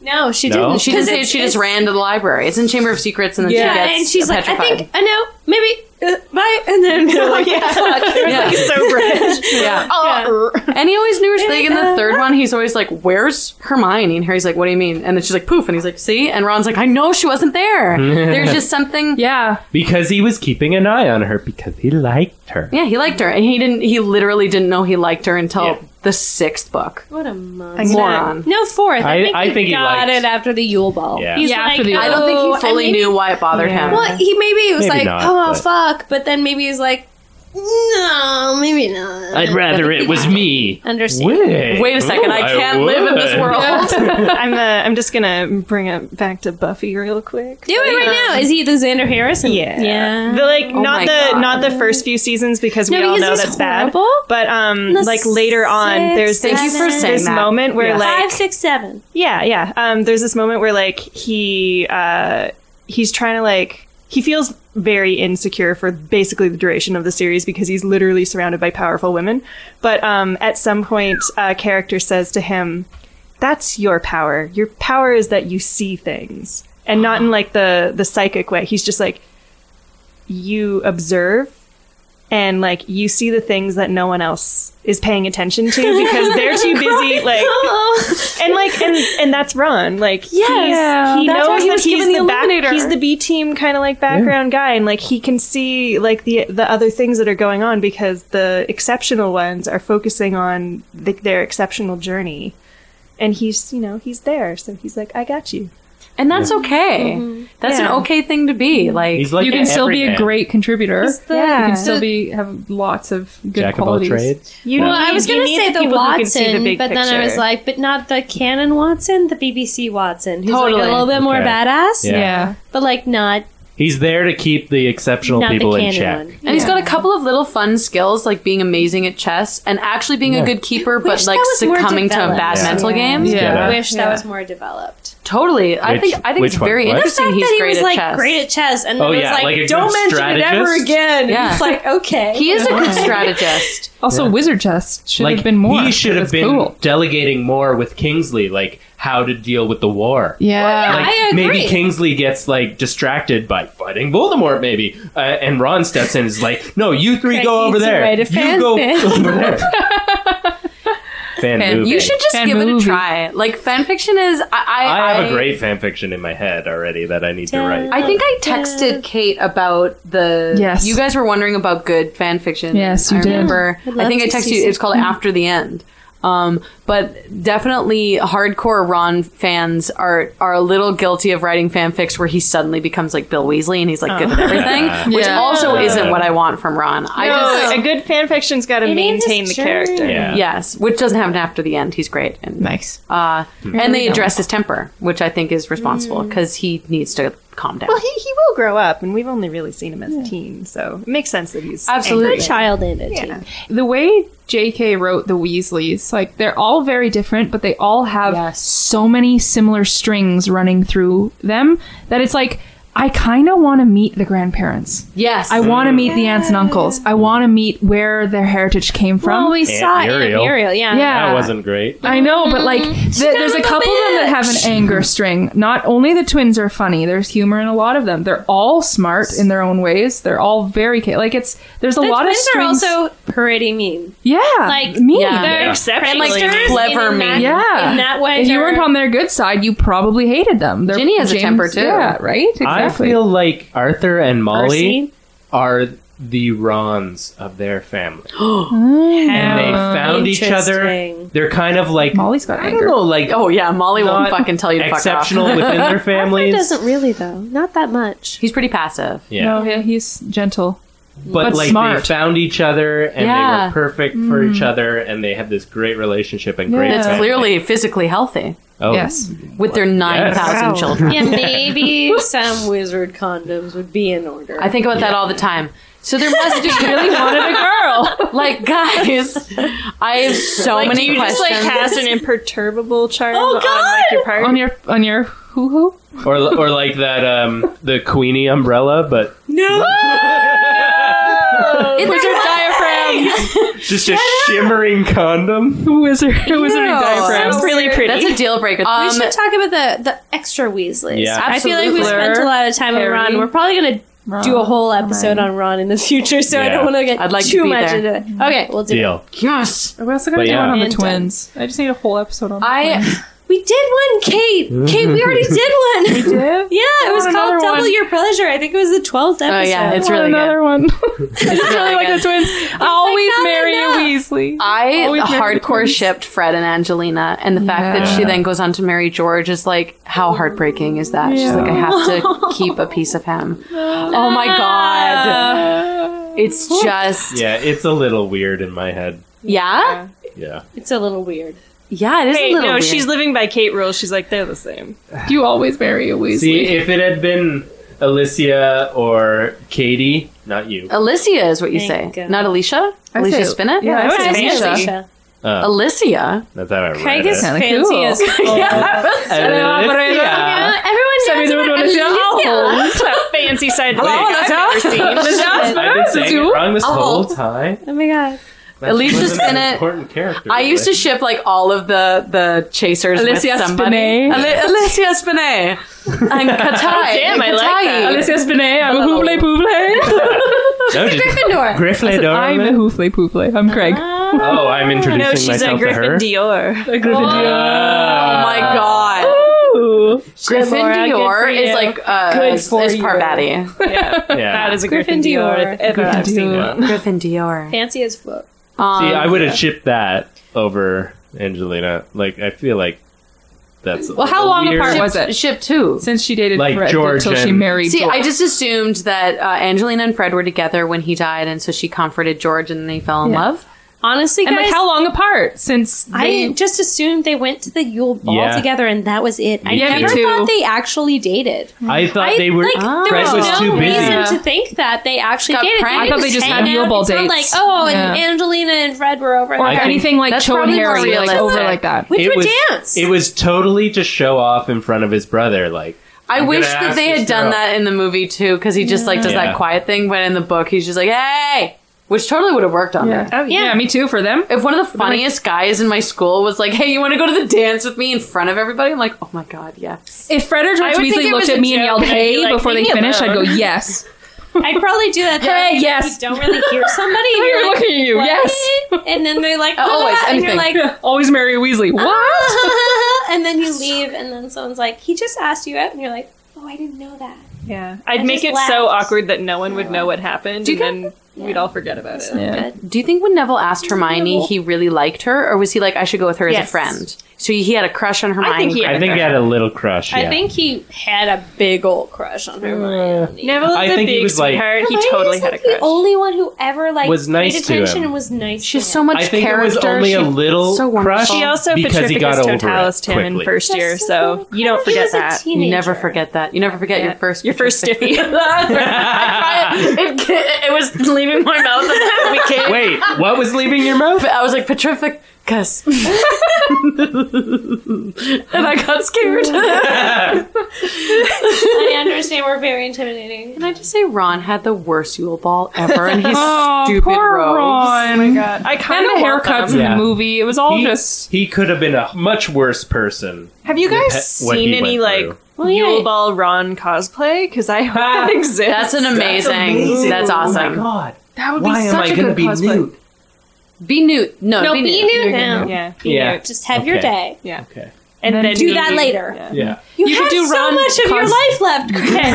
Speaker 5: no, she
Speaker 6: No?
Speaker 5: didn't.
Speaker 7: She didn't
Speaker 5: 'Cause
Speaker 7: say it,
Speaker 5: it's-
Speaker 7: she
Speaker 5: it's-
Speaker 7: just ran to the library. It's in Chamber of Secrets, and then
Speaker 5: Yeah,
Speaker 7: she gets
Speaker 5: and she's like,
Speaker 7: petrified.
Speaker 5: I think I know, maybe uh, bye, and then they're like, fuck. It was
Speaker 7: Yeah.
Speaker 5: like so British.
Speaker 7: yeah. And he always knew her thing. In the third one, he's always like, "Where's Hermione?" And Harry's like, "What do you mean?" And then she's like, "Poof!" And he's like, "See?" And Ron's like, "I know she wasn't there. There's just something."
Speaker 4: yeah,
Speaker 6: Because he was keeping an eye on her because he liked her.
Speaker 7: Yeah, he liked her, and he didn't. He literally didn't know he liked her until
Speaker 6: Yeah.
Speaker 7: the sixth book.
Speaker 5: What a monster.
Speaker 7: Moron.
Speaker 5: No, fourth. I,
Speaker 6: I-
Speaker 5: think
Speaker 6: I
Speaker 5: he
Speaker 6: think he
Speaker 5: got
Speaker 6: liked-
Speaker 5: it after the Yule Ball.
Speaker 6: Yeah.
Speaker 5: He's
Speaker 4: Yeah,
Speaker 5: like,
Speaker 4: after the Yule
Speaker 7: I
Speaker 4: Ball.
Speaker 7: don't think he
Speaker 5: "Oh," and
Speaker 7: fully
Speaker 5: maybe-
Speaker 7: knew why it bothered him.
Speaker 5: Well, he maybe he was
Speaker 6: Maybe
Speaker 5: like,
Speaker 6: not,
Speaker 5: oh,
Speaker 6: but-
Speaker 5: fuck. But then maybe he's like, no, maybe not.
Speaker 6: I'd rather it was me. Oh,
Speaker 5: Understand.
Speaker 6: Wait,
Speaker 7: Wait a second, I can't live in this world.
Speaker 8: I'm uh, I'm just gonna bring it back to Buffy real quick.
Speaker 5: Do it right now. Is he the Xander Harrison? Yeah. Yeah.
Speaker 8: The, like
Speaker 7: my
Speaker 8: not the
Speaker 7: God.
Speaker 8: not the first few seasons because we
Speaker 5: No,
Speaker 8: all
Speaker 5: because
Speaker 8: know
Speaker 5: he's
Speaker 8: that's
Speaker 5: horrible.
Speaker 8: bad. But um,
Speaker 5: The
Speaker 8: like later on,
Speaker 5: six,
Speaker 8: there's this,
Speaker 7: Thank you for saying
Speaker 8: this
Speaker 7: that.
Speaker 8: moment where
Speaker 7: Yeah.
Speaker 8: like
Speaker 5: Five, six, seven.
Speaker 8: Yeah, yeah. Um, there's this moment where like he uh, he's trying to like he feels very insecure for basically the duration of the series because he's literally surrounded by powerful women. But um, at some point, a character says to him, "That's your power. Your power is that you see things, and not in like the the psychic way. He's just like you observe." And like you see the things that no one else is paying attention to because they're too busy, like and like and and that's Ron. Like he's, he
Speaker 7: That's why
Speaker 8: knows
Speaker 7: he
Speaker 8: that
Speaker 7: was
Speaker 8: he's
Speaker 7: given
Speaker 8: the,
Speaker 7: the
Speaker 8: back,
Speaker 7: Illuminator.
Speaker 8: he's the B team kind of like background guy, and like he can see like the the other things that are going on because the exceptional ones are focusing on the, their exceptional journey, and he's you know he's there, so he's like I got you.
Speaker 7: and that's okay.
Speaker 3: Mm-hmm.
Speaker 7: That's
Speaker 8: Yeah.
Speaker 7: an okay thing to be. Like,
Speaker 6: He's like
Speaker 4: you can still be a
Speaker 6: everyman.
Speaker 4: great contributor. you can still
Speaker 3: The-
Speaker 4: be have lots of good
Speaker 6: jack of all
Speaker 4: qualities.
Speaker 6: trades.
Speaker 8: You
Speaker 3: Well,
Speaker 8: need-
Speaker 3: I was
Speaker 8: you
Speaker 3: gonna
Speaker 8: need
Speaker 3: say
Speaker 8: the
Speaker 3: the
Speaker 8: people who can see
Speaker 3: Watson,
Speaker 8: the big
Speaker 3: but then I was
Speaker 8: picture.
Speaker 3: like, but not the canon Watson, the BBC Watson, who's like
Speaker 7: Totally.
Speaker 3: a little bit more
Speaker 6: Okay.
Speaker 3: badass,
Speaker 6: Yeah.
Speaker 4: Yeah.
Speaker 3: but like not
Speaker 6: He's there to keep the exceptional
Speaker 3: not the
Speaker 6: people in
Speaker 3: canon
Speaker 6: check.
Speaker 3: one.
Speaker 7: and he's got a couple of little fun skills, like being amazing at chess and actually being
Speaker 6: Yeah.
Speaker 7: a good keeper, but
Speaker 3: that
Speaker 7: like
Speaker 3: was more
Speaker 7: succumbing to a
Speaker 3: developed.
Speaker 7: bad
Speaker 6: Yeah.
Speaker 7: mental game.
Speaker 4: Yeah.
Speaker 6: Yeah.
Speaker 3: I wish
Speaker 4: Yeah.
Speaker 3: that was more developed.
Speaker 7: Totally. I
Speaker 6: Which-
Speaker 7: think I think
Speaker 6: which
Speaker 7: it's very
Speaker 6: one? What? The
Speaker 7: interesting.
Speaker 3: fact
Speaker 7: he's
Speaker 3: that he
Speaker 7: great
Speaker 3: was
Speaker 7: at
Speaker 3: like
Speaker 7: chess.
Speaker 3: great at chess, and
Speaker 6: Oh,
Speaker 3: then
Speaker 6: yeah,
Speaker 3: was
Speaker 6: like
Speaker 3: like,
Speaker 6: a good
Speaker 3: don't mention it ever
Speaker 6: strategist."
Speaker 3: again.
Speaker 7: Yeah.
Speaker 3: It's like okay,
Speaker 7: He is a good strategist.
Speaker 4: Also, wizard chess should have been more.
Speaker 6: He should have
Speaker 4: That's
Speaker 6: been
Speaker 4: cool.
Speaker 6: delegating more with Kingsley, like how to deal with the war.
Speaker 4: Yeah.
Speaker 6: Like,
Speaker 3: I agree.
Speaker 6: Maybe Kingsley gets like distracted by fighting Voldemort, maybe, uh, and Ron steps in and is like, "No, you three go over
Speaker 3: it's a
Speaker 6: there.
Speaker 3: way to
Speaker 6: you
Speaker 3: fan
Speaker 6: go
Speaker 3: fic."
Speaker 6: over there." fan
Speaker 4: Fan-
Speaker 6: movie.
Speaker 7: You should just
Speaker 4: Fan
Speaker 7: give it a
Speaker 4: movie.
Speaker 7: try. Like fan fiction is. I, I,
Speaker 6: I have a great fan fiction in my head already that I need to write.
Speaker 7: I think I texted Kate about the.
Speaker 4: Yes.
Speaker 7: You guys were wondering about good fan fiction.
Speaker 4: Yes, you
Speaker 7: I
Speaker 4: did.
Speaker 7: remember. I think I texted you. It's called After the End. Um, but definitely, hardcore Ron fans are are a little guilty of writing fanfics where he suddenly becomes like Bill Weasley and he's like good at everything, which
Speaker 4: Oh. Yeah.
Speaker 7: also isn't what I want from Ron. I
Speaker 8: No,
Speaker 3: "Oh."
Speaker 7: just
Speaker 8: Oh, a good fanfiction's got to maintain the character.
Speaker 6: yeah.
Speaker 7: yes, which doesn't happen after the end. He's great and
Speaker 4: nice.
Speaker 7: Uh, and they address his temper, which I think is responsible because he needs to calm down.
Speaker 8: Well, he, he will grow up, and we've only really seen him as a teen, so it makes sense that he's
Speaker 7: Absolutely.
Speaker 8: angry.
Speaker 3: child and a teen.
Speaker 4: the way JK wrote the Weasleys, like they're all very different, but they all have
Speaker 7: Yes.
Speaker 4: so many similar strings running through them that it's like I kind of want to meet the grandparents.
Speaker 7: yes,
Speaker 4: I want to meet the aunts and uncles. I want to meet where their heritage came from.
Speaker 3: Well, we saw Aunt
Speaker 6: Muriel.
Speaker 3: Muriel. yeah.
Speaker 4: yeah,
Speaker 6: That wasn't great.
Speaker 4: I know,
Speaker 3: Mm-hmm.
Speaker 4: but like, th- there's a couple of them that have an anger string. Not only the twins are funny, there's humor in a lot of them. They're all smart in their own ways. They're all very ca- like it's. There's a
Speaker 3: The
Speaker 4: lot of
Speaker 3: twins are
Speaker 4: strings.
Speaker 3: also pretty mean.
Speaker 4: yeah,
Speaker 3: like,
Speaker 4: me.
Speaker 7: yeah.
Speaker 3: They're
Speaker 8: Exceptionally
Speaker 3: like
Speaker 8: mean.
Speaker 7: clever mean.
Speaker 4: Yeah.
Speaker 3: in that way.
Speaker 4: If you
Speaker 3: they're-
Speaker 4: weren't on their good side, you probably hated them. They're
Speaker 7: Ginny has a temper, too.
Speaker 4: Yeah, right. Exactly.
Speaker 6: I feel like Arthur and Molly
Speaker 3: Percy?
Speaker 6: are the Rons of their family. and they found each other.
Speaker 3: Interesting.
Speaker 6: They're kind of like
Speaker 4: Oh, Molly's got
Speaker 6: I
Speaker 4: anger.
Speaker 6: don't know, like
Speaker 7: Oh yeah, Molly won't
Speaker 6: not
Speaker 7: fucking tell you to fuck off.
Speaker 6: exceptional within their
Speaker 3: He
Speaker 6: families.
Speaker 3: doesn't really though, not that much.
Speaker 7: He's pretty passive.
Speaker 6: yeah,
Speaker 4: No, yeah, he's gentle.
Speaker 6: but,
Speaker 4: but
Speaker 6: like
Speaker 4: smart. Mm.
Speaker 6: they found each other and they
Speaker 7: Yeah.
Speaker 6: were perfect for each other, and they have this great relationship and great.
Speaker 4: That's
Speaker 7: That's
Speaker 6: family.
Speaker 7: clearly physically healthy
Speaker 6: oh,
Speaker 4: Yes.
Speaker 7: with their nine thousand
Speaker 3: Wow.
Speaker 7: children.
Speaker 3: yeah, maybe some wizard condoms would be in order.
Speaker 7: I think about that all the time. So there must just really wanted a girl. Like guys, I have so many
Speaker 8: Just
Speaker 7: questions.
Speaker 8: like cast an imperturbable
Speaker 7: Oh,
Speaker 8: charm on like your part.
Speaker 4: On your on your hoo hoo.
Speaker 6: or or like that um the Queenie umbrella, but
Speaker 7: It's her diaphragm.
Speaker 6: just a shimmering condom.
Speaker 4: Wizard wizard diaphragm.
Speaker 8: Sounds really pretty.
Speaker 7: That's a deal breaker.
Speaker 3: we
Speaker 7: Um,
Speaker 3: should talk about the the extra Weasleys.
Speaker 6: Yeah.
Speaker 3: I feel like we
Speaker 7: Absolutely.
Speaker 3: spent a lot of time
Speaker 4: Harry,
Speaker 3: on Ron. We're probably gonna do a whole episode on Ron in the future, so I
Speaker 6: Yeah.
Speaker 3: don't want to get
Speaker 7: I'd like to
Speaker 3: too
Speaker 7: be
Speaker 3: much
Speaker 7: there. Mm-hmm.
Speaker 3: into it. Okay, we'll do. it.
Speaker 6: Deal.
Speaker 7: yes.
Speaker 4: We're also gonna
Speaker 6: But
Speaker 4: do
Speaker 6: yeah.
Speaker 4: one on the
Speaker 3: And
Speaker 4: twins. I just need a whole episode on.
Speaker 7: I
Speaker 3: We did one, Kate. Kate, we already did one. We did.
Speaker 4: yeah,
Speaker 3: Yeah, it was
Speaker 4: want
Speaker 3: called
Speaker 4: another
Speaker 3: Double
Speaker 4: one.
Speaker 3: Your Pleasure. I think it was the twelfth episode.
Speaker 7: oh yeah, it's really
Speaker 4: another
Speaker 7: good.
Speaker 4: one. it's really like
Speaker 7: good.
Speaker 4: the twins. Always
Speaker 3: not
Speaker 4: marry
Speaker 3: enough.
Speaker 4: a Weasley.
Speaker 7: I
Speaker 4: Always marry the
Speaker 7: hardcore
Speaker 4: twins.
Speaker 7: shipped Fred and Angelina, and the fact that she
Speaker 6: Yeah.
Speaker 7: then goes on to marry George is like, how heartbreaking is that? She's like, I have to keep a piece of him. Oh my god, it's just
Speaker 6: Yeah, it's a little weird in my head.
Speaker 7: yeah,
Speaker 6: Yeah,
Speaker 3: It's a little weird.
Speaker 7: yeah. It is
Speaker 8: Hey,
Speaker 7: a little
Speaker 8: no,
Speaker 7: weird.
Speaker 8: she's living by Kate rules. She's like, they're the same.
Speaker 4: You always marry a Weasley.
Speaker 6: see if it had been Alicia or Katie, not you.
Speaker 7: Alicia is what you say,
Speaker 3: Thank God.
Speaker 7: not Alicia.
Speaker 4: I
Speaker 7: Alicia
Speaker 4: say-
Speaker 7: Spinnet.
Speaker 4: Yeah, I
Speaker 8: That's
Speaker 4: say
Speaker 8: amazing.
Speaker 4: Alicia.
Speaker 3: Alicia.
Speaker 6: Uh,
Speaker 7: Alicia.
Speaker 6: That's how I read
Speaker 3: Craig
Speaker 6: it.
Speaker 3: is
Speaker 4: Kinda
Speaker 3: fancy
Speaker 4: cool.
Speaker 3: as fuck.
Speaker 6: Alicia.
Speaker 3: Everyone
Speaker 4: Somebody would want to say, oh, it's a fancy
Speaker 8: Oh,
Speaker 4: side wig.
Speaker 6: I've been saying it wrong this whole time.
Speaker 5: Oh my god.
Speaker 7: Alicia Spinett.
Speaker 6: important character.
Speaker 7: I used to ship like all of the the chasers
Speaker 4: Alicia
Speaker 7: with somebody.
Speaker 4: Spinett.
Speaker 7: Ali- Alicia Spinett and Katai.
Speaker 4: Oh, Damn, I like that.
Speaker 7: Katai.
Speaker 4: Alicia Spinay, I'm a hoofle poofle.
Speaker 6: no, just
Speaker 3: Gryffindor.
Speaker 6: Griffle
Speaker 4: I'm a hoofle poofle. I'm Craig.
Speaker 6: Oh, I'm introducing
Speaker 10: No, she's a
Speaker 6: myself to her.
Speaker 10: Griffin Dior.
Speaker 7: Oh my
Speaker 4: Uh,
Speaker 7: god. Griffin Dior is like uh, is, is Parvati.
Speaker 6: Yeah.
Speaker 10: That is a
Speaker 5: Griffin
Speaker 10: Griffin,
Speaker 5: Dior.
Speaker 10: Dior. if ever I've seen one.
Speaker 7: Griffin Dior.
Speaker 5: Fancy as fuck.
Speaker 7: Um,
Speaker 6: See, I would have shipped that over Angelina. Like, I feel like that's well.
Speaker 4: how long
Speaker 6: weird.
Speaker 4: apart was it?
Speaker 7: ship two.
Speaker 4: Since she dated
Speaker 6: Like
Speaker 4: Fred
Speaker 6: George
Speaker 4: until she
Speaker 6: and-
Speaker 4: married
Speaker 7: See,
Speaker 4: George.
Speaker 7: I just assumed that uh, Angelina and Fred were together when he died, and so she comforted George, and they fell in love.
Speaker 5: Honestly,
Speaker 4: and
Speaker 5: guys,
Speaker 4: like how long apart since they
Speaker 5: I just assumed they went to the Yule Ball
Speaker 6: Yeah.
Speaker 5: together and that was it. I
Speaker 6: Me
Speaker 5: never
Speaker 7: too.
Speaker 5: thought they actually dated.
Speaker 6: I thought
Speaker 5: I-
Speaker 6: they were.
Speaker 5: like, there
Speaker 6: Fred was,
Speaker 5: was no
Speaker 6: too busy.
Speaker 5: reason
Speaker 4: Yeah.
Speaker 5: to think that they actually
Speaker 7: Got
Speaker 5: dated.
Speaker 7: pranked. I
Speaker 4: thought they
Speaker 5: were
Speaker 4: just had
Speaker 5: hanging out.
Speaker 4: Yule Ball
Speaker 5: It's
Speaker 4: dates.
Speaker 5: not Like, oh, and
Speaker 4: Yeah.
Speaker 5: Angelina and Fred were over.
Speaker 4: or
Speaker 5: there.
Speaker 6: think
Speaker 4: anything like
Speaker 7: that's
Speaker 4: Cho and
Speaker 7: probably more
Speaker 4: Harry like
Speaker 7: realistic.
Speaker 4: over like that.
Speaker 5: Which
Speaker 6: It
Speaker 5: would
Speaker 6: was-
Speaker 5: dance.
Speaker 6: It was totally to show off in front of his brother. Like,
Speaker 7: I
Speaker 6: I'm
Speaker 7: wish
Speaker 6: gonna
Speaker 7: that
Speaker 6: ask
Speaker 7: they
Speaker 6: this
Speaker 7: had done
Speaker 6: girl.
Speaker 7: that in the movie too, because he just like does
Speaker 6: Yeah.
Speaker 7: that quiet thing. But in the book, he's just like, "Hey," which totally would have worked on
Speaker 4: Yeah.
Speaker 7: there.
Speaker 4: Oh, yeah. me too for them.
Speaker 7: If one of the funniest guys in my school was like, "Hey, you want to go to the dance with me in front of everybody?" I'm like, "Oh my god, yes."
Speaker 4: If Fred or George
Speaker 10: would think
Speaker 4: Weasley
Speaker 10: it
Speaker 4: looked
Speaker 10: was
Speaker 4: at
Speaker 10: a
Speaker 4: me and
Speaker 10: joke,
Speaker 4: yelled
Speaker 10: and I'd be
Speaker 4: "Hey"
Speaker 10: like,
Speaker 4: before they
Speaker 10: "Leave me
Speaker 4: finished, I'd go
Speaker 10: alone."
Speaker 4: yes.
Speaker 5: I'd probably do that.
Speaker 4: Hey,
Speaker 5: thing if
Speaker 4: yes.
Speaker 5: You don't really hear somebody. and you're like,
Speaker 4: at you. Uh,
Speaker 5: "What?" And then they're like,
Speaker 7: Always,
Speaker 5: "Ah," and you're
Speaker 7: anything.
Speaker 5: like,
Speaker 4: Always marry Weasley. What?
Speaker 5: "Ah," and then you leave, and then someone's like, he just asked you out, and you're like, oh, I didn't know that.
Speaker 8: Yeah. I'd
Speaker 5: I
Speaker 8: make
Speaker 5: just
Speaker 8: it so
Speaker 5: laughed.
Speaker 8: awkward that no one would know what happened, and
Speaker 7: you
Speaker 8: then we'd all forget about it.
Speaker 7: Do you think when Neville asked Hermione, he really liked her, or was he like, "I should go with her as a
Speaker 8: Yes.
Speaker 7: friend"? So he had a crush on Hermione.
Speaker 8: he had
Speaker 6: I think he had a little crush. Yeah. Eh.
Speaker 5: I think he had a big old crush on Hermione.
Speaker 8: Neville,
Speaker 6: I
Speaker 8: the
Speaker 6: think he
Speaker 8: big
Speaker 6: was, like-
Speaker 8: sweetheart, he
Speaker 5: Hermione
Speaker 8: totally
Speaker 5: was,
Speaker 8: had a
Speaker 5: like,
Speaker 8: crush.
Speaker 5: The only one who ever like
Speaker 6: Was nice
Speaker 5: paid
Speaker 6: to
Speaker 5: attention
Speaker 6: him.
Speaker 5: and was nice.
Speaker 7: she has
Speaker 5: to
Speaker 7: so
Speaker 5: him.
Speaker 7: much
Speaker 6: I think it
Speaker 7: character.
Speaker 6: was only a
Speaker 7: She-
Speaker 6: little
Speaker 7: so wonderful.
Speaker 6: crush.
Speaker 8: She also
Speaker 6: because he
Speaker 8: Petrificus
Speaker 6: got over it
Speaker 8: totalised him in
Speaker 6: quickly.
Speaker 8: first
Speaker 5: Just oh
Speaker 8: year,
Speaker 5: so
Speaker 8: so you don't
Speaker 5: He
Speaker 8: forget
Speaker 5: was a
Speaker 8: that.
Speaker 7: You
Speaker 5: teenager.
Speaker 7: never forget that. You never forget your first.
Speaker 8: Your first stiffy.
Speaker 7: it, it was leaving my mouth, and we came.
Speaker 6: Wait, what was leaving your mouth?
Speaker 7: I was like petrificus. and I got scared. Can
Speaker 5: I understand we're very intimidating.
Speaker 7: I just say Ron had the worst Yule ball ever in his
Speaker 4: Oh,
Speaker 7: stupid
Speaker 4: poor
Speaker 7: robes?
Speaker 4: Ron.
Speaker 8: I kind
Speaker 4: And
Speaker 8: of
Speaker 4: the haircuts in
Speaker 6: Yeah.
Speaker 4: the movie. It was all
Speaker 6: He,
Speaker 4: just
Speaker 6: he could have been a much worse person.
Speaker 8: Have you guys
Speaker 6: Pe- what he
Speaker 8: seen any
Speaker 6: went
Speaker 8: like
Speaker 6: through.
Speaker 8: Yule Ball Ron cosplay? Because I hope that exists.
Speaker 7: That's an amazing. That's,
Speaker 6: Oh my
Speaker 7: awesome.
Speaker 6: god.
Speaker 4: that would
Speaker 6: Why am I going to be Newt?
Speaker 7: Be Newt. No,
Speaker 5: No,
Speaker 7: be,
Speaker 5: be
Speaker 7: Newt.
Speaker 5: new now.
Speaker 8: yeah.
Speaker 6: Yeah.
Speaker 5: Just have your
Speaker 6: Okay.
Speaker 5: day.
Speaker 6: Okay.
Speaker 8: And then
Speaker 5: Do
Speaker 8: he-
Speaker 5: that later.
Speaker 8: Yeah.
Speaker 6: Yeah.
Speaker 5: You,
Speaker 4: could
Speaker 5: have
Speaker 4: do
Speaker 5: so
Speaker 4: Ron
Speaker 5: much of your
Speaker 4: cons-
Speaker 5: life left. Chris.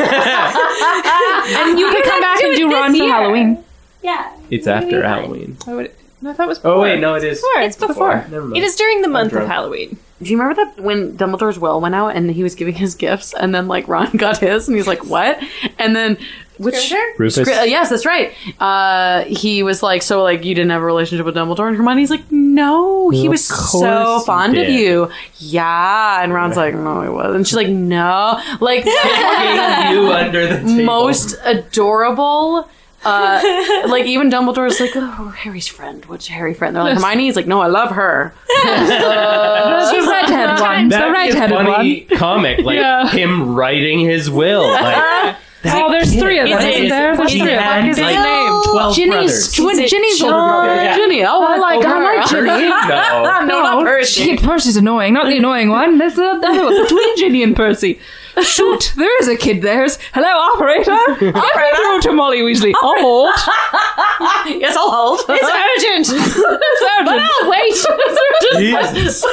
Speaker 4: And you could come back and do Ron for Halloween.
Speaker 5: yeah.
Speaker 6: It's
Speaker 5: You're gonna be
Speaker 6: after
Speaker 5: fine.
Speaker 6: Halloween.
Speaker 4: No, that was
Speaker 6: Oh wait, no, it is.
Speaker 8: It's before.
Speaker 6: Never mind.
Speaker 8: It is during the month of
Speaker 6: drunk.
Speaker 8: Halloween.
Speaker 7: Do you remember that when Dumbledore's will went out and he was giving his gifts and then like Ron got his and he's like, what? And then which
Speaker 6: Rufus.
Speaker 7: Scri- uh, yes, that's right. Uh, he was like, so like you didn't have a relationship with Dumbledore, and Hermione's like, no, he
Speaker 6: Of
Speaker 7: was
Speaker 6: course
Speaker 7: so
Speaker 6: he
Speaker 7: fond of
Speaker 6: did.
Speaker 7: you. Yeah, and Ron's like, no, he wasn't. And she's like, no, like
Speaker 6: you under the table.
Speaker 7: most adorable. Uh, like even Dumbledore's like, oh, we're Harry's friend. What's Harry friend? They're like Hermione's like, no, I love her. Uh,
Speaker 4: the redhead one.
Speaker 6: That'd
Speaker 4: The
Speaker 6: be a
Speaker 4: redheaded one.
Speaker 6: funny comic, like him writing his will. Like,
Speaker 4: Oh, there's three of them.
Speaker 6: Is it-
Speaker 4: isn't there? There's
Speaker 6: he
Speaker 4: three of them.
Speaker 6: had, like, Twelve
Speaker 7: Ginny's,
Speaker 6: brothers.
Speaker 7: Gin- Ginny's older brother.
Speaker 6: Yeah.
Speaker 7: Ginny. Oh, I like, I like Ginny.
Speaker 6: no.
Speaker 7: No, not Percy.
Speaker 4: Shit, Percy's annoying. Not the annoying one. That's the the other one between Ginny and Percy. Shoot, there is a kid there's. Hello, operator. I'm going through to Molly Weasley. I'm old.
Speaker 7: Yes, I'll hold.
Speaker 4: It's urgent. It's urgent. But I'll wait. It's urgent.
Speaker 6: Jesus.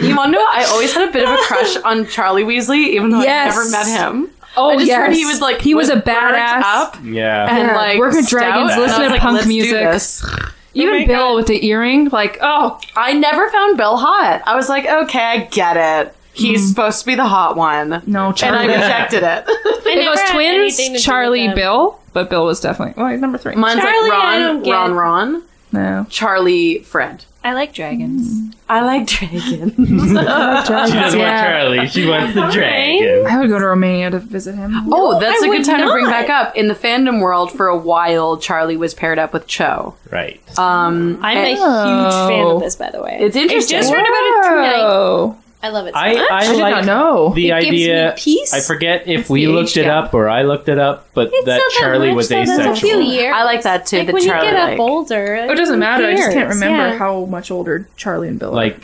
Speaker 7: You want to know? I always had a bit of a crush on Charlie Weasley, even though
Speaker 4: Yes.
Speaker 7: I never met him.
Speaker 4: Oh,
Speaker 7: I just
Speaker 4: yes.
Speaker 7: heard he was like
Speaker 4: he was a
Speaker 7: with birds
Speaker 4: badass.
Speaker 7: up and
Speaker 6: Yeah.
Speaker 4: Yeah.
Speaker 7: like
Speaker 4: Working
Speaker 7: stout,
Speaker 4: Dragons,
Speaker 7: and I
Speaker 4: listen
Speaker 7: was
Speaker 4: to
Speaker 7: like,
Speaker 4: punk
Speaker 7: "Let's do
Speaker 4: music."
Speaker 7: this."
Speaker 4: Even Bill with the earring. Like, oh,
Speaker 7: I never found Bill hot. I was like, okay, I get it. He's supposed to be the hot one, and
Speaker 4: no,
Speaker 7: I
Speaker 4: Charlie.
Speaker 7: rejected it.
Speaker 4: It
Speaker 5: never
Speaker 4: was
Speaker 5: had anything to do
Speaker 4: twins,
Speaker 5: with
Speaker 4: Charlie,
Speaker 5: them.
Speaker 4: Bill. But Bill was definitely, well, number three.
Speaker 7: Mine's
Speaker 5: Charlie, I
Speaker 7: like
Speaker 5: don't
Speaker 7: Ron,
Speaker 5: get.
Speaker 7: Ron, Ron.
Speaker 4: No.
Speaker 10: Charlie Fred.
Speaker 8: I like dragons.
Speaker 7: I like dragon.
Speaker 6: She doesn't
Speaker 4: Yeah.
Speaker 6: want Charlie. She wants the dragon.
Speaker 4: I would go to Romania to visit him.
Speaker 10: No,
Speaker 7: oh, that's
Speaker 10: I
Speaker 7: a
Speaker 10: would
Speaker 7: good time to bring
Speaker 10: not.
Speaker 7: back up. In the fandom world, for a while, Charlie was paired up with Cho.
Speaker 6: Right.
Speaker 7: Um,
Speaker 5: I'm a
Speaker 4: Oh.
Speaker 5: huge fan of this, by the way.
Speaker 7: it's interesting.
Speaker 5: just heard about it tonight.
Speaker 4: Oh,
Speaker 5: I love it. So
Speaker 6: I,
Speaker 5: much.
Speaker 6: I,
Speaker 4: I did
Speaker 6: like
Speaker 4: not know.
Speaker 6: the
Speaker 5: It gives me
Speaker 6: idea.
Speaker 5: peace.
Speaker 6: I forget if
Speaker 4: the
Speaker 6: we
Speaker 4: age
Speaker 6: looked it
Speaker 4: gap.
Speaker 6: up or I looked it up, but that
Speaker 5: not
Speaker 6: Charlie
Speaker 5: much,
Speaker 6: was
Speaker 5: though. That's a few
Speaker 6: asexual.
Speaker 5: years.
Speaker 7: I like that too.
Speaker 5: Like
Speaker 7: that
Speaker 5: when
Speaker 7: Charlie
Speaker 5: you get
Speaker 7: like-
Speaker 5: up older,
Speaker 4: Oh, it doesn't matter. I just can't
Speaker 5: cares?
Speaker 4: remember
Speaker 5: Yeah.
Speaker 4: how much older Charlie and Bill. are.
Speaker 6: Like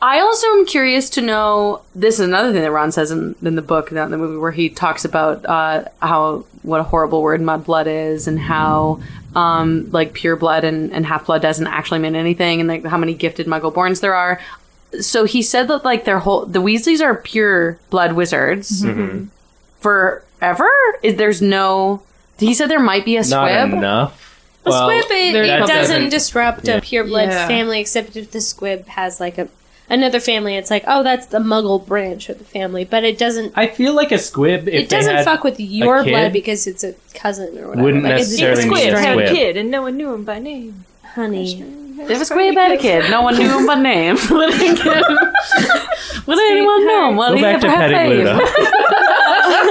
Speaker 7: I also am curious to know. This is another thing that Ron says in, in the book, not in the movie, where he talks about uh, how what a horrible word mudblood is, and how um, like pure blood and, and half blood doesn't actually mean anything, and like how many gifted Muggleborns there are. So he said that like their whole the Weasleys are pure blood wizards forever. Is there's no. He said there might be a
Speaker 6: not
Speaker 7: squib.
Speaker 6: enough.
Speaker 5: The
Speaker 6: Well,
Speaker 5: squib it,
Speaker 6: that
Speaker 5: it doesn't,
Speaker 6: doesn't-
Speaker 5: disrupt
Speaker 6: yeah.
Speaker 5: a pureblood
Speaker 8: Yeah.
Speaker 5: family, except if the squib has like a another family. It's like, oh, that's the Muggle branch of the family, but it doesn't.
Speaker 6: I feel like a squib. If
Speaker 5: it doesn't
Speaker 6: they had,
Speaker 5: fuck with your
Speaker 6: kid,
Speaker 5: blood because it's a cousin or whatever.
Speaker 6: wouldn't
Speaker 5: Like, it's
Speaker 6: necessarily
Speaker 5: just
Speaker 6: mean
Speaker 5: squib.
Speaker 6: it's
Speaker 8: had a
Speaker 6: squib.
Speaker 8: kid and no one knew him by name.
Speaker 5: honey.
Speaker 7: There was squib etiquette. No one knew him by name. what did anyone know? him? What
Speaker 6: Go
Speaker 7: did he
Speaker 6: back to
Speaker 7: ever have
Speaker 6: Petting
Speaker 7: fame?
Speaker 6: Luda.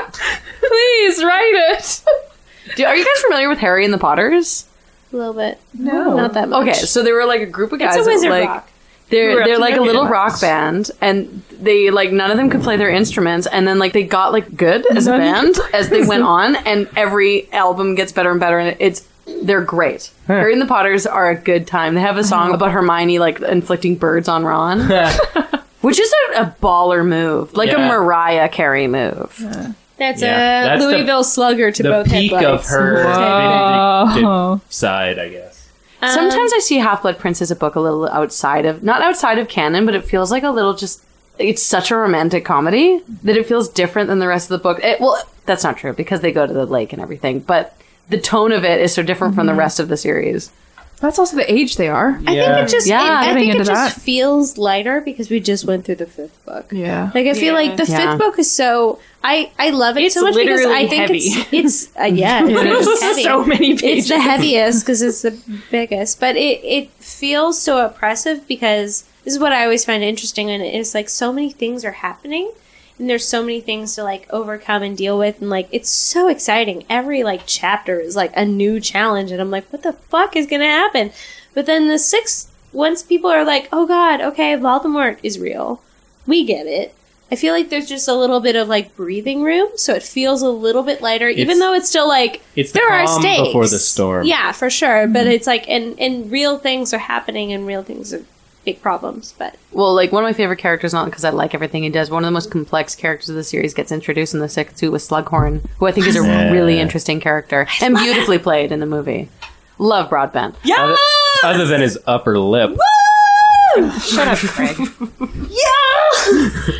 Speaker 4: please write it.
Speaker 7: Do, are you guys familiar with Harry and the Potters?
Speaker 5: A little bit.
Speaker 4: No.
Speaker 5: Not that much.
Speaker 7: Okay, so they were like a group of
Speaker 5: It's
Speaker 7: guys.
Speaker 5: a
Speaker 7: that were,
Speaker 5: wizard
Speaker 7: like,
Speaker 5: rock.
Speaker 7: They're
Speaker 8: Who were
Speaker 7: they're
Speaker 8: up to
Speaker 7: like a
Speaker 8: no
Speaker 7: little
Speaker 8: good.
Speaker 7: rock band, and they like none of them could play their instruments, and then like they got like good as a band as they went on, and every album gets better and better, and it's they're great. Harry and the Potters are a good time. They have a song about Hermione like inflicting birds on Ron. Which is a, a baller move, like
Speaker 6: Yeah.
Speaker 7: a Mariah Carey move.
Speaker 5: That's
Speaker 6: Yeah,
Speaker 5: a
Speaker 6: that's the-
Speaker 5: Louisville slugger to
Speaker 6: the
Speaker 5: both
Speaker 6: peak
Speaker 5: headlights.
Speaker 6: of her
Speaker 4: Whoa.
Speaker 6: vindictive side, I guess.
Speaker 5: Um,
Speaker 7: Sometimes I see Half Blood Prince as a book a little outside of, not outside of canon, but it feels like a little just, it's such a romantic comedy that it feels different than the rest of the book. It, well, that's not true because they go to the lake and everything, but the tone of it is so different from the rest of the series.
Speaker 4: That's also the age they are.
Speaker 5: I think it just
Speaker 7: Yeah,
Speaker 5: it, I
Speaker 4: getting
Speaker 5: think it
Speaker 4: into
Speaker 5: just
Speaker 4: that.
Speaker 5: feels lighter because we just went through the fifth book.
Speaker 4: Yeah.
Speaker 5: Like I feel like the
Speaker 7: Yeah.
Speaker 5: fifth book is so I I love it
Speaker 8: It's
Speaker 5: so much because
Speaker 8: literally
Speaker 5: I think
Speaker 8: heavy.
Speaker 5: it's it's uh, yeah it's heavy.
Speaker 8: so many
Speaker 5: it's
Speaker 8: pages.
Speaker 5: the heaviest because it's the biggest, but it it feels so oppressive because this is what I always find interesting, and it's like so many things are happening. And there's so many things to like overcome and deal with, and like it's so exciting. Every like chapter is like a new challenge, and I'm like, what the fuck is gonna happen? But then the sixth, once people are like, oh god, okay, Voldemort is real, we get it. I feel like there's just a little bit of like breathing room, so it feels a little bit lighter, even
Speaker 6: It's-
Speaker 5: though it's still like
Speaker 6: It's the
Speaker 5: there are
Speaker 6: calm
Speaker 5: stakes
Speaker 6: before the storm.
Speaker 5: Yeah, for sure. But it's like and and real things are happening, and real things are big problems. But
Speaker 7: Well, like one of my favorite characters, not because I like everything he does, one of the most complex characters of the series gets introduced in the sixth, who was Slughorn, who I think is a really interesting character and beautifully played in the movie. Love Broadbent.
Speaker 6: Other, other than his upper lip.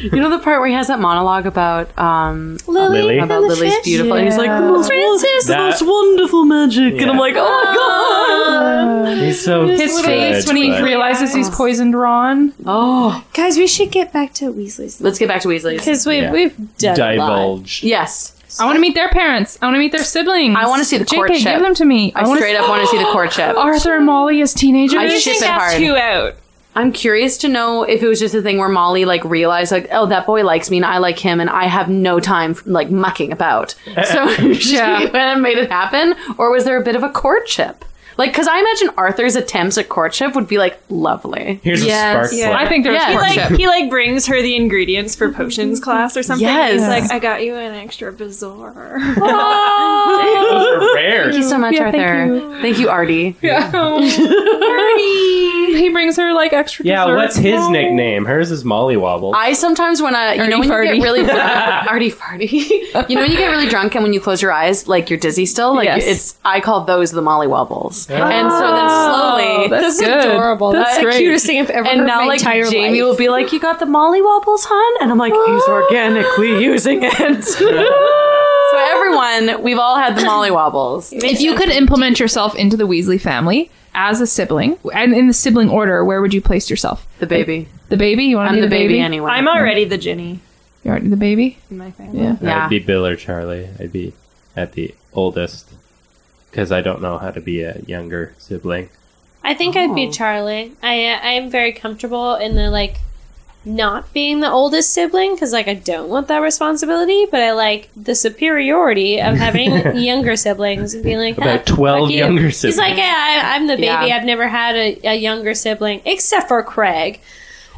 Speaker 7: You know the part where he has that monologue about um,
Speaker 5: Lily,
Speaker 6: Lily?
Speaker 5: and
Speaker 7: about
Speaker 5: the
Speaker 7: Lily's
Speaker 5: fish.
Speaker 7: beautiful, and he's like,
Speaker 4: Yeah.
Speaker 7: the most,
Speaker 5: Francis.
Speaker 6: That-
Speaker 7: wonderful magic,
Speaker 6: Yeah.
Speaker 7: and I'm like,
Speaker 5: Ah.
Speaker 7: oh
Speaker 6: He's so
Speaker 4: His
Speaker 6: good,
Speaker 4: face when he
Speaker 6: but-
Speaker 4: realizes he's poisoned Ron.
Speaker 7: my god, oh.
Speaker 5: Guys, we should get back to Weasley's
Speaker 7: Let's get back to Weasley's.
Speaker 5: because we've
Speaker 6: Yeah.
Speaker 5: we've done a lot.
Speaker 6: divulge.
Speaker 7: Yes,
Speaker 4: I want to meet their parents. I want to meet their siblings.
Speaker 7: I wanna see the
Speaker 4: JK,
Speaker 7: courtship.
Speaker 4: give them to me.
Speaker 7: I,
Speaker 4: wanna
Speaker 7: straight
Speaker 4: see-
Speaker 7: up want to see the courtship.
Speaker 5: Oh,
Speaker 4: Arthur and Molly as teenagers.
Speaker 7: I ship it hard.
Speaker 8: Two out.
Speaker 7: I'm curious to know if it was just a thing where Molly like realized like, oh, that boy likes me and I like him and I have no time for, like mucking about. So she went and made it happen, or was there a bit of a courtship? Like, because I imagine Arthur's attempts at courtship would be like lovely.
Speaker 6: Here's
Speaker 4: Yes.
Speaker 6: a spark
Speaker 8: Yeah.
Speaker 6: plug.
Speaker 4: I think there's
Speaker 7: Yes.
Speaker 8: He
Speaker 4: courtship.
Speaker 8: like he like brings her the ingredients for potions class or something.
Speaker 7: Yes.
Speaker 8: He's like, I got you an extra bazaar.
Speaker 6: those are rare.
Speaker 7: Thank you so much,
Speaker 4: Oh. Yeah,
Speaker 7: Arthur.
Speaker 4: thank
Speaker 7: Thank you, Artie.
Speaker 4: he brings her like extra.
Speaker 6: Yeah,
Speaker 4: desserts.
Speaker 6: what's his
Speaker 4: Oh.
Speaker 6: nickname? Hers is Molly Wobble.
Speaker 7: I sometimes when I, you know, when
Speaker 4: Artie
Speaker 7: you
Speaker 4: farty.
Speaker 7: get really Artie farty, you know, when you get really drunk and when you close your eyes, like you're dizzy still. Like
Speaker 4: Yes.
Speaker 7: it's, I call those the Molly Wobbles, and so then slowly.
Speaker 4: Oh, that's good.
Speaker 5: Adorable. That's,
Speaker 4: That's
Speaker 5: the
Speaker 4: great.
Speaker 5: cutest thing I've ever heard
Speaker 7: and
Speaker 5: in
Speaker 7: now,
Speaker 5: my
Speaker 7: like
Speaker 5: entire
Speaker 7: Jamie
Speaker 5: life. Ah.
Speaker 7: will be like, "You got the Molly Wobbles, hon," and I'm like, "He's organically using it." so everyone, we've all had the Molly Wobbles.
Speaker 4: If you could implement yourself into the Weasley family as a sibling and in the sibling order, where would you place yourself?
Speaker 7: The baby,
Speaker 4: The baby? You want to
Speaker 7: I'm
Speaker 4: be
Speaker 7: the
Speaker 4: the
Speaker 7: baby anyway.
Speaker 8: I'm already the Ginny
Speaker 4: You want the baby?
Speaker 8: in my family.
Speaker 4: Yeah.
Speaker 7: yeah.
Speaker 6: I'd be Bill or Charlie. I'd be at the oldest. because I don't know how to be a younger sibling.
Speaker 5: I think I'd be Charlie. I uh, I'm very comfortable in the like not being the oldest sibling because like I don't want that responsibility, but I like the superiority of having younger siblings and being like
Speaker 6: About
Speaker 5: "Ah,
Speaker 6: 12
Speaker 5: fuck you."
Speaker 6: younger
Speaker 5: He's like,
Speaker 6: siblings.
Speaker 5: yeah, I, I'm the baby.
Speaker 7: Yeah.
Speaker 5: I've never had a, a younger sibling except for Craig.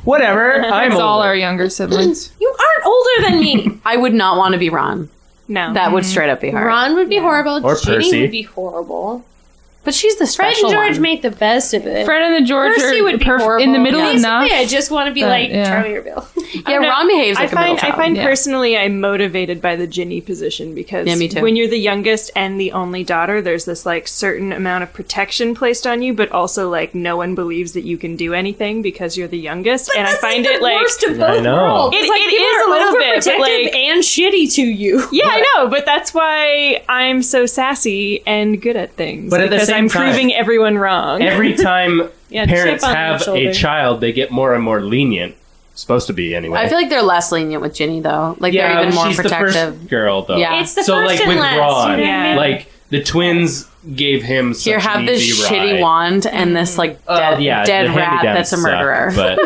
Speaker 6: Whatever, I'm
Speaker 4: It's all
Speaker 6: older.
Speaker 4: our younger siblings.
Speaker 5: You aren't older than me.
Speaker 7: I would not want to be Ron.
Speaker 8: No.
Speaker 7: That would straight up be hard.
Speaker 5: Ron would be horrible.
Speaker 6: Or
Speaker 5: Ginny
Speaker 6: Percy.
Speaker 5: would be horrible.
Speaker 7: But she's the
Speaker 5: Fred
Speaker 7: special
Speaker 5: and George
Speaker 7: one.
Speaker 5: made the best of it.
Speaker 4: Fred and the George
Speaker 5: Percy
Speaker 4: are
Speaker 5: would be
Speaker 4: perf-
Speaker 5: horrible.
Speaker 4: in the middle
Speaker 5: Basically,
Speaker 4: enough.
Speaker 5: I just want to be
Speaker 4: but,
Speaker 5: like
Speaker 4: yeah.
Speaker 5: Charlie or Bill.
Speaker 7: yeah, Ron behaves like
Speaker 8: I
Speaker 7: a middle
Speaker 8: find I
Speaker 7: child.
Speaker 8: find
Speaker 4: Yeah.
Speaker 8: personally I'm motivated by the Ginny position because
Speaker 7: Yeah, me too.
Speaker 8: when you're the youngest and the only daughter, there's this like certain amount of protection placed on you, but also like no one believes that you can do anything because you're the youngest. and I find it like
Speaker 5: worst of
Speaker 6: I
Speaker 5: both
Speaker 6: know.
Speaker 5: worlds.
Speaker 8: It-
Speaker 5: It's like
Speaker 8: it
Speaker 5: people
Speaker 8: is
Speaker 5: are
Speaker 8: a little bit, but,
Speaker 5: overprotective
Speaker 8: like-
Speaker 5: and shitty to you.
Speaker 8: yeah, I know, but that's why I'm so sassy and good at things.
Speaker 6: But at the
Speaker 8: because
Speaker 6: same
Speaker 8: I'm
Speaker 6: time-
Speaker 8: proving everyone wrong.
Speaker 6: Every time
Speaker 5: Yeah,
Speaker 6: parents
Speaker 5: chip on
Speaker 6: have
Speaker 5: their
Speaker 6: a
Speaker 5: shoulder.
Speaker 6: child, they get more and more lenient. Supposed to be anyway.
Speaker 7: I feel like they're less lenient with Ginny though. Like
Speaker 6: yeah,
Speaker 7: they're even more
Speaker 6: she's the
Speaker 7: protective.
Speaker 6: first girl though.
Speaker 7: Yeah.
Speaker 5: It's the
Speaker 6: so
Speaker 5: first
Speaker 6: like
Speaker 5: and
Speaker 6: with
Speaker 5: last.
Speaker 6: Ron,
Speaker 5: You know what I mean?
Speaker 6: like the twins gave him such
Speaker 7: Here, have
Speaker 6: an
Speaker 7: this
Speaker 6: easy
Speaker 7: shitty
Speaker 6: ride.
Speaker 7: wand and this like
Speaker 6: Uh,
Speaker 7: dead,
Speaker 6: yeah, the
Speaker 7: dead rat
Speaker 6: hand-me-downs
Speaker 7: that's a
Speaker 6: suck,
Speaker 7: murderer.
Speaker 6: but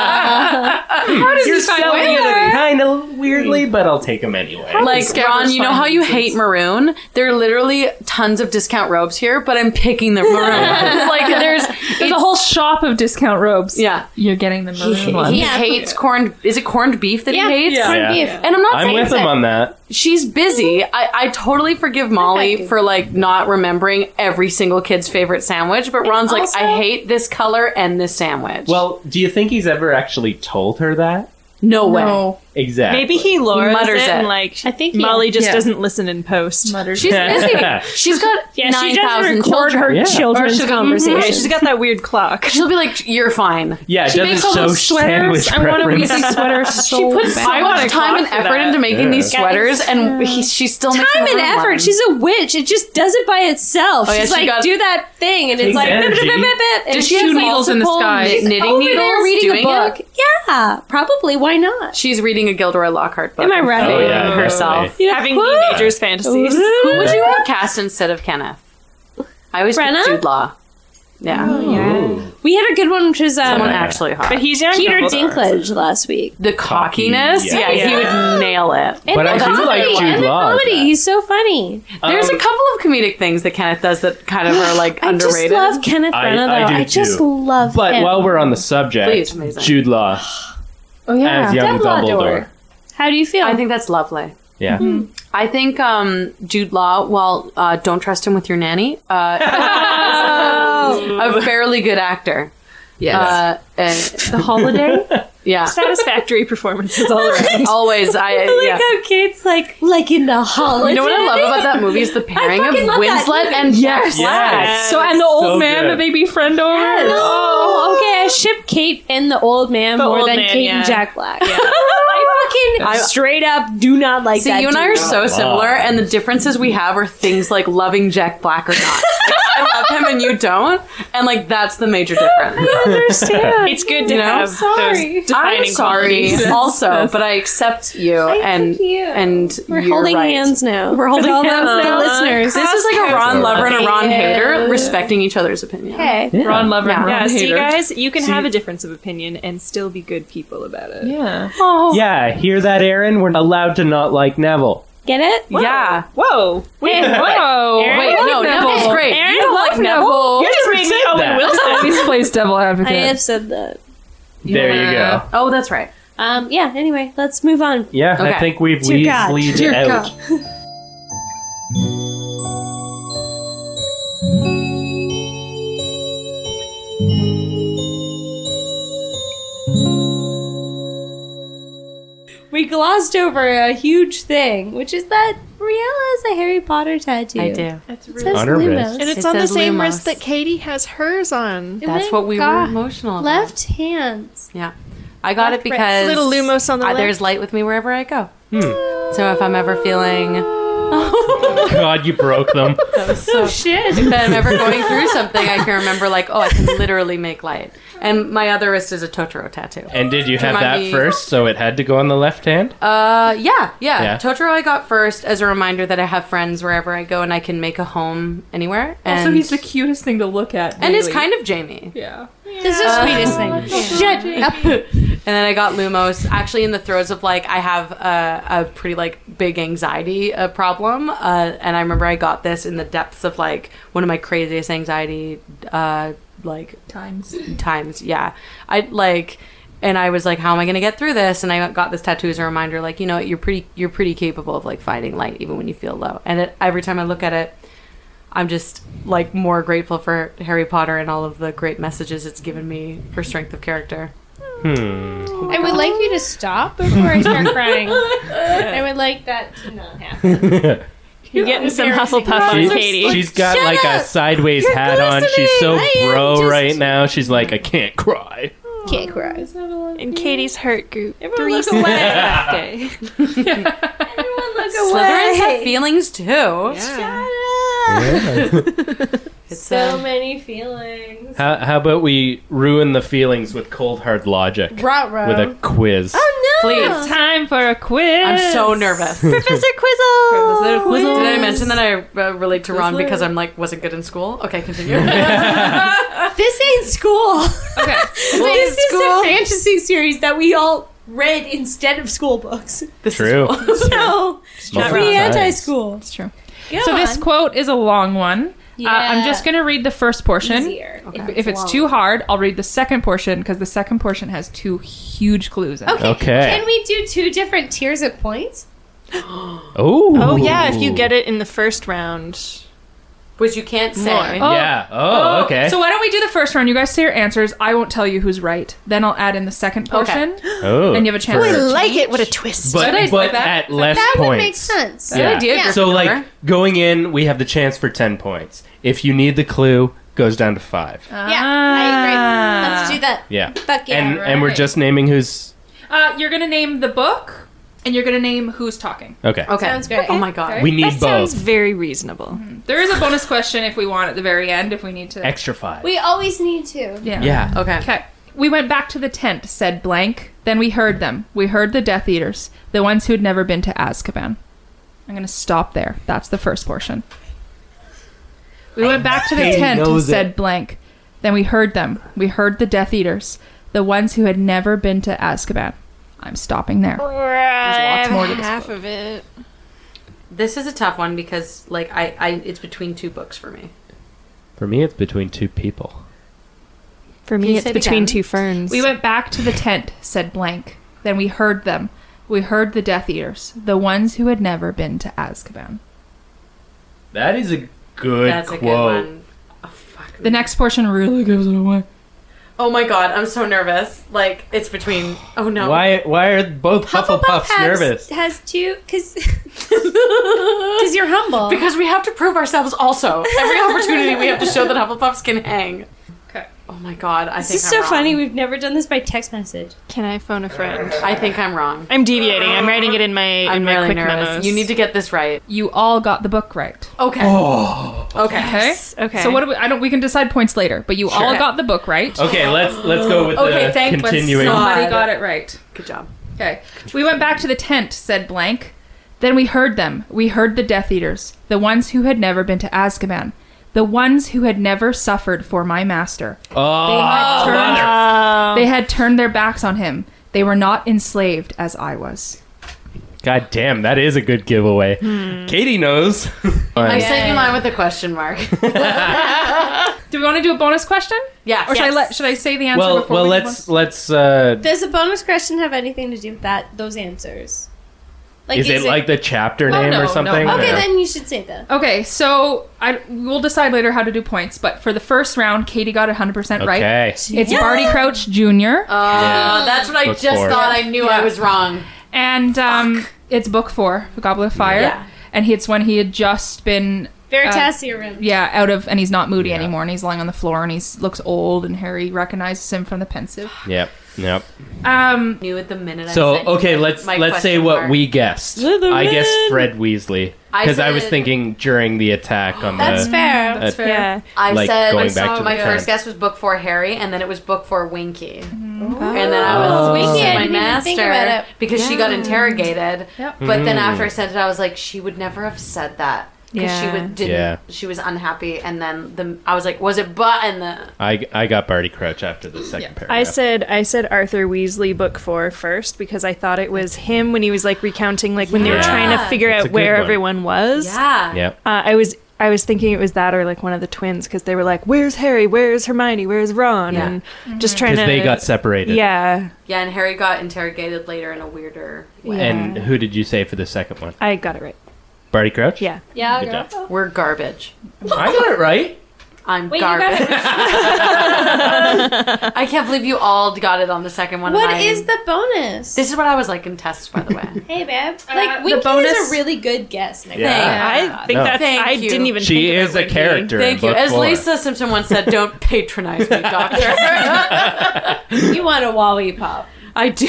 Speaker 4: How does
Speaker 6: you're
Speaker 4: this find
Speaker 6: selling
Speaker 4: where?
Speaker 6: it kind of weirdly, but I'll take him anyway.
Speaker 7: like Ron, you know how you hate maroon? There are literally tons of discount robes here, but I'm picking the maroon. It's like there's
Speaker 4: There's a whole shop of discount robes.
Speaker 7: yeah.
Speaker 4: You're getting the maroon one.
Speaker 7: He hates corned. Is it corned beef that he hates?
Speaker 5: Corned
Speaker 6: Yeah.
Speaker 5: beef.
Speaker 7: And I'm not
Speaker 6: I'm
Speaker 7: saying
Speaker 6: with him
Speaker 7: that-
Speaker 6: on that.
Speaker 7: she's busy. I, I totally forgive Molly for like not remembering every single kid's favorite sandwich, but Ron's like,
Speaker 5: also-
Speaker 7: I hate this color and this sandwich.
Speaker 6: Well, do you think he's ever actually told her that?
Speaker 7: no way.
Speaker 4: No.
Speaker 6: Exactly.
Speaker 8: Maybe he lures
Speaker 7: mutters
Speaker 8: it,
Speaker 7: it.
Speaker 8: and like
Speaker 5: I think he-
Speaker 8: Molly just
Speaker 4: Yeah.
Speaker 8: doesn't listen in post.
Speaker 7: She's busy. She's got
Speaker 5: Yeah, she
Speaker 7: nine
Speaker 5: doesn't
Speaker 7: thousand
Speaker 5: record
Speaker 7: children.
Speaker 5: her
Speaker 6: Yeah.
Speaker 5: children's
Speaker 7: Or she-
Speaker 6: "Mm,
Speaker 5: conversations.
Speaker 8: Yeah, she's got that weird clock.
Speaker 7: "Mm, She'll be like, "You're fine."
Speaker 6: Yeah, it
Speaker 4: She
Speaker 6: doesn't
Speaker 4: makes all
Speaker 6: show
Speaker 4: those sweaters.
Speaker 6: sandwich
Speaker 4: I want a
Speaker 6: preference.
Speaker 4: Reese's sweater so
Speaker 7: She puts so
Speaker 4: bad.
Speaker 8: I want
Speaker 7: much
Speaker 8: a
Speaker 7: time
Speaker 8: clock
Speaker 7: and
Speaker 8: for
Speaker 7: effort
Speaker 8: that.
Speaker 7: into making
Speaker 6: Yeah.
Speaker 7: these sweaters, and he, she's still
Speaker 5: Time
Speaker 7: making
Speaker 5: and
Speaker 7: her own
Speaker 5: effort.
Speaker 7: one.
Speaker 5: She's a witch. It just does it by itself.
Speaker 7: Oh, yeah,
Speaker 5: She's
Speaker 7: she
Speaker 5: like,
Speaker 7: got-
Speaker 5: do that thing, and it's
Speaker 6: Takes
Speaker 5: like, bip,
Speaker 6: energy.
Speaker 5: bip, bip, bip, and
Speaker 7: Does she
Speaker 5: it's
Speaker 7: have
Speaker 5: like
Speaker 7: needles in the
Speaker 5: multiple
Speaker 7: sky?
Speaker 5: knitting
Speaker 7: Knitting
Speaker 5: over
Speaker 7: needles
Speaker 5: there reading
Speaker 7: doing
Speaker 5: a book?
Speaker 7: it?
Speaker 5: Yeah, probably. Why not?
Speaker 7: She's reading a Gilderoy Lockhart book.
Speaker 5: Am I
Speaker 7: and
Speaker 5: right?
Speaker 6: oh
Speaker 7: feeding
Speaker 6: yeah,
Speaker 7: herself.
Speaker 6: totally.
Speaker 8: Having teenagers' fantasies.
Speaker 7: Who would you have cast instead of Kenneth? I always pick
Speaker 5: Brenna? Oh,
Speaker 7: Jude Law. Yeah,
Speaker 5: We had a good one, which was
Speaker 7: someone
Speaker 5: um,
Speaker 7: actually hot.
Speaker 8: But he's young.
Speaker 5: Peter
Speaker 8: Dumbledore.
Speaker 5: Dinklage last week.
Speaker 7: the cockiness.
Speaker 6: Cocky,
Speaker 7: Yeah,
Speaker 6: yeah.
Speaker 7: he would nail it.
Speaker 5: And
Speaker 6: But
Speaker 5: the
Speaker 6: I do
Speaker 5: comedy.
Speaker 6: like Jude
Speaker 5: and the
Speaker 6: Law in
Speaker 5: comedy.
Speaker 6: that.
Speaker 5: He's so funny.
Speaker 7: There's a
Speaker 6: Um,
Speaker 7: couple of comedic things that Kenneth does that kind of are like
Speaker 5: I just
Speaker 7: underrated.
Speaker 5: love Kenneth
Speaker 6: I-
Speaker 5: Branagh,
Speaker 6: I
Speaker 5: though.
Speaker 6: do
Speaker 5: I just
Speaker 6: too.
Speaker 5: love
Speaker 6: But
Speaker 5: him.
Speaker 6: while we're on the subject,
Speaker 7: Please, amazing.
Speaker 6: Jude Law
Speaker 4: Oh yeah.
Speaker 6: as young
Speaker 4: Dumbledore.
Speaker 6: Dumbledore.
Speaker 5: How do you feel?
Speaker 7: I think that's lovely.
Speaker 6: Yeah.
Speaker 7: I think um, Jude Law, while uh, don't trust him with your nanny, uh,
Speaker 5: Oh.
Speaker 7: is a fairly good actor. Uh, and the holiday, yeah,
Speaker 8: Satisfactory performances all around.
Speaker 7: always. I yeah.
Speaker 5: how Kate's like, like in the hall.
Speaker 7: You know what I love about that movie is the pairing of
Speaker 5: fucking love that
Speaker 7: Winslet
Speaker 5: movie.
Speaker 7: and
Speaker 4: Yes.
Speaker 6: Yes.
Speaker 4: So and the old
Speaker 6: So
Speaker 4: man
Speaker 6: good.
Speaker 4: that they befriend over.
Speaker 5: Oh, okay. I ship Kate and the old man
Speaker 8: The
Speaker 5: more
Speaker 8: old
Speaker 5: than
Speaker 8: man,
Speaker 5: Kate
Speaker 8: yeah.
Speaker 5: and Jack Black. I fucking
Speaker 7: I-
Speaker 5: straight up do not like
Speaker 7: See,
Speaker 5: that.
Speaker 7: you and I are
Speaker 5: dude.
Speaker 7: so similar, and the differences we have are things like loving Jack Black or not. Like, I love him and you don't, and like that's the major difference.
Speaker 8: It's good to
Speaker 7: You know?
Speaker 8: have those
Speaker 7: I'm
Speaker 8: defining
Speaker 7: sorry,
Speaker 8: qualities.
Speaker 7: also, but I accept you and
Speaker 5: you.
Speaker 7: and
Speaker 5: We're
Speaker 7: you're
Speaker 5: holding
Speaker 7: right.
Speaker 5: hands now. We're holding all
Speaker 8: hands
Speaker 5: those
Speaker 8: now.
Speaker 5: listeners.
Speaker 7: This is like a Ron lover and a Ron hater respecting each other's opinion.
Speaker 5: okay.
Speaker 4: Ron Lover and Ron
Speaker 8: Yeah, see,
Speaker 4: Hater.
Speaker 8: guys, you can have a difference of opinion and still be good people about it.
Speaker 4: Yeah.
Speaker 6: Yeah, hear that, Aaron? We're allowed to not like Neville.
Speaker 5: Get it?
Speaker 7: Yeah.
Speaker 8: Whoa. Wait,
Speaker 4: Whoa.
Speaker 8: Aaron,
Speaker 7: Wait, no, Neville's great.
Speaker 5: Aaron,
Speaker 7: you don't like Neville.
Speaker 8: You just made
Speaker 3: Oh,
Speaker 8: me Owen Wilson.
Speaker 4: Please plays devil
Speaker 5: I
Speaker 4: advocate.
Speaker 5: have said that.
Speaker 6: There you go.
Speaker 7: Oh, that's right.
Speaker 5: Um, yeah, anyway, let's move on.
Speaker 6: Yeah,
Speaker 7: Okay.
Speaker 6: I think we've
Speaker 5: Dear God.
Speaker 6: weasleyed
Speaker 5: Dear
Speaker 6: out.
Speaker 5: God. We glossed over a huge thing, which is that Briella has a Harry Potter tattoo.
Speaker 7: I do.
Speaker 5: It says
Speaker 6: On her
Speaker 5: Lumos.
Speaker 8: And it's
Speaker 7: It
Speaker 8: on the
Speaker 7: says
Speaker 8: same
Speaker 7: Lumos.
Speaker 8: wrist that Katie has hers on.
Speaker 7: That's
Speaker 5: my
Speaker 7: what we
Speaker 5: God.
Speaker 7: were emotional about.
Speaker 5: Left hands.
Speaker 7: Yeah. I got it
Speaker 5: Left, right.
Speaker 7: because
Speaker 8: Little Lumos on the
Speaker 7: I-
Speaker 8: left.
Speaker 6: Hmm.
Speaker 7: there's light with me wherever I go. So if I'm ever feeling
Speaker 6: God, you broke them.
Speaker 7: So shit. If I'm ever going through something, I can remember like, oh, I can literally make light. And my other wrist is a Totoro tattoo.
Speaker 6: And did you have
Speaker 7: Remind
Speaker 6: that
Speaker 7: me-
Speaker 6: first, so it had to go on the left hand?
Speaker 7: Uh, yeah, yeah,
Speaker 6: Yeah.
Speaker 7: Totoro I got first as a reminder that I have friends wherever I go, and I can make a home anywhere. And,
Speaker 4: Also, he's the cutest thing to look at.
Speaker 7: and it's
Speaker 4: really.
Speaker 7: kind of Jamie.
Speaker 4: yeah.
Speaker 3: This is
Speaker 5: Uh,
Speaker 3: the sweetest thing.
Speaker 7: Shut up. and then I got Lumos. Actually, in the throes of like, I have a, a pretty like big anxiety uh, problem, uh, and I remember I got this in the depths of like one of my craziest anxiety uh, like
Speaker 4: times.
Speaker 7: times. Yeah, I like, and I was like, how am I going to get through this? And I got this tattoo as a reminder, like, you know, you're pretty, you're pretty capable of like finding light even when you feel low. And it, every time I look at it, I'm just like more grateful for Harry Potter and all of the great messages it's given me for strength of character.
Speaker 6: Hmm.
Speaker 3: I would like you to stop before I start crying. I would like that to not happen.
Speaker 10: You're getting some
Speaker 3: embarrassing.
Speaker 10: Hufflepuff on Katie.
Speaker 6: She, has got
Speaker 3: Shut
Speaker 6: like
Speaker 3: up!
Speaker 6: a sideways
Speaker 3: You're
Speaker 6: hat on. She's so
Speaker 3: glistening! I am
Speaker 6: bro
Speaker 3: just-
Speaker 6: right now. She's like, I can't cry.
Speaker 3: Can't cry.
Speaker 10: In Katie's heart group.
Speaker 5: Everyone look away that day.
Speaker 7: Slytherins have feelings too. It's
Speaker 3: So
Speaker 7: uh,
Speaker 3: many feelings.
Speaker 6: How, how about we ruin the feelings with cold hard logic
Speaker 3: Rah-rah.
Speaker 6: with a quiz?
Speaker 5: Oh,
Speaker 7: please.
Speaker 2: Time for a quiz.
Speaker 7: I'm so nervous. Did
Speaker 10: Professor Quizzle.
Speaker 7: I mention that I uh, relate to Ron because I'm like wasn't good in school? Okay, continue.
Speaker 3: This ain't school.
Speaker 2: Okay.
Speaker 3: this is a fantasy series that we all read instead of school books.
Speaker 6: True.
Speaker 3: So
Speaker 6: Multiple
Speaker 3: free
Speaker 6: times.
Speaker 3: anti-school.
Speaker 4: It's true.
Speaker 3: Go
Speaker 4: so this
Speaker 3: on.
Speaker 4: quote is a long one. Uh, I'm
Speaker 3: Yeah.
Speaker 4: just going to read the first portion.
Speaker 3: Easier.
Speaker 4: If, if it's too hard, I'll read the second portion because the second portion has two huge clues in it.
Speaker 3: Okay.
Speaker 6: Okay.
Speaker 3: Can we do two different tiers of points?
Speaker 6: Oh.
Speaker 8: Oh yeah, if you get it in the first round.
Speaker 7: Which you can't say.
Speaker 4: Oh.
Speaker 6: Yeah. Oh, okay.
Speaker 4: So why don't we do the first round? You guys say your answers. I won't tell you who's right. Then I'll add in the second portion,
Speaker 6: oh.
Speaker 4: and you have a chance.
Speaker 6: for-
Speaker 10: like it. What a twist.
Speaker 6: but
Speaker 4: Nice,
Speaker 6: but
Speaker 4: like that.
Speaker 6: at less
Speaker 3: That would
Speaker 6: points.
Speaker 3: make sense.
Speaker 6: Yeah.
Speaker 7: idea, Yeah.
Speaker 6: So
Speaker 7: Gryffindor.
Speaker 6: like going in, we have the chance for ten points. If you need the clue, goes down to five.
Speaker 5: Uh,
Speaker 3: Yeah, I agree. Let's do that.
Speaker 6: yeah.
Speaker 3: Fuck yeah.
Speaker 6: and and we're
Speaker 4: right.
Speaker 6: just naming who's
Speaker 4: Uh, you're gonna name the book, and you're gonna name who's talking.
Speaker 6: okay.
Speaker 7: Okay.
Speaker 3: Sounds great.
Speaker 7: Oh my god.
Speaker 6: We need
Speaker 8: That sounds
Speaker 6: both.
Speaker 8: very reasonable.
Speaker 4: There is a bonus question if we want at the very end if we need to.
Speaker 6: Extra five.
Speaker 3: We always need to.
Speaker 4: yeah.
Speaker 6: yeah.
Speaker 7: Okay.
Speaker 4: Okay. We went back to the tent, said blank. Then we heard them. We heard the Death Eaters, the ones who had never been to Azkaban. I'm going to stop there. That's the first portion. We went back to the
Speaker 6: didn't
Speaker 4: tent,
Speaker 6: know that.
Speaker 4: said blank. Then we heard them. We heard the Death Eaters, the ones who had never been to Azkaban. I'm stopping there.
Speaker 10: Right.
Speaker 4: more to this
Speaker 10: half of it.
Speaker 7: This is a tough one because like I, I it's between two books for me.
Speaker 6: For me, it's between two people.
Speaker 8: For
Speaker 7: Can
Speaker 8: me,
Speaker 7: you
Speaker 8: it's
Speaker 7: say it
Speaker 8: between
Speaker 7: again?
Speaker 8: two ferns.
Speaker 4: We went back to the tent, said blank. Then we heard them. We heard the Death Eaters, the ones who had never been to Azkaban.
Speaker 6: That is a good
Speaker 7: That's
Speaker 6: quote.
Speaker 7: a good one. Oh fuck.
Speaker 4: The next portion really gives it away.
Speaker 7: Oh my god, I'm so nervous. Like it's between Oh no.
Speaker 6: Why why are both
Speaker 3: Hufflepuff
Speaker 6: Hufflepuffs
Speaker 3: has,
Speaker 6: nervous?
Speaker 3: has two because because you're humble.
Speaker 7: Because we have to prove ourselves also. Every opportunity we have to show that Hufflepuffs can hang.
Speaker 4: Okay.
Speaker 7: Oh my god, I
Speaker 5: This
Speaker 7: think
Speaker 5: is
Speaker 7: I'm
Speaker 5: so
Speaker 7: wrong.
Speaker 5: funny. We've never done this by text message.
Speaker 8: Can I phone a friend?
Speaker 7: I think I'm wrong.
Speaker 8: I'm deviating. I'm writing it in my in
Speaker 7: I'm
Speaker 8: my
Speaker 7: really
Speaker 8: quick
Speaker 7: nervous.
Speaker 8: memos.
Speaker 7: You need to get this right.
Speaker 4: You all got the book right.
Speaker 7: Okay.
Speaker 6: Oh.
Speaker 7: Okay.
Speaker 4: Okay.
Speaker 8: Okay.
Speaker 4: So what do we? I don't. We can decide points later. But you all got the book right.
Speaker 6: Okay, let's let's go with
Speaker 7: Okay,
Speaker 6: the
Speaker 7: thank- let's
Speaker 6: continuing.
Speaker 7: stop.
Speaker 4: Somebody
Speaker 7: God.
Speaker 4: got it right.
Speaker 7: Good job.
Speaker 4: Okay. We went back to the tent. Said blank. Then we heard them. We heard the Death Eaters, the ones who had never been to Azkaban, the ones who had never suffered for my master. They
Speaker 6: Oh,
Speaker 4: had, turned, they had turned their backs on him. They were not enslaved as I was.
Speaker 6: God damn, that is a good giveaway. Katie knows.
Speaker 7: I sent you mine with a question mark.
Speaker 4: Do we want to do a bonus question,
Speaker 7: yeah.
Speaker 4: or should I let? Should I say the answer
Speaker 6: well,
Speaker 4: before
Speaker 6: well,
Speaker 4: we do
Speaker 6: let's
Speaker 4: one?
Speaker 6: let's. Uh,
Speaker 3: Does a bonus question have anything to do with that? Those answers. Like
Speaker 6: is, it like the chapter name
Speaker 4: no,
Speaker 6: or
Speaker 4: no.
Speaker 6: something?
Speaker 4: Okay,
Speaker 3: Okay,
Speaker 6: or-
Speaker 3: then you should say that.
Speaker 4: Okay, so I we'll decide later how to do points, but for the first round, Katie got 100% right.
Speaker 6: Okay.
Speaker 4: It's Barty Crouch Jr.
Speaker 7: Uh, that's what I
Speaker 6: Book
Speaker 7: just
Speaker 6: four.
Speaker 7: thought. I knew I was wrong.
Speaker 4: and um, it's book four, The Goblet of Fire.
Speaker 7: Yeah.
Speaker 4: And he, it's when he had just been,
Speaker 3: Veritasium.
Speaker 4: yeah, out of, and he's not moody
Speaker 6: Yeah.
Speaker 4: anymore, and he's lying on the floor, and he looks old, and Harry recognizes him from the pensive.
Speaker 6: Yep. Yep.
Speaker 4: Um,
Speaker 7: Knew it the minute. I
Speaker 6: So
Speaker 7: sent you
Speaker 6: okay,
Speaker 7: my-
Speaker 6: let's
Speaker 7: my
Speaker 6: let's say
Speaker 7: question
Speaker 6: what
Speaker 7: mark.
Speaker 6: we guessed.
Speaker 5: the
Speaker 6: I guessed
Speaker 5: red.
Speaker 6: Fred Weasley
Speaker 7: I
Speaker 6: because I, was
Speaker 7: said-
Speaker 6: thinking during the attack on
Speaker 5: That's
Speaker 6: the.
Speaker 5: fair.
Speaker 6: That's fair.
Speaker 8: Yeah.
Speaker 7: I
Speaker 6: like,
Speaker 7: said
Speaker 6: going
Speaker 7: I
Speaker 6: back
Speaker 7: saw
Speaker 6: to
Speaker 7: my
Speaker 6: the
Speaker 7: first
Speaker 6: parents.
Speaker 7: guess was book for Harry, and then it was book for Winky, and then I
Speaker 6: Oh.
Speaker 7: was
Speaker 6: Winky, I
Speaker 3: Mm-hmm.
Speaker 7: my
Speaker 3: didn't even think
Speaker 7: master
Speaker 3: about it.
Speaker 7: because she got interrogated.
Speaker 4: Yep.
Speaker 7: But then
Speaker 6: Mm.
Speaker 7: after I said it, I was like, she would never have said that because she
Speaker 8: Yeah.
Speaker 7: would didn't.
Speaker 6: Yeah.
Speaker 7: She was unhappy, and then the I was like, was it but and the
Speaker 6: I, I got Barty Crouch after the second paragraph.
Speaker 8: I said I said Arthur Weasley book four first because I thought it was him when he was like recounting like when they were
Speaker 6: Yeah.
Speaker 8: trying to figure
Speaker 6: That's a
Speaker 8: out
Speaker 6: good
Speaker 8: where
Speaker 6: one.
Speaker 8: everyone was.
Speaker 7: yeah
Speaker 6: Yep.
Speaker 8: Uh, I was I was thinking it was that or like one of the twins because they were like, "Where's Harry? Where's Hermione? Where's Ron?"
Speaker 7: Yeah. Mm-hmm.
Speaker 8: and just trying to
Speaker 6: Because they got separated.
Speaker 8: yeah.
Speaker 7: yeah and Harry got interrogated later in a weirder way.
Speaker 6: And who did you say for the second one?
Speaker 8: I got it right.
Speaker 6: Barty Crouch?
Speaker 8: Yeah.
Speaker 3: Yeah,
Speaker 6: Good job.
Speaker 7: We're garbage.
Speaker 6: I got it right.
Speaker 7: I'm
Speaker 3: Wait, you got
Speaker 7: garbage.
Speaker 3: it.
Speaker 7: I can't believe you all got it on the second one. and
Speaker 3: What
Speaker 7: I-
Speaker 3: is the bonus?
Speaker 7: This is what I was like in tests, by the way.
Speaker 3: hey, babe.
Speaker 2: the
Speaker 3: Like Winky is
Speaker 2: bonus-
Speaker 3: a really good guess. Nick.
Speaker 6: Yeah.
Speaker 8: I think
Speaker 6: No.
Speaker 8: that's.
Speaker 7: Thank
Speaker 8: I
Speaker 7: you.
Speaker 8: didn't even.
Speaker 6: She
Speaker 8: think about
Speaker 6: is a
Speaker 8: Wendy.
Speaker 6: character. in
Speaker 7: Thank you.
Speaker 6: book
Speaker 7: As
Speaker 6: four.
Speaker 7: Lisa Simpson once said, don't patronize me, doctor.
Speaker 3: You want a Wally pop?
Speaker 7: I do.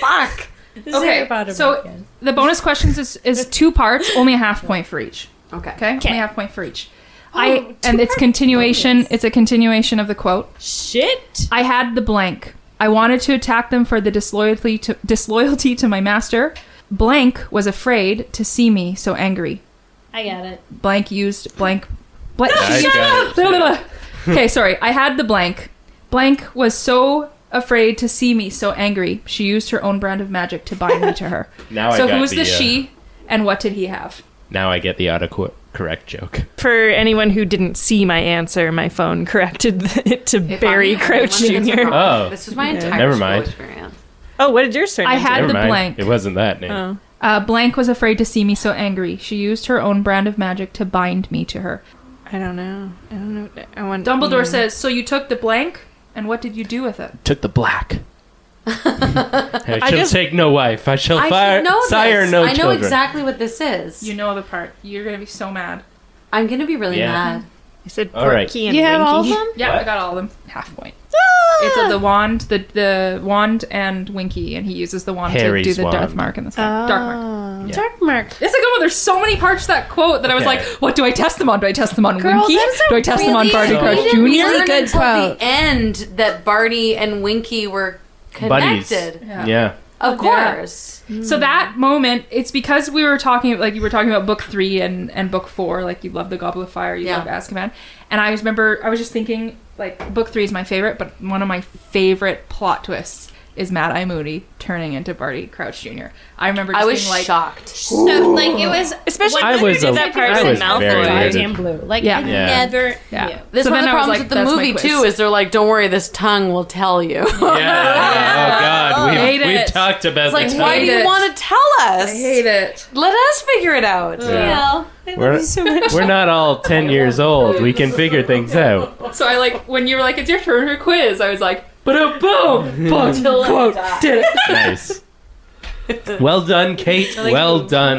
Speaker 7: Fuck.
Speaker 2: Okay, so-
Speaker 4: the bonus questions is, is two parts, only a half point for each.
Speaker 7: Okay.
Speaker 4: Okay, only a half point for each. I and it's continuation. It's a continuation of the quote.
Speaker 3: shit.
Speaker 4: I had the blank. I wanted to attack them for the disloyalty to, disloyalty to my master. Blank was afraid to see me so angry.
Speaker 3: I got it.
Speaker 4: Blank used blank. blank.
Speaker 6: I got it.
Speaker 4: Blah, blah, blah. okay, sorry. I had the blank. Blank was so afraid to see me so angry. She used her own brand of magic to bind me to her.
Speaker 6: Now I
Speaker 4: so
Speaker 6: got
Speaker 4: who's
Speaker 6: the,
Speaker 4: the
Speaker 6: uh,
Speaker 4: she and what did he have?
Speaker 6: Now I get the autocorrect correct joke.
Speaker 8: For anyone who didn't see my answer, my phone corrected it to
Speaker 7: If
Speaker 8: Barry
Speaker 7: I'm the
Speaker 8: Crouch
Speaker 7: only one that gets it
Speaker 8: Jr.
Speaker 7: wrong,
Speaker 6: Oh.
Speaker 7: This was my entire
Speaker 6: Never
Speaker 7: school
Speaker 6: mind.
Speaker 7: experience.
Speaker 8: Oh, what did yours turn
Speaker 4: I
Speaker 8: into?
Speaker 4: had
Speaker 6: Never
Speaker 4: the
Speaker 6: mind.
Speaker 4: blank.
Speaker 6: It wasn't that name.
Speaker 8: Oh.
Speaker 4: Uh, blank was afraid to see me so angry. She used her own brand of magic to bind me to her.
Speaker 8: I don't know. I don't know. I want
Speaker 4: Dumbledore
Speaker 8: yeah.
Speaker 4: says, "So you took the blank, and what did you do with it?"
Speaker 6: Took the black. I shall
Speaker 8: just-
Speaker 6: take no wife. I shall
Speaker 7: I
Speaker 6: fire,
Speaker 7: should know this.
Speaker 6: sire no
Speaker 7: I know
Speaker 6: children.
Speaker 7: exactly what this is.
Speaker 4: You know the part. You're gonna be so mad.
Speaker 7: I'm going to be really
Speaker 6: Yeah.
Speaker 7: mad.
Speaker 8: I said
Speaker 6: All right.
Speaker 8: Porky and
Speaker 3: You have all of
Speaker 8: Winky.
Speaker 3: them?
Speaker 4: Yeah, I
Speaker 6: What?
Speaker 4: got all of them. Half point.
Speaker 3: Ah!
Speaker 4: It's uh, the wand, the the wand, and Winky, and he uses the wand
Speaker 6: Harry's
Speaker 4: to do the Darth
Speaker 6: wand.
Speaker 4: Mark in the sky. Dark Mark.
Speaker 3: Ah. Dark mark.
Speaker 4: It's like, oh, there's so many parts to that quote that I was
Speaker 6: Okay.
Speaker 4: like, what do I test them on? Do I test them on
Speaker 3: Girl,
Speaker 4: Winky?
Speaker 3: that is a
Speaker 4: Do I test them on
Speaker 3: really-
Speaker 4: Barty
Speaker 6: So-
Speaker 4: Crouch
Speaker 7: We
Speaker 4: Jr.?
Speaker 7: didn't learn
Speaker 3: good
Speaker 7: until
Speaker 3: quote.
Speaker 7: the end that Barty and Winky were
Speaker 6: Buddies.
Speaker 7: connected.
Speaker 6: Yeah.
Speaker 7: Of
Speaker 4: Oh, Yeah.
Speaker 7: course.
Speaker 4: So that moment, it's because we were talking, like you were talking about book three and and book four, like you love the Goblet of Fire, you
Speaker 7: Yeah.
Speaker 4: love Azkaban, and I just remember I was just thinking, like book three is my favorite, but one of my favorite plot twists is Mad Eye Moody turning into Barty Crouch Jr. I remember just
Speaker 7: I was
Speaker 4: being like,
Speaker 7: shocked.
Speaker 3: So, like it was especially
Speaker 6: I was a,
Speaker 8: that person
Speaker 6: I was
Speaker 8: Malfoy?
Speaker 6: very
Speaker 3: goddamn
Speaker 6: weirded.
Speaker 3: blue. Like
Speaker 4: Yeah.
Speaker 3: I
Speaker 6: Yeah.
Speaker 3: never.
Speaker 4: yeah.
Speaker 3: knew.
Speaker 7: That's
Speaker 4: So
Speaker 7: one of
Speaker 4: then I was
Speaker 7: the problems
Speaker 4: like,
Speaker 7: with the
Speaker 4: that's my
Speaker 7: movie
Speaker 4: quiz.
Speaker 7: too is they're like, don't worry, this tongue will tell you.
Speaker 6: Yeah. Oh God,
Speaker 4: Hate
Speaker 6: we've, we've
Speaker 4: it.
Speaker 6: talked about
Speaker 7: It's like,
Speaker 6: the
Speaker 7: why do
Speaker 6: time.
Speaker 7: you
Speaker 4: it.
Speaker 7: want to tell us?
Speaker 4: I hate it.
Speaker 7: Let us figure it out.
Speaker 3: Well,
Speaker 6: We're, we're not all ten years old. We can figure things out.
Speaker 4: So I like when you were like, it's your turn for quiz. I was like, boom, boom, boom.
Speaker 7: Quote.
Speaker 6: Nice. Well done, Kate. Well done.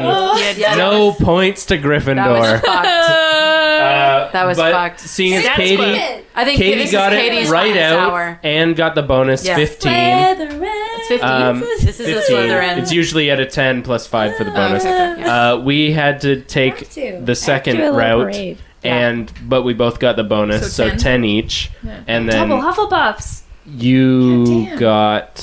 Speaker 7: Yeah,
Speaker 6: No points to
Speaker 7: That was, oh, that was
Speaker 6: Gryffindor.
Speaker 7: fucked.
Speaker 6: Uh,
Speaker 7: That was
Speaker 6: but
Speaker 7: fucked.
Speaker 6: Seeing as
Speaker 8: That's
Speaker 6: Katie,
Speaker 8: fucked.
Speaker 7: I think
Speaker 6: Katie
Speaker 7: this
Speaker 6: got
Speaker 7: is
Speaker 6: it
Speaker 7: Katie's
Speaker 6: right
Speaker 7: finest
Speaker 6: out
Speaker 7: hour.
Speaker 6: and got the bonus
Speaker 7: Yeah.
Speaker 6: 15.
Speaker 7: It's 15.
Speaker 6: Um,
Speaker 7: this Oh. is
Speaker 6: 15.
Speaker 7: a Slytherin.
Speaker 6: It's usually at a 10 plus 5 for the bonus.
Speaker 7: okay.
Speaker 6: Uh, we had to take the second route and but we both got the bonus so
Speaker 4: So
Speaker 6: 10,
Speaker 4: 10.
Speaker 6: each and then
Speaker 4: Double Hufflepuffs.
Speaker 6: you
Speaker 3: God damn.
Speaker 6: got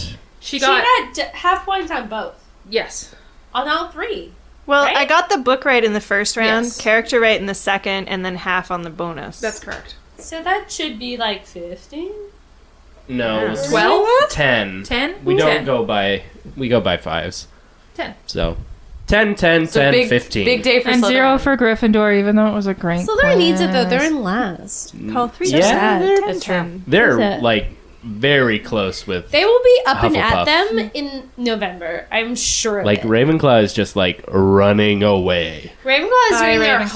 Speaker 3: she
Speaker 4: She got,
Speaker 3: got d- half points on both.
Speaker 4: yes.
Speaker 3: On all three.
Speaker 8: Well,
Speaker 3: Right?
Speaker 8: I got the book right in the first round,
Speaker 4: Yes.
Speaker 8: character right in the second, and then half on the bonus.
Speaker 4: That's correct.
Speaker 3: So that should be like fifteen.
Speaker 6: no it was
Speaker 4: 12?
Speaker 6: 10
Speaker 4: 10?
Speaker 6: we
Speaker 4: 10.
Speaker 6: don't go by we go by fives
Speaker 4: 10.
Speaker 6: so 10 10
Speaker 7: It's a
Speaker 6: 10
Speaker 7: big,
Speaker 6: 15
Speaker 7: Big day for
Speaker 4: And
Speaker 7: Slytherin.
Speaker 4: zero for Gryffindor, even though it was a great.
Speaker 3: Slytherin needs it though. They're in last.
Speaker 8: Call three.
Speaker 6: Yeah.
Speaker 3: sad.
Speaker 8: They're
Speaker 7: It's
Speaker 8: ten.
Speaker 6: they're
Speaker 3: Is it?
Speaker 6: like very close with
Speaker 3: They will be up and
Speaker 6: Hufflepuff.
Speaker 3: at them in November. I'm sure. Of
Speaker 6: like
Speaker 3: it.
Speaker 6: Ravenclaw is just like running away.
Speaker 3: Ravenclaw is
Speaker 4: Bye,
Speaker 3: doing their
Speaker 4: Ravenclaw.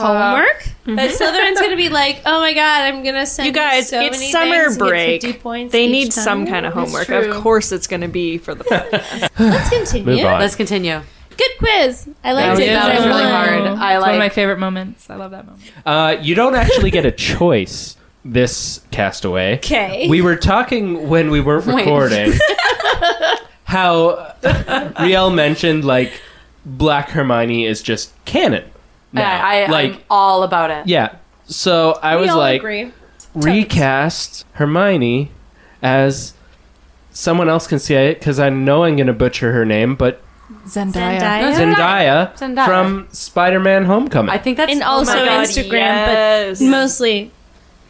Speaker 3: homework, but Slytherin's gonna be like, "Oh my god, I'm gonna send
Speaker 8: You guys,
Speaker 3: so
Speaker 8: it's
Speaker 3: many
Speaker 8: summer
Speaker 3: things and get
Speaker 8: break.
Speaker 3: 50 points
Speaker 8: They
Speaker 3: each
Speaker 8: need
Speaker 3: time."
Speaker 8: some kind of homework.
Speaker 4: true.
Speaker 8: Of course, it's going to be for the.
Speaker 3: Let's
Speaker 6: Move
Speaker 3: continue.
Speaker 6: on.
Speaker 7: Let's continue.
Speaker 3: Good quiz. I
Speaker 7: That
Speaker 3: liked
Speaker 4: Oh,
Speaker 7: was-
Speaker 3: it.
Speaker 7: that
Speaker 3: because
Speaker 7: was
Speaker 3: I
Speaker 7: really
Speaker 3: won.
Speaker 7: hard. I
Speaker 4: It's one of my
Speaker 7: like-
Speaker 4: favorite moments. I love that moment.
Speaker 6: Uh, you don't actually get a choice this castaway.
Speaker 5: Okay.
Speaker 6: We were talking when we weren't recording how Riel mentioned like Black Hermione is just canon. now.
Speaker 7: I, I,
Speaker 6: like
Speaker 7: I'm all about it.
Speaker 6: yeah. So I was
Speaker 5: all
Speaker 6: like
Speaker 5: agree.
Speaker 6: recast Hermione as someone else can say it because I know I'm going to butcher her name, but
Speaker 7: Zendaya.
Speaker 5: Zendaya?
Speaker 7: No,
Speaker 6: Zendaya,
Speaker 7: Zendaya.
Speaker 6: from Spider-Man: Homecoming.
Speaker 7: I think that's oh
Speaker 5: And
Speaker 8: Oh
Speaker 5: also
Speaker 10: my God,
Speaker 5: Instagram,
Speaker 10: yes.
Speaker 5: but mostly
Speaker 7: I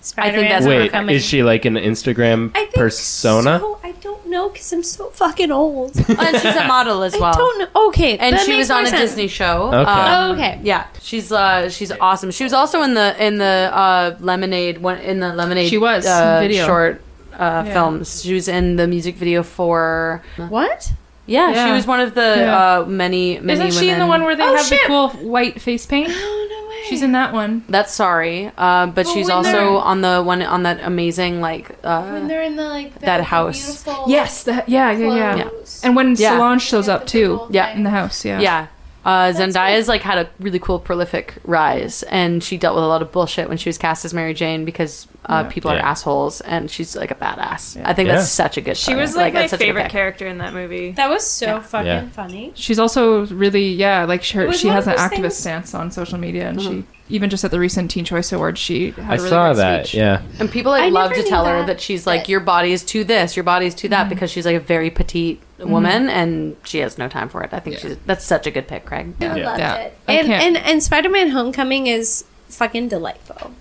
Speaker 5: Spider-Man.
Speaker 7: think that's
Speaker 6: Wait,
Speaker 7: Homecoming.
Speaker 6: is she like an Instagram
Speaker 5: I think
Speaker 6: persona?
Speaker 5: so. I don't know because I'm so fucking old.
Speaker 7: and she's a model as well.
Speaker 5: I don't know. Okay,
Speaker 7: and
Speaker 5: that
Speaker 7: she
Speaker 5: makes
Speaker 7: was on
Speaker 5: more
Speaker 7: a
Speaker 5: sense.
Speaker 7: Disney show.
Speaker 6: Okay.
Speaker 7: Um,
Speaker 5: Oh, okay.
Speaker 7: Yeah, she's uh, she's awesome. She was also in the in the uh, Lemonade one in the Lemonade.
Speaker 4: She was,
Speaker 7: uh,
Speaker 4: video.
Speaker 7: short uh, films. She was in the music video for.
Speaker 5: What?
Speaker 7: Yeah, she
Speaker 4: Yeah.
Speaker 7: was one of the
Speaker 4: Yeah.
Speaker 7: uh, many many.
Speaker 4: Isn't she in the
Speaker 7: women-
Speaker 4: one where they
Speaker 5: Oh,
Speaker 4: have
Speaker 5: shit.
Speaker 4: the cool white face paint?
Speaker 3: Oh,
Speaker 4: She's in that one.
Speaker 7: That's sorry, uh, but she's
Speaker 5: when
Speaker 7: also
Speaker 5: they're-
Speaker 7: on the one on that amazing like.
Speaker 5: When
Speaker 7: Uh,
Speaker 5: they're in the like the
Speaker 7: That house.
Speaker 5: beautiful
Speaker 4: Yes. The, yeah, yeah, yeah.
Speaker 5: clothes.
Speaker 4: And when
Speaker 7: Yeah.
Speaker 4: Solange shows up too.
Speaker 7: Yeah.
Speaker 4: In the house. Yeah.
Speaker 7: yeah. Uh, Zendaya's like had a really cool prolific rise, and she dealt with a lot of bullshit when she was cast as Mary Jane because uh, people are
Speaker 6: Yeah.
Speaker 7: assholes, and she's like a badass. I think
Speaker 6: Yeah.
Speaker 7: that's such a good.
Speaker 8: She
Speaker 7: pick.
Speaker 8: was like,
Speaker 7: that's
Speaker 8: my
Speaker 7: such a good
Speaker 8: favorite
Speaker 7: pick.
Speaker 8: character in that movie.
Speaker 5: That was so fucking
Speaker 6: Yeah.
Speaker 5: funny.
Speaker 4: She's also really yeah, like she,
Speaker 5: was
Speaker 4: she
Speaker 5: one
Speaker 4: has
Speaker 5: of
Speaker 4: an
Speaker 5: those
Speaker 4: activist
Speaker 5: things-
Speaker 4: stance on social media, and she even just at the recent Teen Choice Awards, she had
Speaker 6: I
Speaker 4: a really
Speaker 6: saw
Speaker 4: great
Speaker 6: that.
Speaker 4: speech.
Speaker 6: Yeah.
Speaker 7: And people like
Speaker 5: I
Speaker 7: love to
Speaker 5: never knew
Speaker 7: tell her
Speaker 5: that,
Speaker 7: that she's like
Speaker 5: but-
Speaker 7: your body is to this, your body is to that because she's like a very petite woman and she has no time for it. I think she's that's such a good pick, Craig.
Speaker 5: I
Speaker 6: Yeah.
Speaker 5: loved
Speaker 4: Yeah.
Speaker 5: it.
Speaker 4: I
Speaker 5: And,
Speaker 4: can't-
Speaker 5: and and Spider-Man: Homecoming is fucking delightful.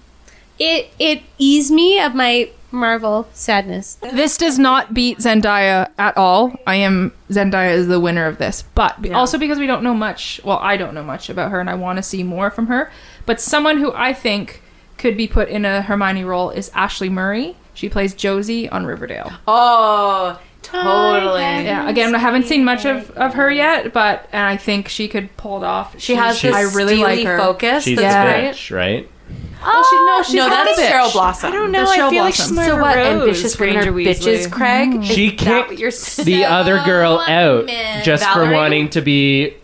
Speaker 5: It it eased me of my Marvel sadness.
Speaker 4: This does not beat Zendaya at all. I am Zendaya is the winner of this, but be- also because we don't know much. Well, I don't know much about her, and I want to see more from her. But someone who I think could be put in a Hermione role is Ashley Murray. She plays Josie on Riverdale.
Speaker 7: Oh, totally.
Speaker 4: Yeah, again, I haven't seen much of, of her yet, but and I think she could pull it off.
Speaker 7: She has
Speaker 6: She's-
Speaker 7: this
Speaker 4: I really like
Speaker 7: steely
Speaker 4: her.
Speaker 7: focus.
Speaker 6: She's
Speaker 7: that's
Speaker 6: a
Speaker 7: great.
Speaker 6: bitch, right?
Speaker 7: Oh, she, no,
Speaker 4: she's
Speaker 7: no,
Speaker 4: not
Speaker 7: that's
Speaker 4: a bitch.
Speaker 7: Cheryl Blossom.
Speaker 8: I don't know.
Speaker 4: The
Speaker 8: I
Speaker 4: Cheryl
Speaker 8: feel like she's
Speaker 4: Blossom.
Speaker 8: more
Speaker 7: So
Speaker 8: of a
Speaker 7: what?
Speaker 8: Rose,
Speaker 7: ambitious women
Speaker 8: Granger
Speaker 7: are bitches,
Speaker 8: Weasley. Mm-hmm.
Speaker 7: Craig. Is
Speaker 6: She
Speaker 7: that what
Speaker 6: kicked
Speaker 7: you're saying?
Speaker 6: The other girl out just
Speaker 7: Valerie?
Speaker 6: for wanting to be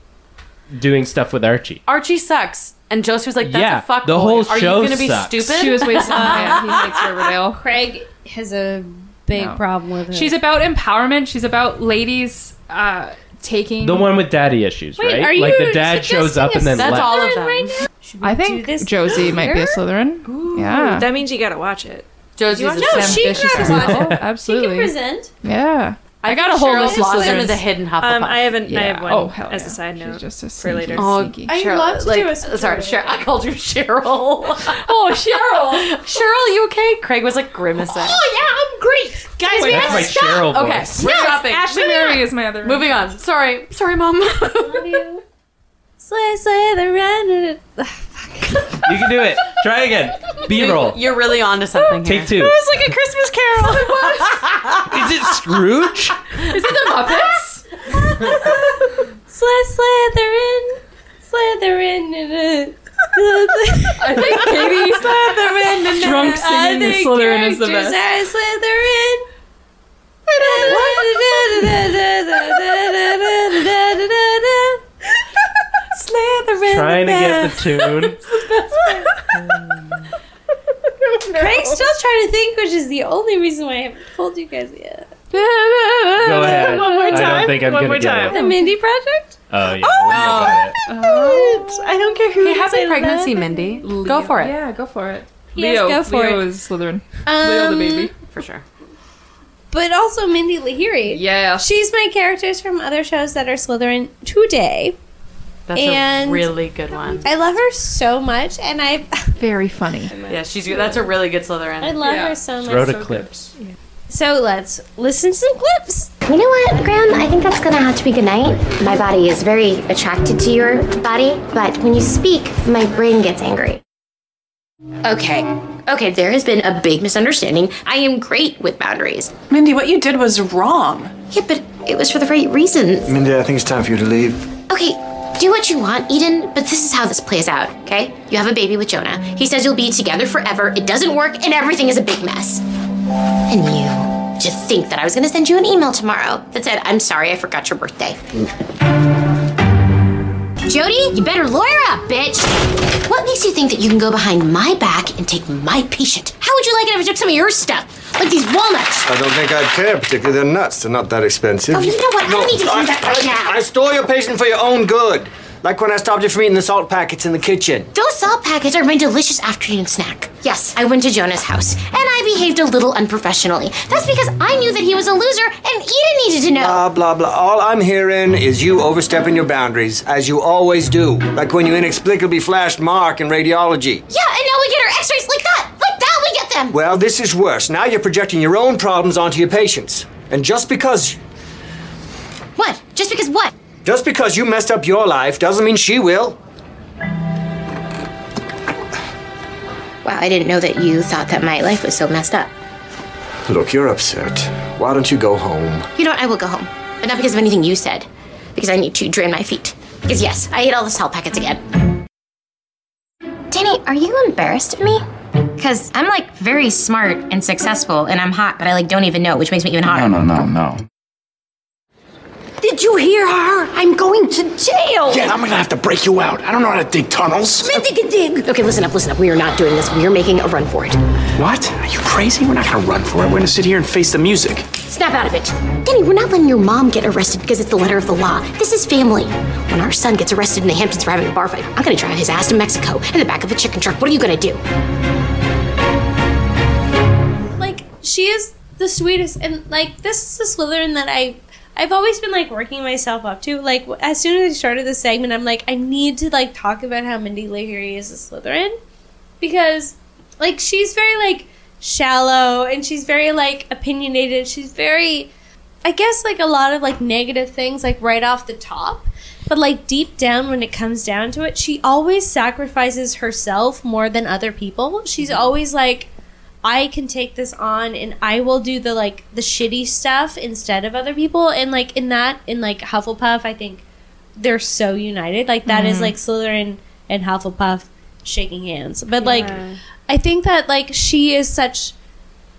Speaker 6: doing stuff with Archie.
Speaker 7: Archie sucks, and Josie was like, "That's
Speaker 6: Yeah,
Speaker 7: a fuck
Speaker 6: the
Speaker 7: boy.
Speaker 6: whole
Speaker 7: Are
Speaker 6: show
Speaker 7: you gonna be
Speaker 6: sucks.
Speaker 7: stupid?"
Speaker 4: She was wasting time. He hates Riverdale.
Speaker 5: Craig has a big
Speaker 4: No.
Speaker 5: problem with it.
Speaker 4: She's about empowerment. She's about ladies uh, taking.
Speaker 6: The one with daddy issues, right?
Speaker 5: are
Speaker 6: like
Speaker 5: you
Speaker 6: the dad shows up and then
Speaker 7: That's
Speaker 6: left.
Speaker 7: all of them.
Speaker 4: I think
Speaker 5: this
Speaker 4: Josie might be a Slytherin. yeah.
Speaker 8: That means you gotta watch it.
Speaker 7: Josie's
Speaker 5: No,
Speaker 7: a simp.
Speaker 5: she can
Speaker 4: Ambitious
Speaker 5: represent.
Speaker 4: girl.
Speaker 5: She can
Speaker 4: Absolutely.
Speaker 5: present.
Speaker 4: yeah.
Speaker 7: I got a hold
Speaker 4: Cheryl
Speaker 7: of Blossom
Speaker 4: Blossom.
Speaker 7: as a hidden Hufflepuff.
Speaker 8: Um, I have an, I have one
Speaker 4: Oh hell
Speaker 8: as
Speaker 4: yeah.
Speaker 8: a side note.
Speaker 4: She's just a
Speaker 8: for
Speaker 4: sneaky,
Speaker 8: later.
Speaker 7: Oh,
Speaker 4: sneaky.
Speaker 7: Cheryl,
Speaker 5: love to
Speaker 7: like,
Speaker 5: do a
Speaker 7: Sorry, Cheryl, I called you Cheryl. oh,
Speaker 5: Cheryl.
Speaker 7: Cheryl, you okay? Craig was like grimacing.
Speaker 5: Oh yeah, I'm great, guys. we
Speaker 6: That's
Speaker 5: have
Speaker 6: my
Speaker 5: to stop.
Speaker 6: Cheryl
Speaker 7: okay,
Speaker 6: voice.
Speaker 7: we're stopping.
Speaker 4: Ashley Murray is my other.
Speaker 7: Moving on. Sorry, sorry, mom.
Speaker 5: Love you. Slay, slay the red.
Speaker 6: You can do it. Try again. B roll.
Speaker 7: You're really onto something here.
Speaker 6: Take two.
Speaker 8: It's like a Christmas Carol.
Speaker 6: Is it Scrooge?
Speaker 4: Is it the Muppets?
Speaker 5: Slay, Slytherin. Slytherin.
Speaker 7: I think Katie Slytherin and
Speaker 4: Drunk singing the Slytherin is the
Speaker 5: Characters
Speaker 4: best.
Speaker 5: are Slytherin. Slytherin.
Speaker 6: Trying to get the tune.
Speaker 5: Craig's still trying to think, which is the only reason why I haven't told you guys yet.
Speaker 6: Go ahead.
Speaker 8: One more
Speaker 6: I don't
Speaker 8: time.
Speaker 6: think I'm
Speaker 8: One
Speaker 6: gonna
Speaker 8: more
Speaker 6: get
Speaker 8: time.
Speaker 5: The
Speaker 6: it.
Speaker 5: Mindy Project?
Speaker 6: Oh yeah. Oh,
Speaker 8: I don't care who
Speaker 7: He has a pregnancy, Mindy. Go for it.
Speaker 4: Yeah, go for it.
Speaker 5: Yes,
Speaker 4: Leo,
Speaker 5: go for
Speaker 4: Leo
Speaker 5: it.
Speaker 4: is Slytherin. Leo
Speaker 5: Um,
Speaker 4: the baby.
Speaker 7: For sure.
Speaker 5: But also Mindy Lahiri.
Speaker 4: Yeah.
Speaker 5: She's my characters from other shows that are Slytherin today.
Speaker 7: That's
Speaker 5: And-
Speaker 7: a really good one.
Speaker 5: I love her so much, and I
Speaker 4: Very funny.
Speaker 7: Yeah, she's good. That's a really good Slytherin.
Speaker 5: I love
Speaker 4: Yeah.
Speaker 5: her Oh! so much.
Speaker 6: Throw to clips.
Speaker 5: So let's listen to some clips.
Speaker 9: You know what, Graham? I think that's gonna have to be goodnight. My body is very attracted to your body, but when you speak, my brain gets angry. Okay, okay, there has been a big misunderstanding. I am great with boundaries.
Speaker 10: Mindy, what you did was wrong.
Speaker 9: Yeah, but it was for the right reasons.
Speaker 11: uh,
Speaker 12: Mindy, I think it's time for you to leave.
Speaker 9: Okay, do what you want, Eden, but this is how this plays out, okay? You have a baby with Jonah. He says you'll be together forever, it doesn't work, and everything is a big mess. And you, to think that I was gonna send you an email tomorrow that said, I'm sorry I forgot your birthday. Jody, you better lawyer up, bitch. What makes you think that you can go behind my back and take my patient? How would you like it if I took some of your stuff? Like these walnuts.
Speaker 12: I don't think I'd care particularly. They're nuts. They're not that expensive.
Speaker 9: Oh, you know what? I don't need to hear that right now.
Speaker 12: I, I stole your patient for your own good. Like when I stopped you from eating the salt packets in the kitchen.
Speaker 9: Those salt packets are my delicious afternoon snack. Yes, I went to Jonah's house, and I behaved a little unprofessionally. That's because I knew that he was a loser, and Eden needed to know.
Speaker 12: Blah, blah, blah. All I'm hearing is you overstepping your boundaries, as you always do. Like when you inexplicably flashed Mark in radiology.
Speaker 9: yeah, and now we get our x rays like that! Like that, we get them!
Speaker 12: Well, this is worse. Now you're projecting your own problems onto your patients. And just because
Speaker 9: What? Just because what?
Speaker 12: just because you messed up your life doesn't mean she will.
Speaker 9: Wow, I didn't know that you thought that my life was so messed up.
Speaker 12: Look, you're upset. Why don't you go home?
Speaker 9: You know what? I will go home. But not because of anything you said, because I need to drain my feet. Because, yes, I ate all the salt packets again. Danny, are you embarrassed of me? Because I'm like very smart and successful, and I'm hot, but I like don't even know, which makes me even hotter.
Speaker 11: No, no, no, no.
Speaker 13: Did you hear her? I'm going to jail.
Speaker 11: Yeah, I'm gonna have to break you out. I don't know how to dig tunnels.
Speaker 13: Smithy can dig.
Speaker 9: Okay, listen up, listen up. We are not doing this. We are making a run for it.
Speaker 11: What? Are you crazy? We're not gonna run for it. We're gonna sit here and face the music.
Speaker 9: Snap out of it. Danny, we're not letting your mom get arrested because it's the letter of the law. This is family. When our son gets arrested in the Hamptons for having a bar fight, I'm gonna drive his ass to Mexico in the back of a chicken truck. What are you gonna do?
Speaker 5: like she is the sweetest and like this is the Slytherin that I I've always been like working myself up to like w- as soon as I started this segment I'm like I need to like talk about how Mindy Lahiri is a Slytherin because like she's very like shallow and she's very like opinionated she's very I guess like a lot of like negative things like right off the top but like deep down when it comes down to it she always sacrifices herself more than other people she's always like I can take this on and I will do the like the shitty stuff instead of other people and like in that in like Hufflepuff I think they're so united like that is
Speaker 3: Mhm.
Speaker 5: like Slytherin and Hufflepuff shaking hands but like I think that like she is such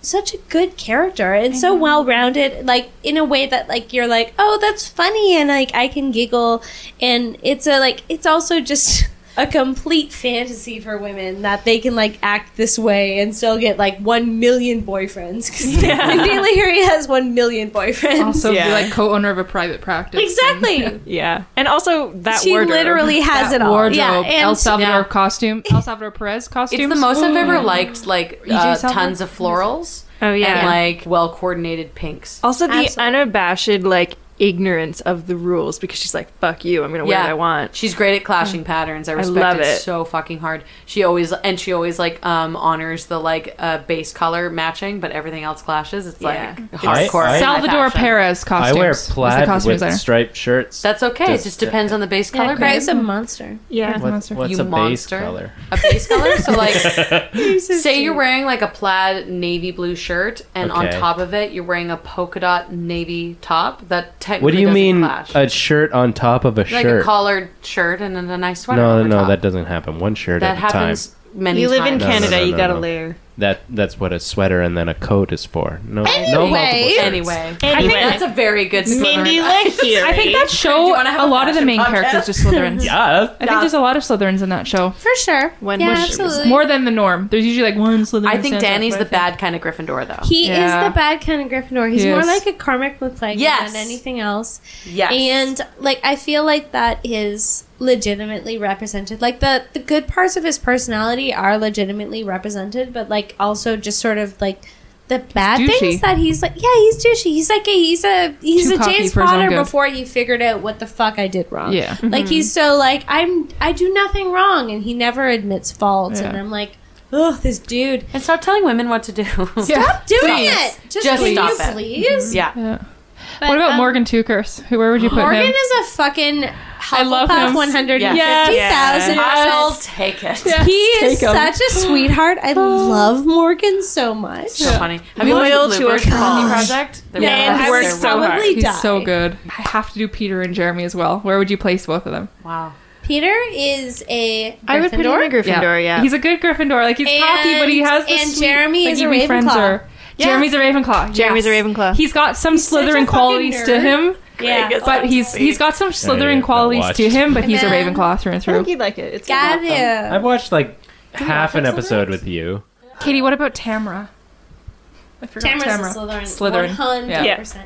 Speaker 5: such a good character and so well rounded like in a way that like you're like oh that's funny and like I can giggle and it's a like it's also just a complete fantasy for women that they can like act this way and still get like 1 million boyfriends cuz
Speaker 2: Yeah.
Speaker 5: Lahiri has 1 million boyfriends
Speaker 4: Also, be like co-owner of a private practice.
Speaker 5: Exactly.
Speaker 8: Yeah. And also that
Speaker 5: She
Speaker 8: wardrobe.
Speaker 5: literally has
Speaker 4: That
Speaker 5: it all.
Speaker 4: Wardrobe,
Speaker 5: Yeah, and-
Speaker 4: El Salvador
Speaker 5: Yeah.
Speaker 4: costume, El Salvador Perez costume.
Speaker 7: It's the most I've ever liked, like
Speaker 4: You do
Speaker 7: uh,
Speaker 4: sell
Speaker 7: tons
Speaker 4: them?
Speaker 7: of florals.
Speaker 8: Oh, yeah.
Speaker 7: and like well coordinated pinks.
Speaker 8: Also the unabashed like ignorance of the rules because she's like, "Fuck you, I'm gonna wear what I want."
Speaker 7: She's great at clashing patterns. I
Speaker 8: I
Speaker 7: respect
Speaker 8: love
Speaker 7: it,
Speaker 8: it.
Speaker 7: so fucking hard. She always and she always like um honors the like uh base color matching, but everything else clashes. It's like
Speaker 4: Yeah.
Speaker 6: I-
Speaker 7: hardcore.
Speaker 6: I-
Speaker 4: Salvador Perez costumes.
Speaker 6: I wear
Speaker 4: was the
Speaker 6: plaid
Speaker 4: costume
Speaker 6: with
Speaker 4: designer.
Speaker 6: striped shirts.
Speaker 7: That's okay.
Speaker 6: Just-
Speaker 7: it just depends on the base
Speaker 5: Yeah,
Speaker 7: color.
Speaker 5: Craig's
Speaker 7: babe.
Speaker 5: a monster.
Speaker 8: Yeah.
Speaker 6: What- what's
Speaker 7: you
Speaker 6: a base
Speaker 7: monster.
Speaker 6: color?
Speaker 7: A base color. So like, say you're wearing like a plaid navy blue shirt, and on
Speaker 6: Okay.
Speaker 7: top of it you're wearing a polka dot navy top. That technically
Speaker 6: What do you
Speaker 7: doesn't
Speaker 6: mean
Speaker 7: clash.
Speaker 6: a shirt on top of a
Speaker 7: like
Speaker 6: shirt?
Speaker 7: a collared shirt and then a nice sweater.
Speaker 6: no,
Speaker 7: over
Speaker 6: no,
Speaker 7: top.
Speaker 6: that doesn't happen. One shirt
Speaker 7: That
Speaker 6: at a
Speaker 7: happens
Speaker 6: time.
Speaker 7: many.
Speaker 10: You live in
Speaker 7: times.
Speaker 6: No, no,
Speaker 10: Canada,
Speaker 6: no,
Speaker 10: you
Speaker 6: no,
Speaker 10: got a
Speaker 6: no.
Speaker 10: layer.
Speaker 6: That that's what a sweater and then a coat is for. No, no multiple
Speaker 7: Anyway.
Speaker 6: shirts.
Speaker 7: Anyway.
Speaker 4: I think
Speaker 7: that's a very good
Speaker 10: Mindy
Speaker 7: Slytherin.
Speaker 10: Lahiri.
Speaker 4: I think that show. A lot of the main characters are Slytherins.
Speaker 6: Yeah.
Speaker 4: I think there's a lot of Slytherins in that show.
Speaker 5: For sure. When yeah, absolutely.
Speaker 4: More than the norm. There's usually like one Slytherin.
Speaker 7: I think
Speaker 4: stands out,
Speaker 7: Danny's
Speaker 4: but
Speaker 7: the bad kind of Gryffindor, though.
Speaker 5: He
Speaker 4: Yeah.
Speaker 5: is the bad kind of Gryffindor. He's
Speaker 4: He
Speaker 5: more
Speaker 4: is.
Speaker 5: like a Cormac McLean
Speaker 7: Yes.
Speaker 5: than anything else.
Speaker 7: yes.
Speaker 5: And like I feel like that is legitimately represented. Like the the good parts of his personality are legitimately represented, but like also just sort of like the bad
Speaker 4: douchey.
Speaker 5: things that he's like yeah, he's douchey. He's like a he's a he's
Speaker 4: Too
Speaker 5: a
Speaker 4: cocky
Speaker 5: James
Speaker 4: for his own
Speaker 5: Potter
Speaker 4: good.
Speaker 5: before he figured out what the fuck I did wrong.
Speaker 4: Yeah.
Speaker 5: Like he's so like I'm I do nothing wrong and he never admits faults and
Speaker 4: Yeah.
Speaker 5: I'm like, Oh, this dude.
Speaker 7: and stop telling women what to do.
Speaker 5: Stop doing
Speaker 7: Please.
Speaker 5: it. Just,
Speaker 7: Just
Speaker 5: please,
Speaker 7: stop it.
Speaker 5: please.
Speaker 7: Yeah.
Speaker 4: Yeah.
Speaker 5: But,
Speaker 4: what about
Speaker 5: um,
Speaker 4: Morgan Tukers? Who? Where would you put
Speaker 5: Morgan
Speaker 4: him?
Speaker 5: is a fucking
Speaker 4: I love
Speaker 5: Hufflepuff
Speaker 4: him.
Speaker 5: one hundred and
Speaker 4: Yes.
Speaker 5: fifty thousand.
Speaker 7: I'll take it.
Speaker 5: He is
Speaker 4: Take 'em.
Speaker 5: such a sweetheart. I love Morgan so much.
Speaker 7: So funny. Have you
Speaker 10: Loyal
Speaker 7: watched the
Speaker 10: to
Speaker 7: Blue
Speaker 10: a
Speaker 7: Bird Colony
Speaker 10: cause.
Speaker 7: Project? They're
Speaker 5: Man,
Speaker 7: both-
Speaker 5: I
Speaker 7: they're
Speaker 5: would
Speaker 7: both-
Speaker 5: so hard.
Speaker 4: He's
Speaker 5: die.
Speaker 4: so good. I have to do Peter and Jeremy as well. Where would you place both of them?
Speaker 7: Wow.
Speaker 5: Peter is a
Speaker 10: I would put him in Gryffindor, yeah.
Speaker 4: He's a good Gryffindor. Like he's cocky, but he
Speaker 5: And-
Speaker 4: has. The
Speaker 5: and
Speaker 4: sweet-
Speaker 5: Jeremy
Speaker 4: like,
Speaker 5: is
Speaker 4: he
Speaker 5: a
Speaker 4: befriends
Speaker 5: Ravenclaw.
Speaker 4: her. Jeremy's a Ravenclaw.
Speaker 10: Jeremy's a
Speaker 4: yes.
Speaker 10: Ravenclaw.
Speaker 4: He's got some
Speaker 5: such a
Speaker 4: Slytherin
Speaker 5: fucking
Speaker 4: qualities to
Speaker 5: nerd.
Speaker 4: him.
Speaker 3: Yeah.
Speaker 4: But he's he's got some
Speaker 6: yeah,
Speaker 4: Slytherin
Speaker 6: not
Speaker 4: qualities to
Speaker 6: watched.
Speaker 4: him, but he's a
Speaker 3: Then-
Speaker 4: Ravenclaw through and
Speaker 8: I
Speaker 4: through.
Speaker 8: think you'd like it. It's
Speaker 3: Got it.
Speaker 6: I've watched like half an episode with you.
Speaker 4: Katie, what about Tamra? I forgot
Speaker 3: Tamara's
Speaker 4: Tamra.
Speaker 3: a Slytherin.
Speaker 4: Slytherin. Yeah.
Speaker 3: 100%.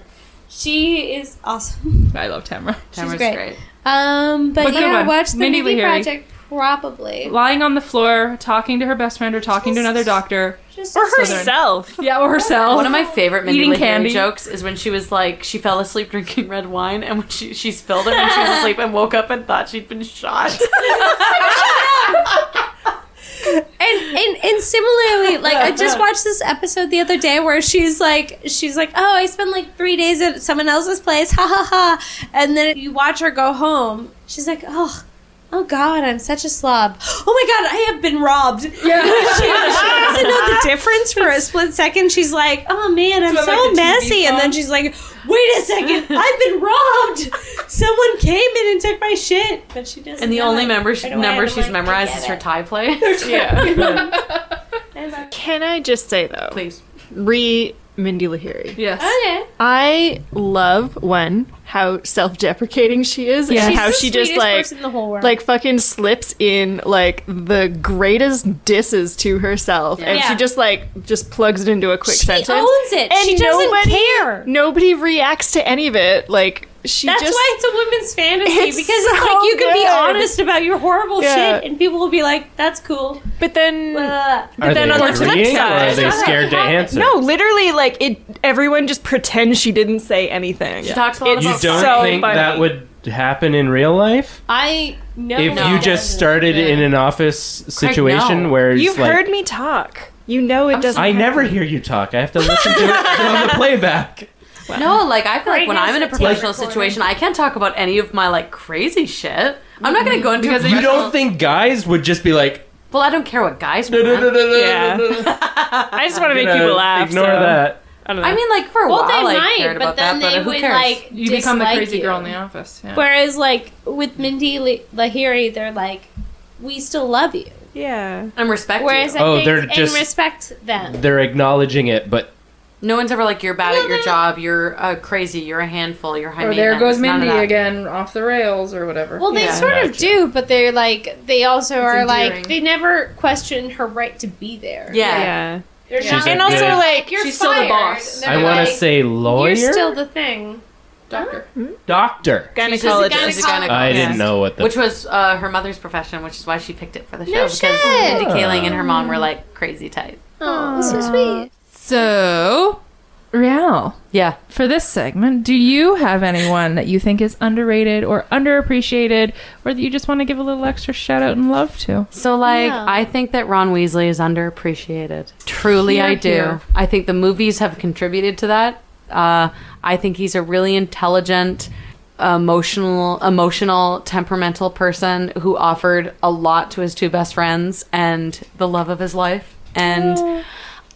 Speaker 3: She is awesome.
Speaker 4: I love Tamra.
Speaker 3: She's great. Um, but,
Speaker 4: But good
Speaker 3: yeah,
Speaker 4: one.
Speaker 3: watch the
Speaker 4: Mindy
Speaker 3: Mindy
Speaker 4: Leary.
Speaker 3: Project probably.
Speaker 4: Lying on the floor, talking to her best friend or talking to another doctor.
Speaker 3: Just
Speaker 7: Or
Speaker 4: Slytherin.
Speaker 7: herself.
Speaker 4: Yeah, or herself.
Speaker 7: Oh. One of my favorite Mindy
Speaker 4: Eating
Speaker 7: Eating
Speaker 4: candy.
Speaker 7: jokes is when she was like, she fell asleep drinking red wine, and when she she spilled it when she was asleep and woke up and thought she'd been shot.
Speaker 5: and, and and similarly, like I just watched this episode the other day where she's like, she's like, oh, I spent like three days at someone else's place, ha ha ha, and then you watch her go home. She's like, oh, oh God, I'm such a slob. Oh my God, I have been robbed. Yeah, she, she doesn't know the difference for a split second. She's like, oh man, I'm
Speaker 3: It's
Speaker 5: so
Speaker 3: about, like, the TV
Speaker 5: messy, and then she's like, wait a second, I've been robbed. Someone came in and took my shit, but she doesn't.
Speaker 7: and the
Speaker 5: know
Speaker 7: only
Speaker 5: it.
Speaker 7: member she,
Speaker 5: Right away,
Speaker 7: number
Speaker 5: I'm
Speaker 7: she's
Speaker 5: like,
Speaker 7: memorized
Speaker 5: "Forget
Speaker 7: is
Speaker 5: it."
Speaker 7: her tie play.
Speaker 8: Yeah. Can I just say though?
Speaker 7: Please.
Speaker 8: Re Mindy Lahiri.
Speaker 4: Yes.
Speaker 3: Okay.
Speaker 8: I love one how self-deprecating she is
Speaker 3: Yes.
Speaker 8: and
Speaker 3: She's
Speaker 8: how
Speaker 3: the
Speaker 8: she just
Speaker 3: sweetest
Speaker 8: like
Speaker 3: person in the whole world.
Speaker 8: like fucking slips in like the greatest disses to herself and
Speaker 3: Yeah.
Speaker 8: she just like just plugs it into a quick
Speaker 3: She
Speaker 8: sentence
Speaker 3: owns it.
Speaker 8: and
Speaker 3: She doesn't
Speaker 8: nobody,
Speaker 3: care.
Speaker 8: Nobody reacts to any of it like she
Speaker 5: That's
Speaker 8: just
Speaker 5: why it's a woman's fantasy
Speaker 8: It's
Speaker 5: because it's
Speaker 8: so
Speaker 5: like you can be
Speaker 8: good.
Speaker 5: honest about your horrible
Speaker 8: Yeah.
Speaker 5: shit and people will be like, "That's cool."
Speaker 8: But then,
Speaker 6: Are they agreeing or are they
Speaker 8: That's
Speaker 6: scared
Speaker 8: what
Speaker 6: to
Speaker 8: happened.
Speaker 6: answer?
Speaker 8: No, literally, like it. Everyone just pretends she didn't say anything. She
Speaker 7: talks
Speaker 8: about
Speaker 6: You don't think that would happen in real life?
Speaker 5: I know.
Speaker 6: if you just started in an office situation where it's
Speaker 8: you've
Speaker 6: like,
Speaker 8: heard me talk, you know it doesn't.
Speaker 6: I never hear you talk. I have to listen to it on the playback.
Speaker 7: No, like I feel like when
Speaker 6: Right,
Speaker 7: I'm in a
Speaker 6: it's a
Speaker 7: professional
Speaker 6: tape
Speaker 7: situation, I can't talk about any of my like crazy shit. I'm not gonna go into a
Speaker 6: you
Speaker 7: professional-
Speaker 6: don't think guys would just be like,
Speaker 7: Well, I don't care what guys
Speaker 6: no,
Speaker 7: want.
Speaker 6: no, no, no, no,
Speaker 7: Yeah.
Speaker 6: no, no.
Speaker 8: I just want
Speaker 6: You know, Ignore that.
Speaker 7: I mean, like for a
Speaker 5: Well,
Speaker 7: while,
Speaker 5: they
Speaker 7: I
Speaker 5: might,
Speaker 7: cared
Speaker 5: but
Speaker 7: about
Speaker 5: then
Speaker 7: that,
Speaker 5: they
Speaker 7: but who
Speaker 5: would,
Speaker 7: cares?
Speaker 5: like,
Speaker 4: You become the
Speaker 5: dislike
Speaker 4: crazy
Speaker 5: you.
Speaker 4: girl in the office. Yeah.
Speaker 5: Whereas, like with Mindy Le- Lahiri, they're like, "We still love you."
Speaker 8: Yeah,
Speaker 7: and respect.
Speaker 5: Whereas
Speaker 6: you.
Speaker 5: I
Speaker 6: Oh,
Speaker 5: think
Speaker 6: they're
Speaker 5: and
Speaker 6: just-
Speaker 5: respect them.
Speaker 6: They're acknowledging it, but
Speaker 7: No one's ever like, you're bad at your job, you're uh, crazy, you're a handful, you're high
Speaker 4: Or Oh, there
Speaker 7: maintenance,"
Speaker 4: goes
Speaker 7: none of
Speaker 4: Mindy
Speaker 7: that.
Speaker 4: again, off the rails or whatever.
Speaker 5: Well, they sort of do, but they're like they also are
Speaker 4: endearing.
Speaker 5: like they never question her right to be there.
Speaker 7: Yeah.
Speaker 8: Yeah.
Speaker 5: They're
Speaker 6: She's
Speaker 5: not-
Speaker 6: a And also, good-
Speaker 5: like you're
Speaker 7: she's still the
Speaker 5: fired.
Speaker 7: boss.
Speaker 5: They're
Speaker 6: I want
Speaker 5: like,
Speaker 6: to say lawyer,
Speaker 5: You're still the thing.
Speaker 4: Doctor.
Speaker 6: doctor.
Speaker 7: She's a gynecologist.
Speaker 5: Gynecologist.
Speaker 7: She's a gynecologist.
Speaker 6: I didn't know what the-
Speaker 7: which was uh, her mother's profession, which is why she picked it for the show. because
Speaker 5: shit.
Speaker 7: Mindy Kaling and her mom were like crazy type.
Speaker 5: Oh, so sweet.
Speaker 4: So, Rial.
Speaker 7: Yeah.
Speaker 4: For this segment, do you have anyone that you think is underrated or underappreciated or that you just want to give a little extra shout out and love to?
Speaker 7: So like
Speaker 4: Yeah.
Speaker 7: I think that Ron Weasley is underappreciated. Truly
Speaker 4: Hear,
Speaker 7: I do.
Speaker 4: hear.
Speaker 7: I think the movies have contributed to that. Uh, I think he's a really intelligent, emotional, emotional, temperamental person who offered a lot to his two best friends and the love of his life. And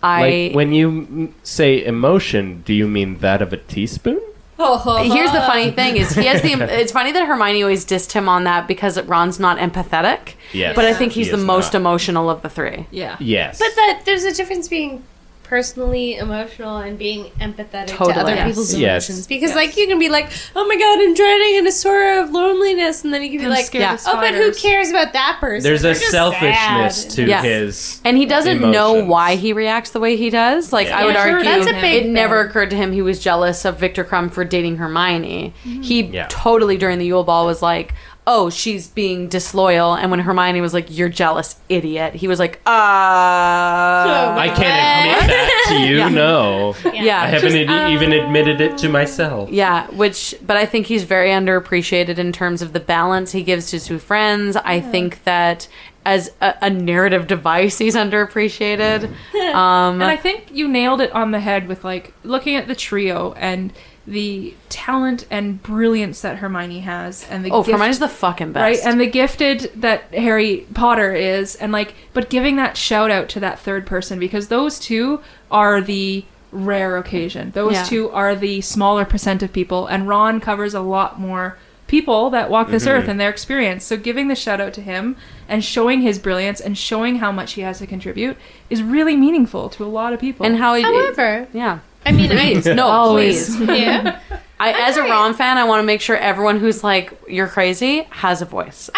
Speaker 7: I
Speaker 6: like when you m- say emotion, do you mean that of a teaspoon?
Speaker 7: Here's the funny thing is he has the it's funny that Hermione always dissed him on that because Ron's not empathetic.
Speaker 6: Yes,
Speaker 7: But I think
Speaker 6: he
Speaker 7: he's the
Speaker 6: is
Speaker 7: most
Speaker 6: not.
Speaker 7: emotional of the three.
Speaker 4: Yeah.
Speaker 6: Yes.
Speaker 5: But that there's a difference being personally emotional and being empathetic
Speaker 7: Totally.
Speaker 5: to other
Speaker 7: Yes.
Speaker 5: people's
Speaker 7: Yes.
Speaker 5: emotions. Because like you can be like, oh my god, I'm dreading an Asura of loneliness, and then you can be
Speaker 7: I'm
Speaker 5: like,
Speaker 7: scared of
Speaker 5: oh, but who cares about that person?
Speaker 6: There's
Speaker 5: They're
Speaker 6: a
Speaker 5: just
Speaker 6: selfishness
Speaker 5: sad.
Speaker 6: to
Speaker 7: Yes.
Speaker 6: his,
Speaker 7: And he doesn't know
Speaker 6: emotions.
Speaker 7: why he reacts the way he does. Like I would
Speaker 5: Yeah, sure,
Speaker 7: argue,
Speaker 5: that's a
Speaker 7: it
Speaker 5: big thing.
Speaker 7: never occurred to him he was jealous of Victor Crumb for dating Hermione. He
Speaker 6: Mm-hmm. Yeah.
Speaker 7: totally during the Yule Ball was like, "Oh, she's being disloyal," and when Hermione was like, "You're jealous, idiot," he was like, "Ah,
Speaker 6: I can't admit that to you.
Speaker 7: Yeah.
Speaker 6: No.
Speaker 7: Yeah.
Speaker 6: I haven't
Speaker 7: Just,
Speaker 6: ad- even admitted it to myself.
Speaker 7: Yeah, which, but I think he's very underappreciated in terms of the balance he gives to his two friends. I think that as a, a narrative device, he's underappreciated.
Speaker 5: Mm-hmm.
Speaker 7: Um,
Speaker 4: and I think you nailed it on the head with like looking at the trio and the talent and brilliance that Hermione has and the
Speaker 7: oh,
Speaker 4: gift-
Speaker 7: Hermione's the fucking best.
Speaker 4: Right, and the gifted that Harry Potter is, and like, but giving that shout out to that third person because those two are the rare occasion. Those
Speaker 7: Yeah.
Speaker 4: two are the smaller percent of people, and Ron covers a lot more people that walk this
Speaker 7: Mhm.
Speaker 4: earth and their experience. So giving the shout out to him and showing his brilliance and showing how much he has to contribute is really meaningful to a lot of people.
Speaker 7: And how he-
Speaker 4: however,
Speaker 7: yeah,
Speaker 5: I mean, I-
Speaker 7: Please, no,
Speaker 4: always.
Speaker 7: please.
Speaker 5: yeah.
Speaker 7: I, as a Ron fan, I want to make sure everyone who's like you're crazy has a voice.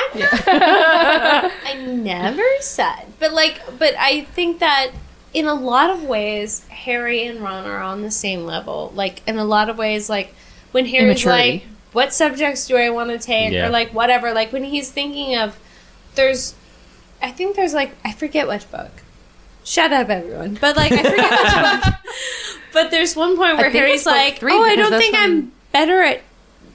Speaker 5: I never said. But like but I think that in a lot of ways Harry and Ron are on the same level. Like in a lot of ways like when Harry's
Speaker 14: Immaturity.
Speaker 5: like what subjects do I want to take
Speaker 14: Yeah.
Speaker 5: or like whatever like when he's thinking of there's I think there's like I forget which book. Shut up everyone. But like I forget which book. But there's one point
Speaker 14: I
Speaker 5: where
Speaker 14: think
Speaker 5: Harry's
Speaker 14: it's book
Speaker 5: like,
Speaker 14: three,
Speaker 5: "Oh, I
Speaker 14: because
Speaker 5: don't
Speaker 14: that's
Speaker 5: think I'm better at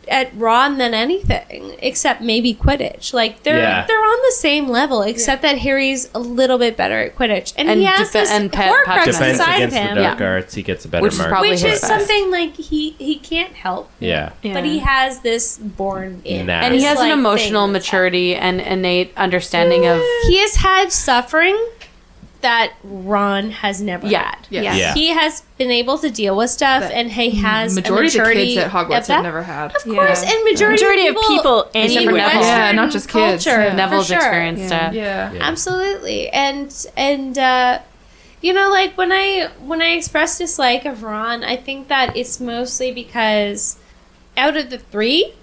Speaker 5: at Ron than anything, except maybe Quidditch. Like they're
Speaker 7: Yeah.
Speaker 5: they're on the same level, except that Harry's a little bit better at Quidditch, and,
Speaker 7: And
Speaker 5: he has
Speaker 7: defe-
Speaker 5: this
Speaker 7: and pe-
Speaker 5: Horcrux
Speaker 7: Patrick's
Speaker 6: Defense
Speaker 5: inside of
Speaker 6: against the
Speaker 5: him,
Speaker 6: dark arts, he gets a better
Speaker 7: Which is
Speaker 6: mark.
Speaker 7: probably
Speaker 5: which is
Speaker 7: his best.
Speaker 5: something like he he can't help,
Speaker 6: Yeah.
Speaker 5: but he has this born in,
Speaker 7: and he
Speaker 5: this,
Speaker 7: has
Speaker 5: like,
Speaker 7: an
Speaker 5: thing.
Speaker 7: emotional maturity and innate understanding of
Speaker 5: He has had suffering that Ron has never had.
Speaker 7: Yeah. Yeah.
Speaker 5: he has been able to deal with stuff, and he has
Speaker 4: Majority of
Speaker 5: a
Speaker 4: the
Speaker 5: maturity
Speaker 4: kids at Hogwarts
Speaker 5: of that.
Speaker 4: have never had.
Speaker 5: Of course, and majority,
Speaker 4: Majority of people
Speaker 5: in
Speaker 4: Except for Neville. Yeah, not just kids.
Speaker 5: Culture,
Speaker 4: Yeah.
Speaker 5: for
Speaker 4: Neville's
Speaker 5: sure.
Speaker 4: experienced Yeah. it. Yeah. Yeah.
Speaker 5: absolutely. And and uh, you know, like when I when I express dislike of Ron, I think that it's mostly because out of the three,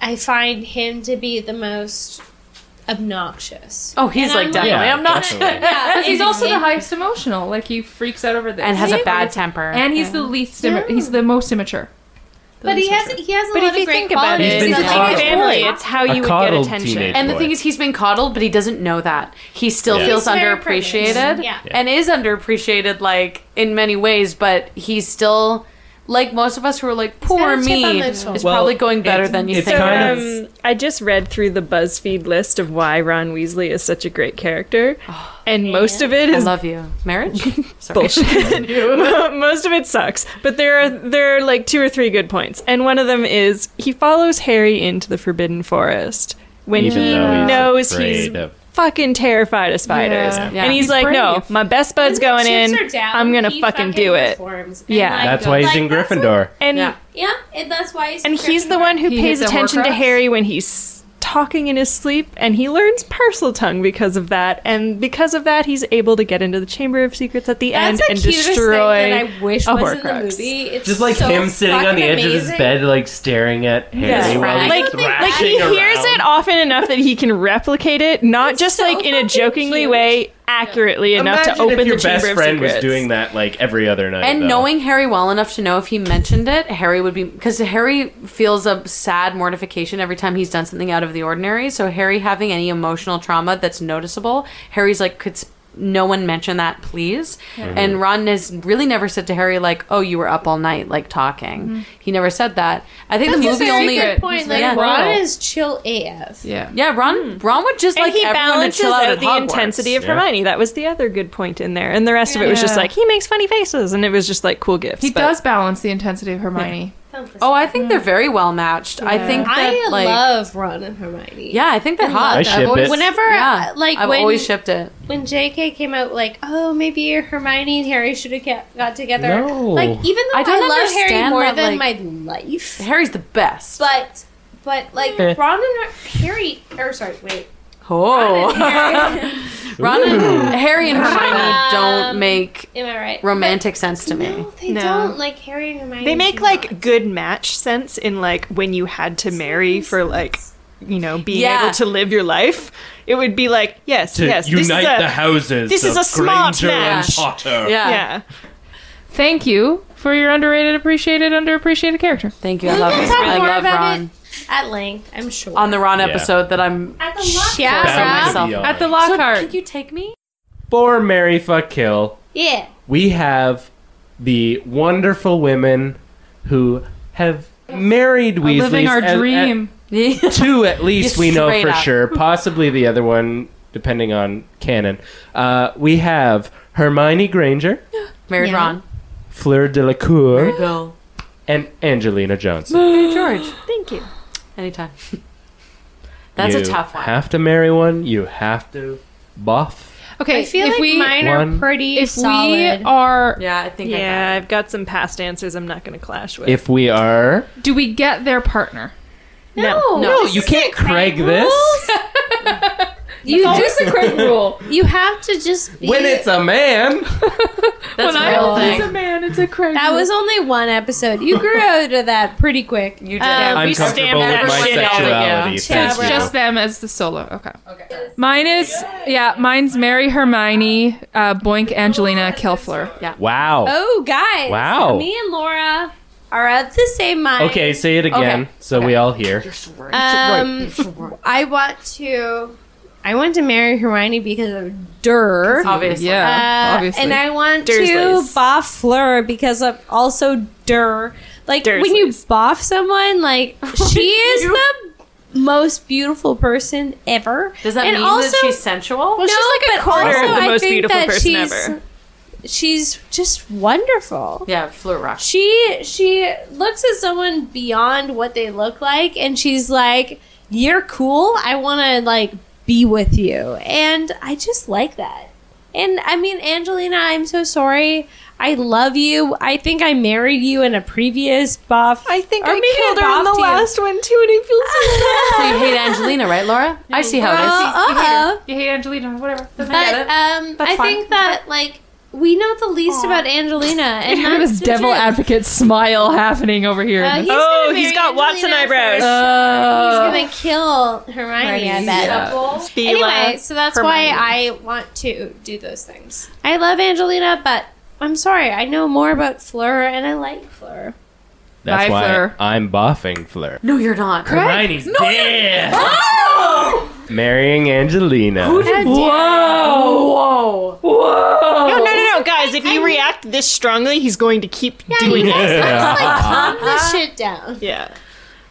Speaker 5: I find him to be the most obnoxious.
Speaker 7: Oh, he's,
Speaker 5: And
Speaker 7: like, definitely Yeah, obnoxious. definitely.
Speaker 4: Yeah, but he's also the
Speaker 5: high.
Speaker 4: highest emotional. Like he freaks out over this
Speaker 7: And has a bad temper.
Speaker 4: And he's the least. imma- he's the most immature.
Speaker 5: But he has he has a
Speaker 4: But
Speaker 5: lot
Speaker 4: if you
Speaker 5: of great
Speaker 4: think about
Speaker 5: qualities.
Speaker 4: it, He's been
Speaker 5: He's like
Speaker 4: coddled.
Speaker 5: a
Speaker 4: Family,
Speaker 5: boy.
Speaker 4: it's how you
Speaker 6: A would get coddled attention. teenage
Speaker 7: And the
Speaker 6: boy.
Speaker 7: thing is, he's been coddled, but he doesn't know that. He still
Speaker 6: Yeah.
Speaker 7: feels
Speaker 6: He's very
Speaker 7: underappreciated,
Speaker 6: privileged. Yeah.
Speaker 7: and is underappreciated, like in many ways. But he's still like most of us who are like, poor
Speaker 8: got a chip on
Speaker 7: me.
Speaker 8: their
Speaker 7: It's
Speaker 8: shoulder.
Speaker 7: probably going better than you
Speaker 8: it's
Speaker 7: think.
Speaker 8: Kind um, I just read through the BuzzFeed list of why Ron Weasley is such a great character, and most of it is
Speaker 7: I love you. Marriage?
Speaker 8: bullshit. most of it sucks, but there are there are like two or three good points, and one of them is he follows Harry into the Forbidden Forest when
Speaker 6: Even
Speaker 8: he
Speaker 6: though he's
Speaker 8: knows
Speaker 6: afraid
Speaker 8: he's
Speaker 6: of-
Speaker 8: fucking terrified of spiders,
Speaker 6: Yeah.
Speaker 8: and he's,
Speaker 6: He's
Speaker 8: like, "No,
Speaker 6: brave.
Speaker 8: my best bud's
Speaker 5: When the
Speaker 8: going in.
Speaker 5: chips are down,
Speaker 8: I'm gonna
Speaker 5: he
Speaker 8: fucking
Speaker 5: fucking
Speaker 8: do it."
Speaker 5: performs. And,
Speaker 8: Yeah,
Speaker 5: like,
Speaker 6: That's why he's
Speaker 5: like,
Speaker 6: in Gryffindor.
Speaker 8: and
Speaker 5: Yeah, and that's why he's
Speaker 8: and he's the one who
Speaker 5: He
Speaker 8: pays
Speaker 5: hits a
Speaker 8: attention to
Speaker 5: Horcrux?
Speaker 8: Harry when he's talking in his sleep, and he learns Parseltongue because of that, and because of that, he's able to get into the Chamber of Secrets at the
Speaker 5: That's
Speaker 8: end
Speaker 5: the
Speaker 8: and
Speaker 5: cutest thing
Speaker 8: destroy
Speaker 5: that I wish
Speaker 8: a
Speaker 5: was in the
Speaker 8: Horcrux.
Speaker 5: movie. It's
Speaker 6: Just like
Speaker 5: so
Speaker 6: him sitting on the edge of his
Speaker 5: fucking
Speaker 6: bed, like staring at Harry
Speaker 8: Yeah.
Speaker 6: while he's
Speaker 8: Like, like he
Speaker 6: thrashing
Speaker 8: hears
Speaker 6: around.
Speaker 8: it often enough that he can replicate it, not just like in a jokingly way, accurately enough
Speaker 6: Imagine
Speaker 8: to open
Speaker 6: if your
Speaker 8: the Chamber
Speaker 6: best
Speaker 8: of
Speaker 6: friend
Speaker 8: Secrets.
Speaker 6: was doing that like every other night.
Speaker 7: and
Speaker 6: though.
Speaker 7: knowing Harry well enough to know if he mentioned it, Harry would be because Harry feels a sad mortification every time he's done something out of the ordinary. So Harry having any emotional trauma that's noticeable, Harry's like, could s- no one mention that, please?
Speaker 14: Yeah. Mhm.
Speaker 7: And Ron has really never said to Harry like, oh, you were up all night like talking.
Speaker 8: Mm-hmm.
Speaker 5: Mhm.
Speaker 7: He never said that. I think
Speaker 5: That's
Speaker 7: the
Speaker 5: a
Speaker 7: movie
Speaker 5: very
Speaker 7: only
Speaker 5: good point. Like
Speaker 7: Yeah.
Speaker 5: Ron is chill AF.
Speaker 7: yeah, Ron Ron would just
Speaker 8: Mm. And
Speaker 7: like
Speaker 8: he
Speaker 7: everyone to
Speaker 8: balances
Speaker 7: chill out,
Speaker 8: out
Speaker 7: at
Speaker 8: the
Speaker 7: Hogwarts.
Speaker 8: intensity of Hermione. That was the other good point in there, and the rest of it was just
Speaker 4: Yeah.
Speaker 8: like he makes funny faces, and it was just like cool gifts.
Speaker 4: He
Speaker 8: but-
Speaker 4: does balance the intensity of Hermione.
Speaker 7: Oh, I think
Speaker 8: Mm.
Speaker 7: they're very well matched. I think that
Speaker 5: I
Speaker 7: like
Speaker 5: love Ron and Hermione.
Speaker 7: yeah, I think they're
Speaker 5: I
Speaker 7: hot.
Speaker 6: love I them. ship it.
Speaker 5: Whenever,
Speaker 7: Yeah,
Speaker 5: uh, like
Speaker 7: I've
Speaker 5: when
Speaker 7: always shipped it.
Speaker 5: when JK came out, like, oh, maybe Hermione and Harry should have kept, got together.
Speaker 7: No.
Speaker 5: Like, even though I,
Speaker 7: I don't
Speaker 5: love Harry
Speaker 7: understand
Speaker 5: more
Speaker 7: that,
Speaker 5: than
Speaker 7: like-
Speaker 5: my life,
Speaker 7: Harry's the best.
Speaker 5: but but like
Speaker 7: Eh.
Speaker 5: Ron and Harry, or sorry, wait,
Speaker 7: Oh, Ron and
Speaker 5: Ooh.
Speaker 7: Harry and Hermione
Speaker 5: Um,
Speaker 7: don't make
Speaker 5: am I right?
Speaker 7: romantic sense to me.
Speaker 5: They don't like Harry and Hermione.
Speaker 8: They
Speaker 5: do
Speaker 8: make
Speaker 5: not.
Speaker 8: like good match sense in like when you had to marry for like you know being
Speaker 7: Yeah.
Speaker 8: able to live your life. It would be like yes,
Speaker 6: to
Speaker 8: yes, this is
Speaker 6: unite
Speaker 8: a-
Speaker 6: the houses.
Speaker 8: This
Speaker 6: of
Speaker 8: is a smart
Speaker 6: Granger and
Speaker 8: match.
Speaker 6: Potter.
Speaker 8: yeah.
Speaker 4: Thank you for your underrated, appreciated, underappreciated character.
Speaker 7: Thank
Speaker 5: We can talk more about
Speaker 7: Ron.
Speaker 5: it at length. I'm sure
Speaker 7: On the Ron episode that I'm
Speaker 5: at the
Speaker 7: Yeah.
Speaker 6: That would
Speaker 5: Lockhart.
Speaker 6: be all right.
Speaker 7: Lockhart. can you take me?
Speaker 6: For Mary Fuck Kill,
Speaker 5: Yeah.
Speaker 6: we have the wonderful women who have married Weasleys.
Speaker 4: living our
Speaker 6: at- at-
Speaker 4: dream.
Speaker 6: two at least
Speaker 4: You
Speaker 6: we know
Speaker 4: straight
Speaker 6: for
Speaker 4: up.
Speaker 6: sure. Possibly the other one, depending on canon. Uh, we have Hermione Granger,
Speaker 7: Married Ron.
Speaker 6: Fleur Delacour,
Speaker 7: Bill.
Speaker 6: and Angelina Johnson.
Speaker 7: George.
Speaker 8: Thank you.
Speaker 7: Anytime. That's a
Speaker 6: You
Speaker 7: tough one.
Speaker 6: Have to marry one. You have to buff.
Speaker 4: Okay,
Speaker 5: I feel
Speaker 4: if
Speaker 5: like
Speaker 4: we-
Speaker 5: mine
Speaker 6: One.
Speaker 5: are pretty
Speaker 4: If we
Speaker 5: solid.
Speaker 4: are,
Speaker 7: yeah, I think.
Speaker 8: Yeah, I've got some past answers. I'm not going to clash with.
Speaker 6: If we are,
Speaker 4: do we get their partner?
Speaker 6: no, you can't Craig this.
Speaker 5: You
Speaker 4: That's
Speaker 5: just
Speaker 4: always the quick rule.
Speaker 5: You have to just be
Speaker 6: When it's a man,
Speaker 7: That's
Speaker 4: when
Speaker 7: a real
Speaker 4: I
Speaker 7: thing.
Speaker 4: was a man, it's
Speaker 5: It's a crazy. That was only one episode. You grew out of that pretty quick. You did.
Speaker 6: I'm comfortable with my sexuality. Thank
Speaker 4: It's
Speaker 6: you.
Speaker 4: just them as the solo. Okay. Okay. Mine is yeah. Mine's Mary Hermione, uh, Boink Angelina Kilfler. Yeah.
Speaker 6: Wow.
Speaker 5: Oh, guys.
Speaker 6: Wow.
Speaker 5: Me and Laura are of the same mind.
Speaker 6: Okay, say it again so we all hear.
Speaker 5: Um, I want to. I want to marry Hermione because of Durr.
Speaker 7: Obviously.
Speaker 15: Yeah,
Speaker 5: Uh,
Speaker 15: obviously.
Speaker 5: And I want
Speaker 15: Dursleys.
Speaker 5: to boff Fleur because of also Durr. Like, when you boff someone, like, she is the most beautiful person ever.
Speaker 7: Does that
Speaker 5: and
Speaker 7: mean
Speaker 5: also,
Speaker 7: that she's sensual?
Speaker 5: Well, she's No, like a but quarter of also the I most think beautiful that person she's-
Speaker 7: ever.
Speaker 5: ever. she's just wonderful.
Speaker 7: Yeah, Fleur Rock.
Speaker 5: She she looks at someone beyond what they look like and she's like, "You're cool. I want to like be with you." And I just like that. And I mean, Angelina, I'm so sorry. I love you. I think I married you in a previous buff. I think
Speaker 16: I killed her in the last
Speaker 5: one too, and I
Speaker 7: So you hate Angelina, right, Laura? I see how it is.
Speaker 5: Well, uh-huh.
Speaker 4: You hate Angelina, whatever.
Speaker 5: But
Speaker 7: Doesn't matter.
Speaker 4: uh,
Speaker 5: um,
Speaker 7: That's
Speaker 5: I
Speaker 7: fine.
Speaker 5: think that like we know the least about Angelina, and
Speaker 4: And
Speaker 5: that's
Speaker 4: this
Speaker 5: the
Speaker 4: devil advocate smile happening over here.
Speaker 5: Uh, he's
Speaker 8: Oh,
Speaker 5: gonna
Speaker 8: he's
Speaker 5: marry
Speaker 8: got Watson
Speaker 5: Angelina
Speaker 8: eyebrows.
Speaker 5: first.
Speaker 4: Oh.
Speaker 5: He's gonna kill Hermione. I
Speaker 8: Hermione,
Speaker 5: bet.
Speaker 8: yeah. Spila,
Speaker 5: Anyway, so that's why I want to do those things. I love Angelina, but I'm sorry, I know more about Fleur, and I like Fleur.
Speaker 6: That's
Speaker 5: Bye,
Speaker 6: why
Speaker 5: Fleur.
Speaker 6: I'm buffing Fleur.
Speaker 7: No, you're not.
Speaker 6: Hermione's dead.
Speaker 7: Oh!
Speaker 6: Marrying Angelina.
Speaker 8: Whoa!
Speaker 7: Whoa!
Speaker 8: Whoa! No, no, no, no, guys! If you react this strongly, he's going to keep doing
Speaker 6: you guys
Speaker 8: it.
Speaker 6: have to, like,
Speaker 5: Calm this shit down.
Speaker 8: Yeah.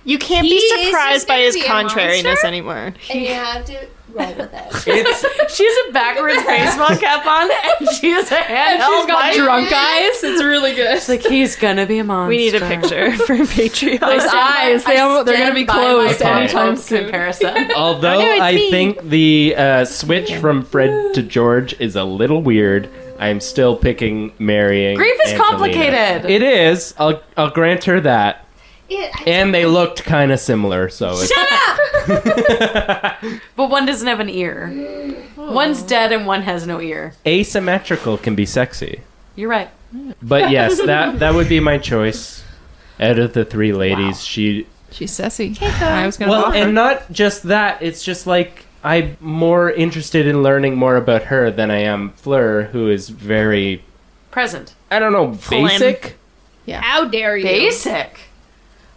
Speaker 8: You can't
Speaker 5: He is
Speaker 8: be
Speaker 5: just
Speaker 8: surprised by
Speaker 5: gonna
Speaker 8: his
Speaker 5: be a
Speaker 8: contrariness
Speaker 5: monster?
Speaker 8: anymore.
Speaker 5: And you have to roll with it.
Speaker 7: she has a backwards baseball cap on, and she has a hand.
Speaker 4: she's got drunk eyes. It's really good. It's
Speaker 7: like he's gonna be a monster.
Speaker 8: We need a picture for Patreon.
Speaker 4: Those eyes, they almost, they're going to be closed
Speaker 6: my
Speaker 4: anytime
Speaker 6: photo
Speaker 4: soon.
Speaker 7: Comparison.
Speaker 6: Although I think the uh, switch from Fred to George is a little weird, I'm still picking marrying.
Speaker 7: Grief is
Speaker 6: Angelina.
Speaker 7: complicated.
Speaker 6: It is. I'll I'll grant her that.
Speaker 5: Yeah, I-
Speaker 6: And they looked kind of similar, so it's-
Speaker 7: But one doesn't have an ear. One's dead and one has no ear.
Speaker 6: asymmetrical can be sexy.
Speaker 7: You're right.
Speaker 6: But yes, that that would be my choice. Out of the three ladies, she
Speaker 4: She's sassy. I was going to
Speaker 6: well, and not just that. It's just like I'm more interested in learning more about her than I am Fleur, who is very
Speaker 7: Present.
Speaker 6: I don't know basic.
Speaker 5: How dare you?
Speaker 7: Basic.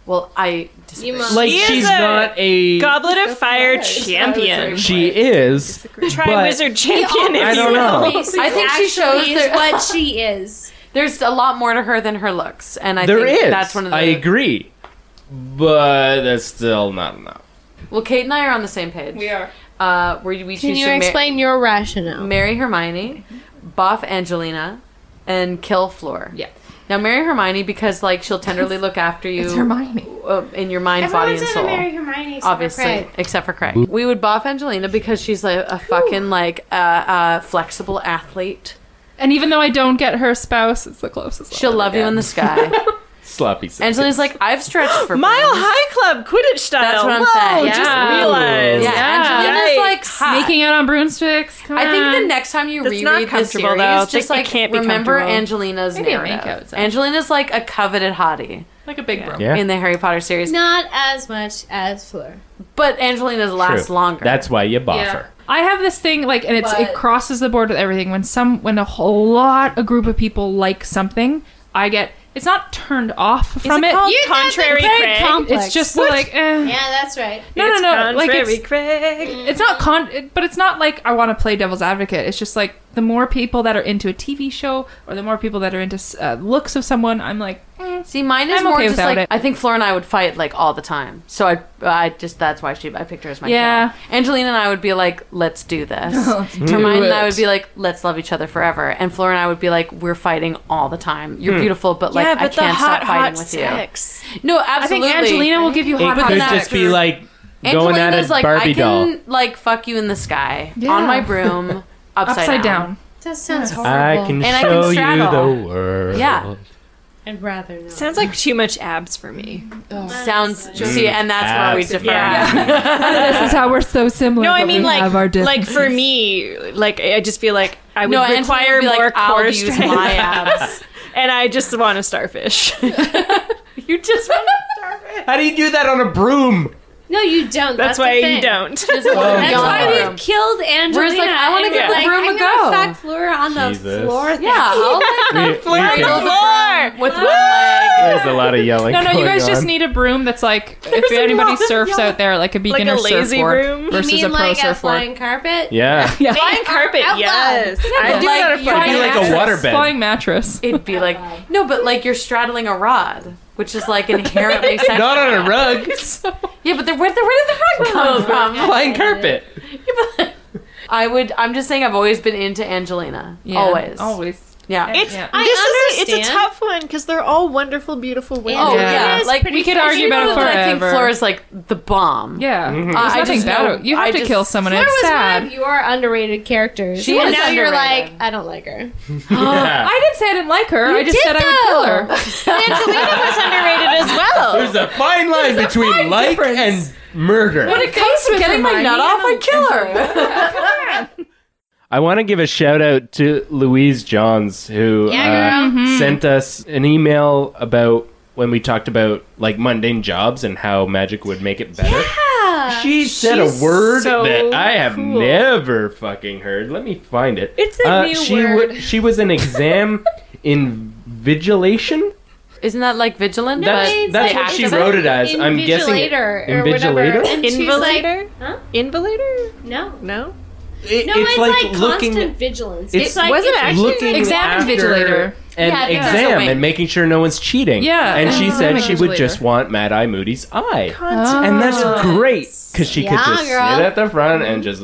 Speaker 7: Well, I disagree.
Speaker 6: Like she's not a
Speaker 8: Goblet of Fire champion.
Speaker 6: She is.
Speaker 8: Try
Speaker 6: but-
Speaker 8: Wizard champion.
Speaker 6: I
Speaker 8: if
Speaker 6: don't
Speaker 8: you
Speaker 6: know.
Speaker 8: will.
Speaker 7: I think she shows
Speaker 5: Actually is
Speaker 7: there-
Speaker 5: what she is.
Speaker 7: There's a lot more to her than her looks, and I
Speaker 6: There
Speaker 7: think
Speaker 6: is.
Speaker 7: that's one of the.
Speaker 6: I agree, but that's still not enough.
Speaker 7: well, Kate and I are on the same page. We are. Uh, where we
Speaker 5: Can
Speaker 7: choose
Speaker 5: you
Speaker 7: to ma-
Speaker 5: explain your rationale?
Speaker 7: marry Hermione,
Speaker 4: Mm-hmm.
Speaker 7: boff Angelina, and kill Fleur. Yeah. Now marry Hermione because like she'll tenderly look after you.
Speaker 4: It's Hermione.
Speaker 7: uh, in your mind, body, and soul.
Speaker 5: Hermione,
Speaker 7: obviously, except for Craig. We would boff Angelina because she's like a fucking like uh, uh, flexible athlete.
Speaker 4: And even though I don't get her spouse, it's the closest.
Speaker 7: She'll love you in the sky.
Speaker 6: Sloppy. seconds.
Speaker 7: Angelina's like, I've stretched for
Speaker 8: Mile
Speaker 7: pounds."
Speaker 8: High Club Quidditch style.
Speaker 7: That's what I'm
Speaker 8: Whoa,
Speaker 7: saying.
Speaker 8: Just
Speaker 7: Yeah.
Speaker 8: realize.
Speaker 7: Yeah, Angelina's like hot.
Speaker 4: Making out on broomsticks. Come
Speaker 7: I think
Speaker 4: on.
Speaker 7: the next time you
Speaker 8: That's
Speaker 7: reread
Speaker 8: not
Speaker 7: the
Speaker 8: comfortable,
Speaker 7: series,
Speaker 8: though.
Speaker 7: just
Speaker 8: Like,
Speaker 7: like
Speaker 8: it can't be
Speaker 7: remember
Speaker 8: comfortable.
Speaker 7: Angelina's
Speaker 4: Maybe a
Speaker 7: narrative.
Speaker 4: makeout zone.
Speaker 7: Angelina's like a coveted hottie
Speaker 4: like a big broom.
Speaker 6: Yeah.
Speaker 7: in the Harry Potter series,
Speaker 5: Not as much as Fleur.
Speaker 7: but Angelina's lasts
Speaker 6: True.
Speaker 7: longer.
Speaker 6: That's why you boff
Speaker 4: Yeah.
Speaker 6: her.
Speaker 4: I have this thing like, and it's it
Speaker 5: But-
Speaker 4: crosses the board with everything. When some, when a whole lot, a group of people like something, I get it's not turned off from
Speaker 8: it
Speaker 4: it.
Speaker 8: called
Speaker 4: You got the
Speaker 8: contrary
Speaker 4: vague
Speaker 8: Craig?
Speaker 4: complex. It's just like, eh.
Speaker 5: Yeah, that's right.
Speaker 4: no, no,
Speaker 8: It's
Speaker 4: no. Like
Speaker 8: contrary,
Speaker 4: it's
Speaker 8: Craig.
Speaker 4: it's not con, it- but it's not like I want to play devil's advocate. It's just like the more people that are into a TV show or the more people that are into uh, looks of someone, I'm like, eh.
Speaker 7: See, mine is
Speaker 4: I'm
Speaker 7: more
Speaker 4: okay
Speaker 7: just
Speaker 4: without
Speaker 7: like
Speaker 4: it.
Speaker 7: I think Flora and I would fight like all the time. So I, I just that's why she I picked her as my
Speaker 4: Yeah.
Speaker 7: kill. Angelina and I would be like, let's do this.
Speaker 4: Let's
Speaker 6: Mm.
Speaker 4: do
Speaker 7: Hermione and I
Speaker 4: it.
Speaker 7: would be like, let's love each other forever. And Flora and I would be like, we're fighting all the time. You're
Speaker 6: Hmm.
Speaker 7: beautiful, but like
Speaker 8: yeah,
Speaker 7: I
Speaker 8: but the
Speaker 7: can't
Speaker 8: hot,
Speaker 7: stop fighting
Speaker 8: hot
Speaker 7: with
Speaker 8: sex.
Speaker 7: you. No,
Speaker 4: I think
Speaker 7: absolutely.
Speaker 4: Angelina will give you hot
Speaker 6: It
Speaker 4: hot
Speaker 6: could
Speaker 4: sex.
Speaker 6: just be like going at a
Speaker 7: Angelina's like,
Speaker 6: Barbie
Speaker 7: I
Speaker 6: doll.
Speaker 7: can like fuck you in the sky
Speaker 4: Yeah.
Speaker 7: on my broom upside,
Speaker 4: upside down.
Speaker 5: That sounds horrible.
Speaker 6: I can
Speaker 7: And I can
Speaker 6: show
Speaker 7: straddle.
Speaker 6: you the world.
Speaker 7: Yeah.
Speaker 5: I'd rather not.
Speaker 8: Sounds like too much abs for me.
Speaker 7: Sounds
Speaker 6: Mm.
Speaker 7: see, and that's where we
Speaker 6: Abs-
Speaker 7: differ.
Speaker 8: Yeah.
Speaker 4: this is how we're so similar.
Speaker 8: No, I
Speaker 4: but we
Speaker 8: mean like
Speaker 4: have our
Speaker 8: like
Speaker 4: differences.
Speaker 8: for me, like I just feel like I would
Speaker 7: No, Angelina
Speaker 8: require
Speaker 7: would be
Speaker 8: more
Speaker 7: like, I'll
Speaker 8: core
Speaker 7: use
Speaker 8: strength.
Speaker 7: my abs.
Speaker 8: and I just want a starfish.
Speaker 10: You just want
Speaker 1: How do you do that on a broom?
Speaker 3: No, you don't.
Speaker 8: That's
Speaker 3: That's,
Speaker 8: why you
Speaker 3: the thing.
Speaker 8: don't.
Speaker 3: That's
Speaker 8: Oh, yeah.
Speaker 3: why
Speaker 8: Room.
Speaker 3: we've killed Angelina.
Speaker 7: Whereas, like, I wanna
Speaker 3: and
Speaker 7: get
Speaker 3: we're
Speaker 7: the room
Speaker 3: I'm
Speaker 7: a
Speaker 3: gonna
Speaker 7: go.
Speaker 3: fuck Fleur on the
Speaker 6: Jesus.
Speaker 3: floor.
Speaker 7: Yeah, I'll
Speaker 6: We-
Speaker 7: let
Speaker 6: we can-
Speaker 7: her floor with one
Speaker 6: There's a lot of yelling.
Speaker 4: no, no, you
Speaker 6: going
Speaker 4: guys just
Speaker 6: on.
Speaker 4: need a broom that's like if
Speaker 6: There's a
Speaker 4: anybody
Speaker 6: lot of
Speaker 4: surfs out there, like a beginner
Speaker 8: lazy
Speaker 4: surfboard
Speaker 8: room?
Speaker 4: versus
Speaker 3: you mean
Speaker 4: a pro
Speaker 3: like a
Speaker 4: surfboard.
Speaker 3: flying carpet?
Speaker 6: Yeah.
Speaker 4: Yeah.
Speaker 8: Flying carpet,
Speaker 3: outlaw.
Speaker 8: yes.
Speaker 7: but
Speaker 8: I do
Speaker 7: like,
Speaker 8: that on a
Speaker 7: you're
Speaker 8: flying
Speaker 7: It'd be like a
Speaker 8: mattress.
Speaker 6: waterbed.
Speaker 4: Flying mattress.
Speaker 7: It'd be like no, but like you're straddling a rod, which is like inherently sexual.
Speaker 6: Not on a rug.
Speaker 7: yeah, but the, where, the, where did the rug come from?
Speaker 6: Flying carpet.
Speaker 7: I would. I'm just saying. I've always been into Angelina.
Speaker 4: Yeah,
Speaker 7: Always.
Speaker 4: Always.
Speaker 7: Yeah.
Speaker 10: It's this
Speaker 7: I
Speaker 10: is a, it's a
Speaker 7: understand.
Speaker 10: tough one because they're all wonderful, beautiful women.
Speaker 7: Oh yeah, like
Speaker 4: we could argue about it
Speaker 7: But I think
Speaker 4: forever.
Speaker 7: Flora's like the bomb.
Speaker 4: Yeah,
Speaker 6: Mm-hmm.
Speaker 7: Mhm.
Speaker 4: there's
Speaker 7: Uh, I
Speaker 4: nothing
Speaker 7: just
Speaker 4: bad
Speaker 7: know-
Speaker 4: about- You have
Speaker 7: I
Speaker 4: to
Speaker 7: just-
Speaker 4: kill someone.
Speaker 3: Fleur
Speaker 4: It's
Speaker 3: was
Speaker 4: sad.
Speaker 3: one of your underrated characters.
Speaker 7: She
Speaker 3: and
Speaker 7: is
Speaker 3: now you're
Speaker 7: underrated.
Speaker 3: like, I don't like her.
Speaker 6: Yeah.
Speaker 4: I didn't say I didn't like her.
Speaker 3: You
Speaker 4: I just
Speaker 3: did,
Speaker 4: said I would kill her.
Speaker 3: though.
Speaker 10: Angelina was underrated as well.
Speaker 6: There's a fine line between like and murder.
Speaker 4: When it comes to
Speaker 7: Getting my nut off, I kill her.
Speaker 6: I want to give a shout out to Louise Johns who
Speaker 3: Yeah,
Speaker 6: uh,
Speaker 3: girl. Mhm.
Speaker 6: sent us an email about when we talked about like mundane jobs and how magic would make it better. She said a word
Speaker 10: so
Speaker 6: that I have
Speaker 10: cool.
Speaker 6: never fucking heard. Let me find it. Uh,
Speaker 3: It's a new
Speaker 6: she
Speaker 3: word.
Speaker 6: wa- she was an exam invigilation.
Speaker 7: Isn't that like vigilant?
Speaker 6: That's-
Speaker 7: but
Speaker 6: that's
Speaker 7: they
Speaker 6: what
Speaker 7: act
Speaker 6: she
Speaker 7: as it?
Speaker 6: wrote it as. I'm guessing it-
Speaker 3: Invigilator or
Speaker 6: Invigilator?
Speaker 3: whatever. And she's like,
Speaker 8: Invalidator?
Speaker 3: huh?
Speaker 8: Invalidator?
Speaker 3: No.
Speaker 8: No.
Speaker 6: It-
Speaker 3: No, it's, like, constant vigilance. It's,
Speaker 6: It's-
Speaker 3: like
Speaker 8: Was it
Speaker 3: it's-
Speaker 8: actually-
Speaker 6: looking
Speaker 4: Exam
Speaker 6: after
Speaker 4: invigilator.
Speaker 6: an
Speaker 7: Yeah, I think there's a
Speaker 6: exam
Speaker 7: wing.
Speaker 6: and making sure no one's cheating.
Speaker 4: Yeah,
Speaker 6: and she
Speaker 3: Uh-huh.
Speaker 4: exam
Speaker 6: said she would
Speaker 4: invigilator.
Speaker 6: just want Mad Eye Moody's eye,
Speaker 4: Oh.
Speaker 6: and that's great because she could
Speaker 3: Yeah,
Speaker 6: just
Speaker 3: girl.
Speaker 6: sit at the front and just.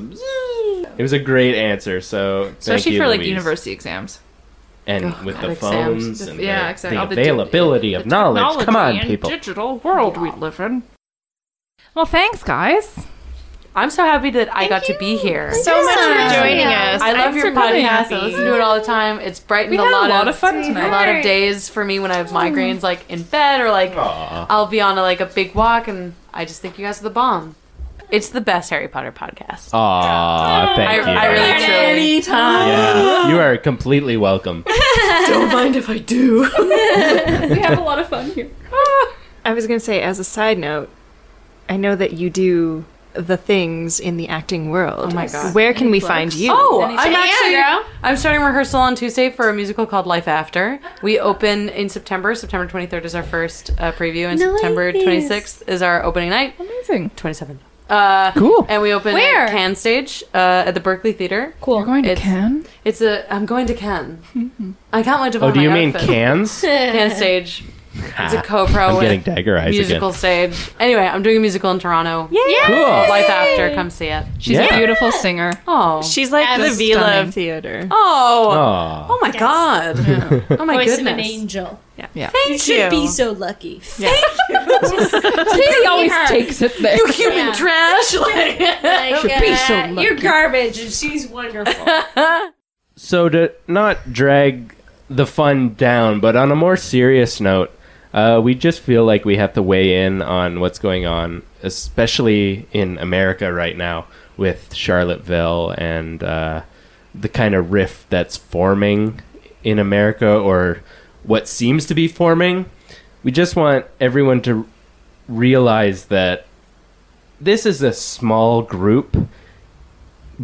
Speaker 6: It was a great answer. So thank
Speaker 4: especially
Speaker 6: you,
Speaker 4: for like
Speaker 6: Louise.
Speaker 4: university exams.
Speaker 6: and
Speaker 7: Oh,
Speaker 6: with
Speaker 7: God,
Speaker 6: the
Speaker 7: exams.
Speaker 6: phones and
Speaker 4: Yeah,
Speaker 6: the,
Speaker 4: exactly.
Speaker 6: the
Speaker 4: All the di-
Speaker 6: availability of knowledge. Come on,
Speaker 4: Technology and
Speaker 6: people.
Speaker 4: Digital world we live in. Well, thanks, guys.
Speaker 7: I'm so happy that I got to be here.
Speaker 10: So much for joining
Speaker 3: Yeah.
Speaker 10: us.
Speaker 7: I love
Speaker 10: I'm
Speaker 7: your
Speaker 10: so glad
Speaker 7: podcast.
Speaker 10: happy.
Speaker 7: I listen to it all the time. It's brightened
Speaker 4: We
Speaker 7: a
Speaker 4: had
Speaker 7: lot,
Speaker 4: a lot of
Speaker 7: of,
Speaker 4: fun
Speaker 7: a
Speaker 4: tonight.
Speaker 7: lot of days for me when I have migraines, like in bed or like I'll be on a, like a big walk, and I just think you guys are the bomb. It's the best Harry Potter podcast.
Speaker 6: Aw, thank
Speaker 7: I,
Speaker 6: you.
Speaker 7: I really truly.
Speaker 13: Anytime.
Speaker 6: yeah, you are completely welcome.
Speaker 4: Oh
Speaker 13: Don't mind if I do.
Speaker 4: We have a lot of fun here.
Speaker 8: I was going to say, as a side note, I know that you do the things in the acting world.
Speaker 7: Oh my God.
Speaker 8: Where can we find you?
Speaker 7: Oh, I'm
Speaker 3: Yeah,
Speaker 7: actually
Speaker 3: girl.
Speaker 7: I'm starting rehearsal on Tuesday for a musical called Life After. We open in September. September 23rd is our first uh, preview, and September 26th is our opening night.
Speaker 4: Amazing.
Speaker 7: 27th. Uh,
Speaker 6: Cool.
Speaker 7: And we open
Speaker 3: Where?
Speaker 7: at Can Stage uh, at the Berkeley Theater.
Speaker 4: Cool. You're going to
Speaker 7: It's-
Speaker 4: Cannes?
Speaker 7: It's a. I'm going to Can.
Speaker 3: Mm-hmm.
Speaker 7: I can't wait to.
Speaker 6: Oh,
Speaker 7: buy
Speaker 6: do
Speaker 7: my
Speaker 6: you mean
Speaker 7: outfit.
Speaker 6: cans? Ah,
Speaker 7: Can Stage? It's a co-pro
Speaker 6: I'm
Speaker 7: with
Speaker 6: getting dagger eyes
Speaker 7: musical
Speaker 6: again.
Speaker 7: stage. Anyway, I'm doing a musical in Toronto. Yeah.
Speaker 6: Cool.
Speaker 7: Life After. Come see it.
Speaker 4: She's
Speaker 6: Yeah.
Speaker 4: a beautiful singer.
Speaker 7: Oh.
Speaker 8: She's like
Speaker 3: That
Speaker 8: the
Speaker 3: is
Speaker 8: Vila
Speaker 4: stunning.
Speaker 8: of theater.
Speaker 7: Oh.
Speaker 6: Aw.
Speaker 7: Oh my God. Oh my
Speaker 3: Voice of an
Speaker 7: goodness.
Speaker 3: angel.
Speaker 8: Thank
Speaker 3: You should be so lucky.
Speaker 4: She
Speaker 3: always
Speaker 4: always
Speaker 3: her.
Speaker 4: takes it there.
Speaker 7: Human
Speaker 3: Yeah.
Speaker 7: trash. Like.
Speaker 3: Like,
Speaker 4: Should be so
Speaker 3: uh, You're
Speaker 4: lucky.
Speaker 3: garbage, and she's wonderful.
Speaker 6: so to not drag the fun down, but on a more serious note, uh, we just feel like we have to weigh in on what's going on, especially in America right now with Charlottesville and uh, the kind of rift that's forming in America or what seems to be forming. We just want everyone to realize that this is a small group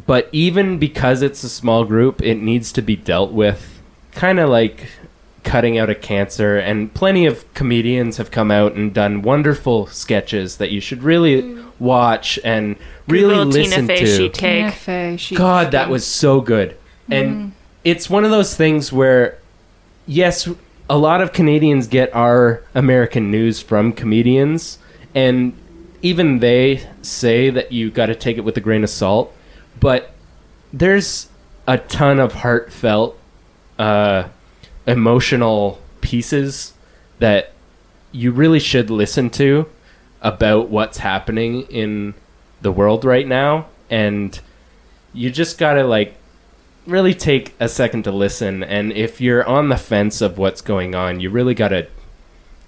Speaker 6: but even because it's a small group, it needs to be dealt with kind of like cutting out a cancer. And plenty of comedians have come out and done wonderful sketches that you should really watch and really
Speaker 8: Mm. Google
Speaker 6: listen
Speaker 8: Tina Fey
Speaker 6: to.
Speaker 8: sheet cake.
Speaker 6: God, that was so good. And it's one of those things where, yes, a lot of Canadians get our American news from comedians, and even they say that you got to take it with a grain of salt. But there's a ton of heartfelt, uh, emotional pieces that you really should listen to about what's happening in the world right now and you just gotta like really take a second to listen and if you're on the fence of what's going on you really gotta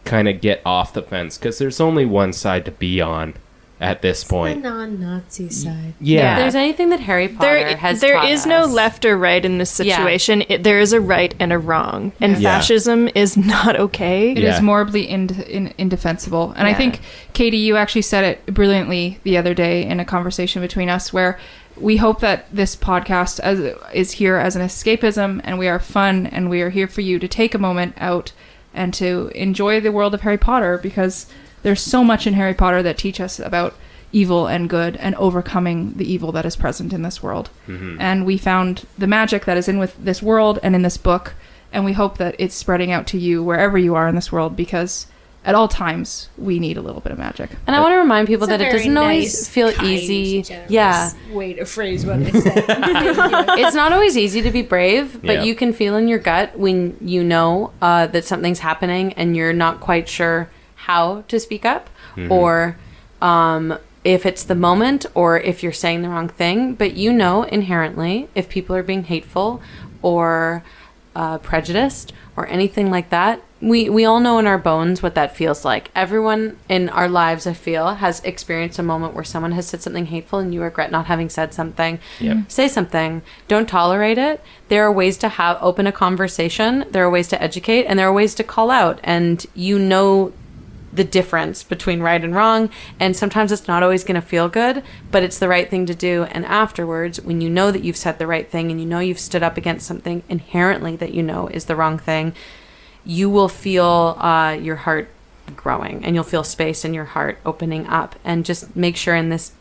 Speaker 6: kind of get off the fence because there's only one side to be on at this point.
Speaker 3: non-Nazi side.
Speaker 6: Yeah.
Speaker 7: there's anything that Harry Potter
Speaker 8: There,
Speaker 7: has
Speaker 8: there
Speaker 7: taught
Speaker 8: is no left or right in this
Speaker 7: Yeah.
Speaker 8: situation. It, there is a right and a wrong, and
Speaker 4: Yeah.
Speaker 8: fascism is not okay.
Speaker 4: It is morally ind- in- indefensible. And I
Speaker 8: Yeah.
Speaker 4: think, Katie, you actually said it brilliantly the other day in a conversation between us where we hope that this podcast as, is here as an escapism and we are fun and we are here for you to take a moment out and to enjoy the world of Harry Potter because there's so much in Harry Potter that teach us about evil and good and overcoming the evil that is present in this world
Speaker 17: Mhm.
Speaker 4: and we found the magic that is in with this world and in this book and we hope that it's spreading out to you wherever you are in this world because at all times we need a little bit of magic
Speaker 7: And I want to remind people
Speaker 4: It's a
Speaker 7: that it
Speaker 4: very
Speaker 7: doesn't always
Speaker 4: nice,
Speaker 7: feel
Speaker 4: kind,
Speaker 7: easy.
Speaker 4: generous
Speaker 7: Yeah.
Speaker 3: Way to phrase what I said.
Speaker 7: it's not always easy to be brave, but
Speaker 3: Yeah.
Speaker 7: you can feel in your gut when you know uh, that something's happening and you're not quite sure how to speak up
Speaker 17: Mhm.
Speaker 7: or um, if it's the moment or if you're saying the wrong thing. But you know inherently if people are being hateful or uh, prejudiced or anything like that. We, we all know in our bones what that feels like. Everyone in our lives, I feel, has experienced a moment where someone has said something hateful and you regret not having said something
Speaker 17: Yep.
Speaker 7: say something don't tolerate it there are ways to have open a conversation there are ways to educate and there are ways to call out and you know the difference between right and wrong and sometimes it's not always going to feel good but it's the right thing to do and afterwards when you know that you've said the right thing and you know you've stood up against something inherently that you know is the wrong thing you will feel uh, your heart growing and you'll feel space in your heart opening up and just make sure in this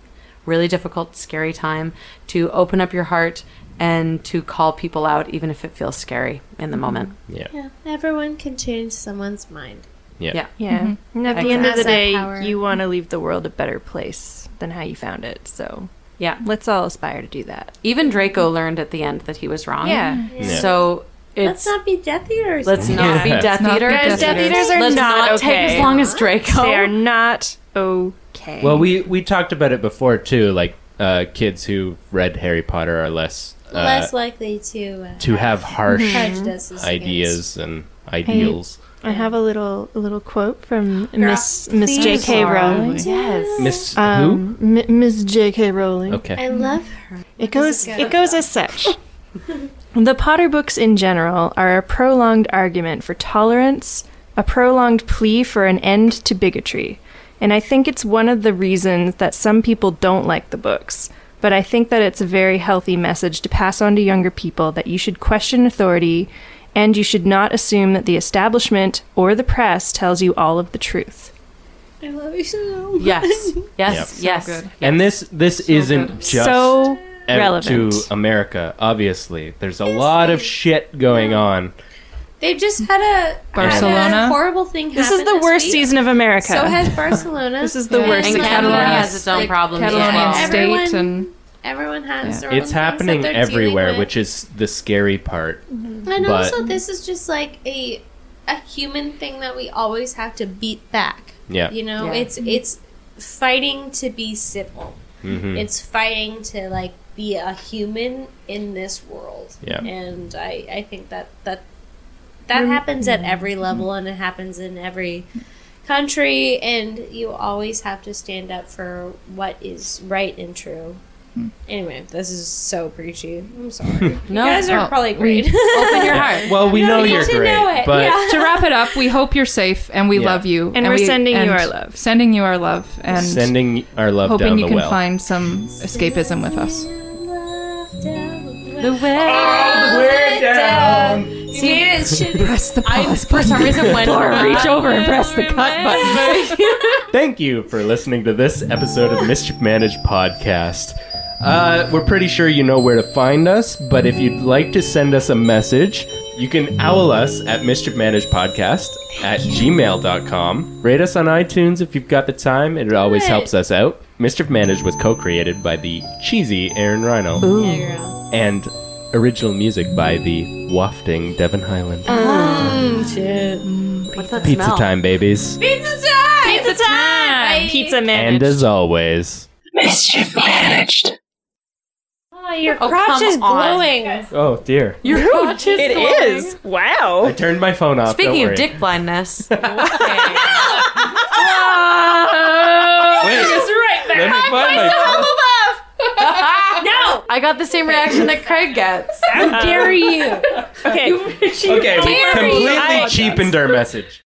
Speaker 7: really difficult, scary time to open up your heart and to call people out, even if it feels scary in the moment.
Speaker 6: Yeah.
Speaker 3: Yeah, everyone can change someone's mind.
Speaker 6: Yeah.
Speaker 7: Yeah.
Speaker 8: Yeah. And at the end of
Speaker 3: Has
Speaker 8: the
Speaker 3: that
Speaker 8: day,
Speaker 3: power.
Speaker 8: you want to leave the world a better place than how you found it. So,
Speaker 7: yeah,
Speaker 8: let's all aspire to do that.
Speaker 7: Even Draco learned at the end that he was wrong.
Speaker 8: Yeah. Yeah.
Speaker 7: So
Speaker 3: let's
Speaker 7: it's.
Speaker 3: not be Death Eaters.
Speaker 7: Let's not be
Speaker 8: Yeah.
Speaker 7: Death
Speaker 8: Not be
Speaker 7: Eaters.
Speaker 8: Death Guys, Death Eaters. Eaters are
Speaker 7: Let's
Speaker 8: not
Speaker 7: take
Speaker 8: okay.
Speaker 7: as long as Draco.
Speaker 8: They are not okay.
Speaker 6: Well, we we talked about it before too. Like uh, kids who read Harry Potter are less uh,
Speaker 3: Less likely to uh,
Speaker 6: to have
Speaker 7: Mm-hmm.
Speaker 6: harsh
Speaker 3: prejudices
Speaker 6: ideas and ideals.
Speaker 8: I have a little a little quote from Miss Miss
Speaker 3: please.
Speaker 8: J.K. Rowling.
Speaker 7: Yes.
Speaker 6: Miss
Speaker 8: Um, Mi- Miss J.K. Rowling.
Speaker 6: Okay.
Speaker 3: I love her. This
Speaker 8: It goes
Speaker 3: is good.
Speaker 8: it goes as such. the Potter books in general are a prolonged argument for tolerance, a prolonged plea for an end to bigotry. And I think it's one of the reasons that some people don't like the books. But I think that it's a very healthy message to pass on to younger people that you should question authority and you should not assume that the establishment or the press tells you all of the truth.
Speaker 3: I love you so much.
Speaker 7: Yes. Yes.
Speaker 6: Yep.
Speaker 7: Yes.
Speaker 6: And this this isn't just
Speaker 8: So
Speaker 6: out
Speaker 8: relevant.
Speaker 6: to America. Obviously, there's a lot of shit going on.
Speaker 3: They've just had a
Speaker 6: Barcelona?
Speaker 3: had a horrible thing.
Speaker 8: This
Speaker 3: happen
Speaker 8: is the worst
Speaker 3: week.
Speaker 8: season of America.
Speaker 3: So has Barcelona.
Speaker 8: This is the Yeah. worst
Speaker 7: And
Speaker 8: season.
Speaker 7: Catalonia has its own problems as
Speaker 3: Catalonia
Speaker 7: well.
Speaker 3: state Everyone-
Speaker 4: and
Speaker 3: Everyone has. their
Speaker 6: It's
Speaker 3: own things that
Speaker 6: happening
Speaker 3: they're
Speaker 6: everywhere,
Speaker 3: dealing with.
Speaker 6: which is the scary part.
Speaker 3: And
Speaker 6: But-
Speaker 3: also, this is just like a a human thing that we always have to beat back.
Speaker 6: Yeah.
Speaker 3: You know,
Speaker 6: Yeah.
Speaker 3: it's it's fighting to be civil.
Speaker 6: Mhm.
Speaker 3: It's fighting to like be a human in this world.
Speaker 6: Yeah.
Speaker 3: And I I think that that that happens at every level and it happens in every country and you always have to stand up for what is right and true.
Speaker 8: Hmm.
Speaker 3: Anyway, this is so preachy. I'm sorry.
Speaker 4: No.
Speaker 3: You guys are
Speaker 4: Well,
Speaker 3: probably
Speaker 4: we-
Speaker 3: great.
Speaker 4: Open your
Speaker 6: Yeah.
Speaker 4: heart.
Speaker 6: Well, we know you're great, but
Speaker 4: to wrap it up, we hope you're safe and we
Speaker 6: Yeah.
Speaker 4: love you.
Speaker 8: And we're
Speaker 4: we-
Speaker 8: sending you
Speaker 4: and
Speaker 8: our love.
Speaker 4: Sending you our love and
Speaker 6: sending our love
Speaker 4: hoping
Speaker 6: down
Speaker 4: you
Speaker 6: the
Speaker 4: can
Speaker 6: well.
Speaker 4: find some escapism with us.
Speaker 7: The
Speaker 3: way down.
Speaker 7: See,
Speaker 4: press the
Speaker 7: I, for some reason, went
Speaker 6: Reach
Speaker 7: over and press the cut button.
Speaker 6: Thank you for listening to this episode of Mischief Managed Podcast. Uh, we're pretty sure you know where to find us, but if you'd like to send us a message, you can owl us at mischiefmanagedpodcast at gmail.com. Rate us on iTunes if you've got the time, it always helps us out. Mischief Managed was co created by the cheesy Aaron Rhino and original music by the wafting Devon Highland.
Speaker 7: What's that
Speaker 6: Pizza
Speaker 7: smell?
Speaker 6: time, babies.
Speaker 3: Pizza time!
Speaker 8: Pizza time! Pizza
Speaker 6: And
Speaker 8: managed.
Speaker 6: as always,
Speaker 8: Mischief managed.
Speaker 3: Oh, your
Speaker 8: Oh,
Speaker 3: crotch
Speaker 8: come
Speaker 3: is
Speaker 8: on.
Speaker 3: glowing.
Speaker 6: oh dear.
Speaker 7: Your crotch is
Speaker 10: It
Speaker 7: glowing.
Speaker 10: is. Wow.
Speaker 6: I turned my phone off.
Speaker 7: Speaking
Speaker 6: don't
Speaker 7: of
Speaker 6: worry.
Speaker 7: dick blindness,
Speaker 10: Whoa!
Speaker 6: Wait.
Speaker 10: It's right
Speaker 7: got the same reaction that Craig gets.
Speaker 18: How dare you?
Speaker 6: Okay,
Speaker 7: Okay.
Speaker 6: we
Speaker 7: Dare you.
Speaker 6: completely
Speaker 7: I-
Speaker 6: cheapened our message.